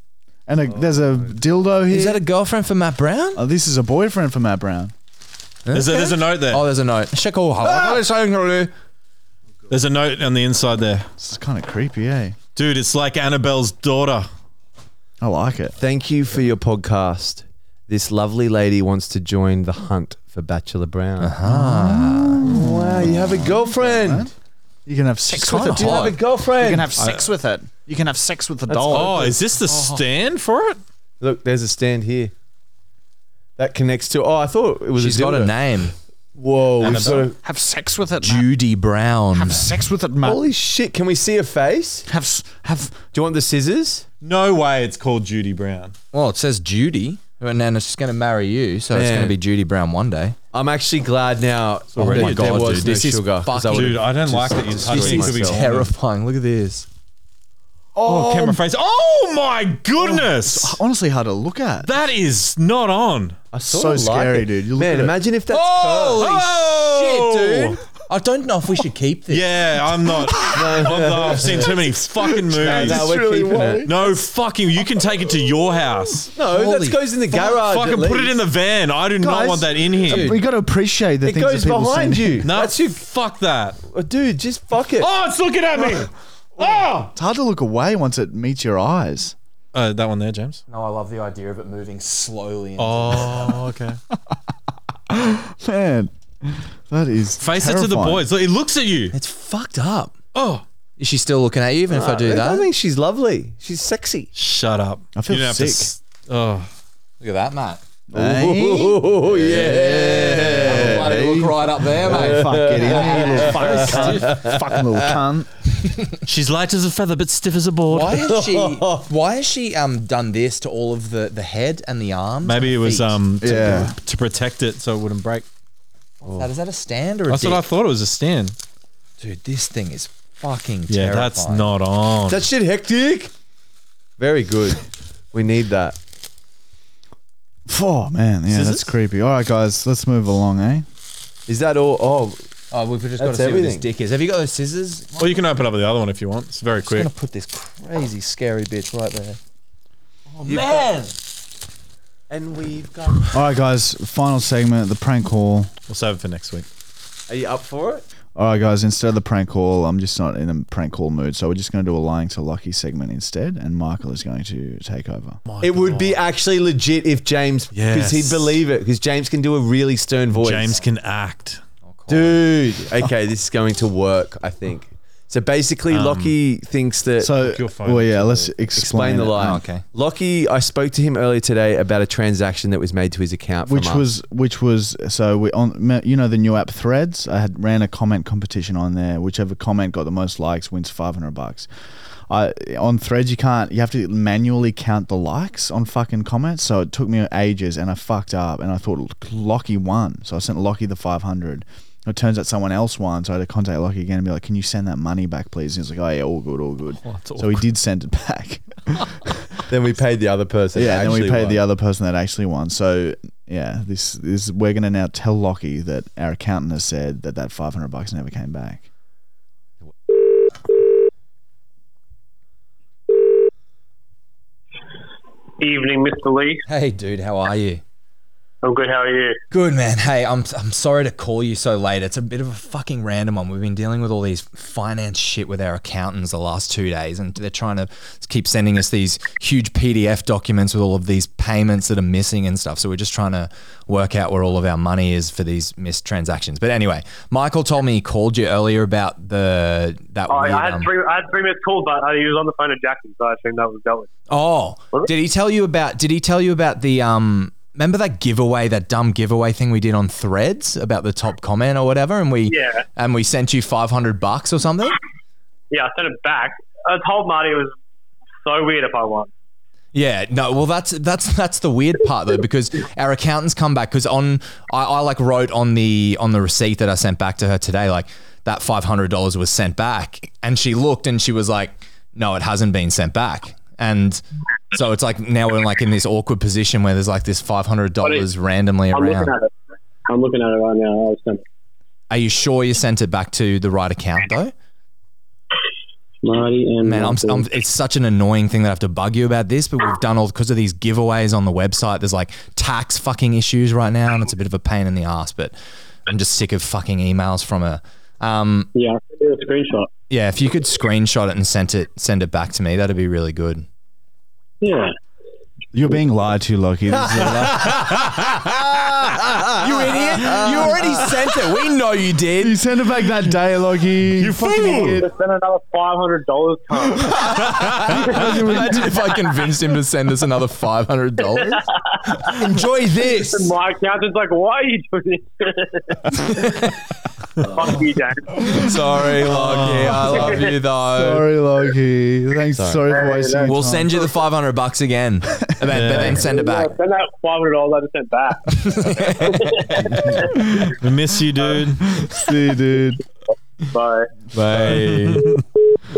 [SPEAKER 7] And a, there's a dildo here.
[SPEAKER 2] Is that a girlfriend for Matt Brown?
[SPEAKER 7] oh, this is a boyfriend for Matt Brown.
[SPEAKER 4] there's a, there's a note there.
[SPEAKER 2] Oh, there's a note. Check all.
[SPEAKER 4] There's a note on the inside there,
[SPEAKER 7] This is kind of creepy, eh?
[SPEAKER 4] dude. It's like Annabelle's daughter.
[SPEAKER 7] I like it.
[SPEAKER 3] Thank you for your podcast. This lovely lady wants to join the hunt for Bachelor Brown. Ah. Wow, you have a girlfriend.
[SPEAKER 7] You can have sex
[SPEAKER 2] kinda
[SPEAKER 7] with it.
[SPEAKER 3] You have a girlfriend.
[SPEAKER 7] You can have sex with it. You can have sex with the doll.
[SPEAKER 4] Oh, is this the stand for it?
[SPEAKER 3] Look, there's a stand here. That connects to. Oh, I thought it was.
[SPEAKER 2] She's
[SPEAKER 3] a
[SPEAKER 2] got a
[SPEAKER 3] dildo.
[SPEAKER 2] name.
[SPEAKER 3] Whoa, we've got a,
[SPEAKER 7] Have sex with it. Matt.
[SPEAKER 2] Judy Brown.
[SPEAKER 7] Have sex with it, Matt.
[SPEAKER 3] holy shit! Can we see a face?
[SPEAKER 7] Have s- have.
[SPEAKER 3] Do you want the scissors?
[SPEAKER 4] No way. It's called Judy Brown.
[SPEAKER 2] Well, it says Judy, and then she's going to marry you, so it's
[SPEAKER 3] Man.
[SPEAKER 2] going to be Judy Brown one day.
[SPEAKER 3] I'm actually glad now. Oh
[SPEAKER 2] already-
[SPEAKER 3] that
[SPEAKER 2] my
[SPEAKER 3] there
[SPEAKER 2] God,
[SPEAKER 3] was
[SPEAKER 2] dude,
[SPEAKER 3] no
[SPEAKER 2] this is
[SPEAKER 3] sugar. 'cause I
[SPEAKER 2] fucking-
[SPEAKER 3] would've
[SPEAKER 4] Dude, I don't like that you
[SPEAKER 3] destroyed
[SPEAKER 4] touched it. Could be
[SPEAKER 3] myself.
[SPEAKER 2] Terrifying. Look at this.
[SPEAKER 4] Oh,
[SPEAKER 3] Um,
[SPEAKER 4] camera face. Oh my
[SPEAKER 3] oh,
[SPEAKER 4] goodness,
[SPEAKER 7] Honestly, hard to look at.
[SPEAKER 4] that is not on.
[SPEAKER 3] I
[SPEAKER 7] so
[SPEAKER 3] sorta like
[SPEAKER 7] scary,
[SPEAKER 3] it.
[SPEAKER 7] dude. You look
[SPEAKER 3] Man,
[SPEAKER 7] at it.
[SPEAKER 3] imagine if that's
[SPEAKER 2] Holy
[SPEAKER 3] curved.
[SPEAKER 2] shit,
[SPEAKER 4] Oh!
[SPEAKER 2] dude. I don't know if we should keep this.
[SPEAKER 4] Yeah, I'm not. I'm not- I've seen too many fucking movies.
[SPEAKER 3] No, we're keeping it.
[SPEAKER 4] No fucking. You can take it to your house.
[SPEAKER 3] No,
[SPEAKER 2] Holy
[SPEAKER 3] that goes in the garage.
[SPEAKER 4] Fucking
[SPEAKER 3] at
[SPEAKER 4] put it
[SPEAKER 3] least.
[SPEAKER 4] in the van. I do not
[SPEAKER 3] Guys,
[SPEAKER 4] want that in here.
[SPEAKER 7] We got to appreciate the
[SPEAKER 3] It
[SPEAKER 7] things
[SPEAKER 3] goes
[SPEAKER 7] that people
[SPEAKER 3] behind
[SPEAKER 7] send.
[SPEAKER 3] you.
[SPEAKER 4] no,
[SPEAKER 3] That's you,
[SPEAKER 4] fuck that.
[SPEAKER 3] dude. Just fuck it.
[SPEAKER 4] Oh, it's looking at me. Oh,
[SPEAKER 7] It's hard to look away once it meets your eyes.
[SPEAKER 4] uh, that one there, James.
[SPEAKER 2] No, Oh, I love the idea of it moving slowly. And
[SPEAKER 4] Oh, okay.
[SPEAKER 7] Man, that is
[SPEAKER 4] Face it to the
[SPEAKER 7] terrifying.
[SPEAKER 4] boys. Look, It looks at you.
[SPEAKER 2] It's fucked up.
[SPEAKER 4] Oh,
[SPEAKER 2] Is she still looking at you even if I do that?
[SPEAKER 3] I think she's lovely. She's sexy.
[SPEAKER 4] Shut up.
[SPEAKER 7] I feel
[SPEAKER 4] You don't have to
[SPEAKER 7] sick.
[SPEAKER 4] s- oh,
[SPEAKER 2] Look at that, Matt.
[SPEAKER 3] Oh
[SPEAKER 2] Yeah. Bloody Look right up there, mate.
[SPEAKER 7] Fuck, get in there, you little fucking cunt. fucking little cunt.
[SPEAKER 4] she's light as a feather, but stiff as a board.
[SPEAKER 2] Why has she? Why has she um done this to all of the the head and the arms?
[SPEAKER 4] Maybe it
[SPEAKER 2] and the
[SPEAKER 4] was
[SPEAKER 2] feet?
[SPEAKER 4] um to,
[SPEAKER 7] Yeah.
[SPEAKER 4] to protect it so it wouldn't break.
[SPEAKER 2] Is that, is that a stand or a
[SPEAKER 4] uh, That's
[SPEAKER 2] dick?
[SPEAKER 4] what I thought it was a stand.
[SPEAKER 2] Dude, this thing is fucking
[SPEAKER 4] Yeah,
[SPEAKER 2] terrifying.
[SPEAKER 4] that's not on.
[SPEAKER 3] That shit hectic. Very good. We need that.
[SPEAKER 7] Oh, man. Yeah, that's
[SPEAKER 4] Scissors?
[SPEAKER 7] creepy. All right, guys, let's move along, eh?
[SPEAKER 3] Is that all? Oh,
[SPEAKER 2] Oh, we've just got to
[SPEAKER 3] That's
[SPEAKER 2] see what this
[SPEAKER 3] everything.
[SPEAKER 2] dick is. Have you got those scissors?
[SPEAKER 4] or you can open up the other one if you want. It's very
[SPEAKER 2] I'm
[SPEAKER 4] quick.
[SPEAKER 2] gonna put this crazy scary bitch right there. Oh man!
[SPEAKER 3] and we've got.
[SPEAKER 7] All right, guys, final segment, the prank call.
[SPEAKER 4] We'll save it for next week.
[SPEAKER 3] Are you up for it?
[SPEAKER 7] All right, guys, instead of the prank call, I'm just not in a prank call mood, so we're just going to do a lying to lucky segment instead, and Michael is going to take over.
[SPEAKER 3] it would be actually legit if James, because
[SPEAKER 4] Yes.
[SPEAKER 3] he'd believe it, because James can do a really stern voice.
[SPEAKER 4] Oh, James can act.
[SPEAKER 3] Dude. Okay, this is going to work, I think. So basically,
[SPEAKER 2] Um,
[SPEAKER 3] Lockie thinks that.
[SPEAKER 7] So,
[SPEAKER 4] Your phone
[SPEAKER 7] well, yeah, let's explain,
[SPEAKER 3] explain the
[SPEAKER 7] it.
[SPEAKER 3] lie.
[SPEAKER 2] Oh, okay.
[SPEAKER 3] Lockie, I spoke to him earlier today about a transaction that was made to his account. From
[SPEAKER 7] which
[SPEAKER 3] us.
[SPEAKER 7] was which was so we on you know the new app threads i had ran a comment competition on there whichever comment got the most likes wins 500 bucks I, on threads you can't you have to manually count the likes on fucking comments so it took me ages and i fucked up and i thought lockie won so i sent lockie the 500 it turns out someone else won so i had to contact lockie again and be like can you send that money back please and he's like oh yeah all good all good so he did send it back
[SPEAKER 3] Then we paid the other person.
[SPEAKER 7] yeah, and then we paid the
[SPEAKER 3] other.
[SPEAKER 7] other person that actually won. So yeah, this is we're going to now tell Lockie that our accountant has said that that five hundred bucks never came back.
[SPEAKER 8] Evening, Mr. Lee.
[SPEAKER 2] Hey, dude, how are you?
[SPEAKER 8] I'm good. How are you?
[SPEAKER 2] Good man. Hey, I'm I'm sorry to call you so late. It's a bit of a fucking random one. We've been dealing with all these finance shit with our accountants the last two days, and they're trying to keep sending us these huge PDF documents with all of these payments that are missing and stuff. So we're just trying to work out where all of our money is for these missed transactions. But anyway, Michael told me he called you earlier about the that.
[SPEAKER 8] Oh, I,
[SPEAKER 2] weird,
[SPEAKER 8] I had
[SPEAKER 2] um,
[SPEAKER 8] three. I had three missed calls, but uh, he was on the phone to Jackson, so I assume that was dealt with.
[SPEAKER 2] Oh,
[SPEAKER 8] Was it?
[SPEAKER 2] did he tell you about? Did he tell you about the um? Remember that giveaway, that dumb giveaway thing we did on Threads about the top comment or whatever, and we
[SPEAKER 8] Yeah.
[SPEAKER 2] and we sent you five hundred bucks or something.
[SPEAKER 8] Yeah, I sent it back. I told Marty it was so weird if I won.
[SPEAKER 2] Yeah, no, well that's that's that's the weird part though because our accountants come back because on I, I like wrote on the on the receipt that I sent back to her today like that five hundred dollars was sent back and she looked and she was like no it hasn't been sent back and so it's like now we're like in this awkward position where there's like this five hundred dollars randomly
[SPEAKER 8] I'm
[SPEAKER 2] around.
[SPEAKER 8] looking at it. I'm looking at it right now. I was sent.
[SPEAKER 2] Are you sure you sent it back to the right account though?
[SPEAKER 8] Marty and
[SPEAKER 2] Man, I'm,
[SPEAKER 8] Michael.
[SPEAKER 2] I'm, it's such an annoying thing that I have to bug you about this, but we've done all because of these giveaways on the website. There's like tax fucking issues right now, and it's a bit of a pain in the ass. But I'm just sick of fucking emails from her. Um,
[SPEAKER 8] yeah, I sent you a screenshot.
[SPEAKER 2] yeah, if you could screenshot it and send it send it back to me, that'd be really good.
[SPEAKER 8] Yeah.
[SPEAKER 7] You're being lied to, Lockie. This is-
[SPEAKER 2] You idiot! You already sent it. We know you did.
[SPEAKER 7] you sent it back that day, Lockie. You fucking idiot.
[SPEAKER 8] Just sent another five hundred dollars.
[SPEAKER 2] Imagine if I convinced him to send us another five hundred dollars. Enjoy this.
[SPEAKER 8] My accountant's like, "Why are you doing this?" Fuck you, James.
[SPEAKER 2] Sorry, Lockie. I love you though.
[SPEAKER 7] Sorry, Lockie. Thanks. Sorry, for wasting. your
[SPEAKER 2] We'll
[SPEAKER 7] time.
[SPEAKER 2] send you the 500 bucks again, and then, but then send it back.
[SPEAKER 8] Send that five hundred dollars I just sent back.
[SPEAKER 4] We miss you, dude.
[SPEAKER 7] See, you, dude.
[SPEAKER 8] Bye.
[SPEAKER 4] Bye.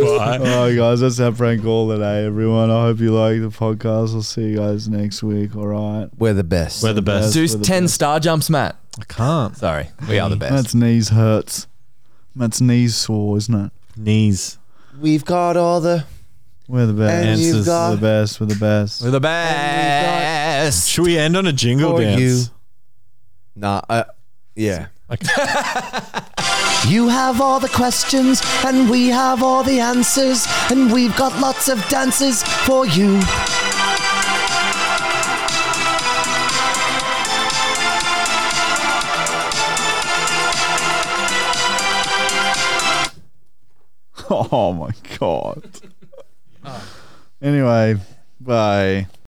[SPEAKER 7] All right, guys, that's our prank call today, everyone. I hope you like the podcast. I'll see you guys next week. All right.
[SPEAKER 3] We're the best.
[SPEAKER 4] We're the best.
[SPEAKER 2] Do 10 star jumps, Matt.
[SPEAKER 4] I can't.
[SPEAKER 2] Sorry, we are the
[SPEAKER 3] Mm.
[SPEAKER 2] best.
[SPEAKER 7] Matt's knees hurts. Matt's knees sore, isn't it?
[SPEAKER 4] Knees.
[SPEAKER 3] We've got all the.
[SPEAKER 7] We're the best.
[SPEAKER 3] And
[SPEAKER 4] you've
[SPEAKER 7] We're
[SPEAKER 3] got-
[SPEAKER 7] the best. We're the best.
[SPEAKER 2] We're the best.
[SPEAKER 4] Should we end on a jingle
[SPEAKER 3] For
[SPEAKER 4] dance?
[SPEAKER 3] you. Nah. Uh, yeah.
[SPEAKER 5] You have all the questions, and we have all the answers, and we've got lots of dances for you.
[SPEAKER 1] Oh my god. Anyway, bye.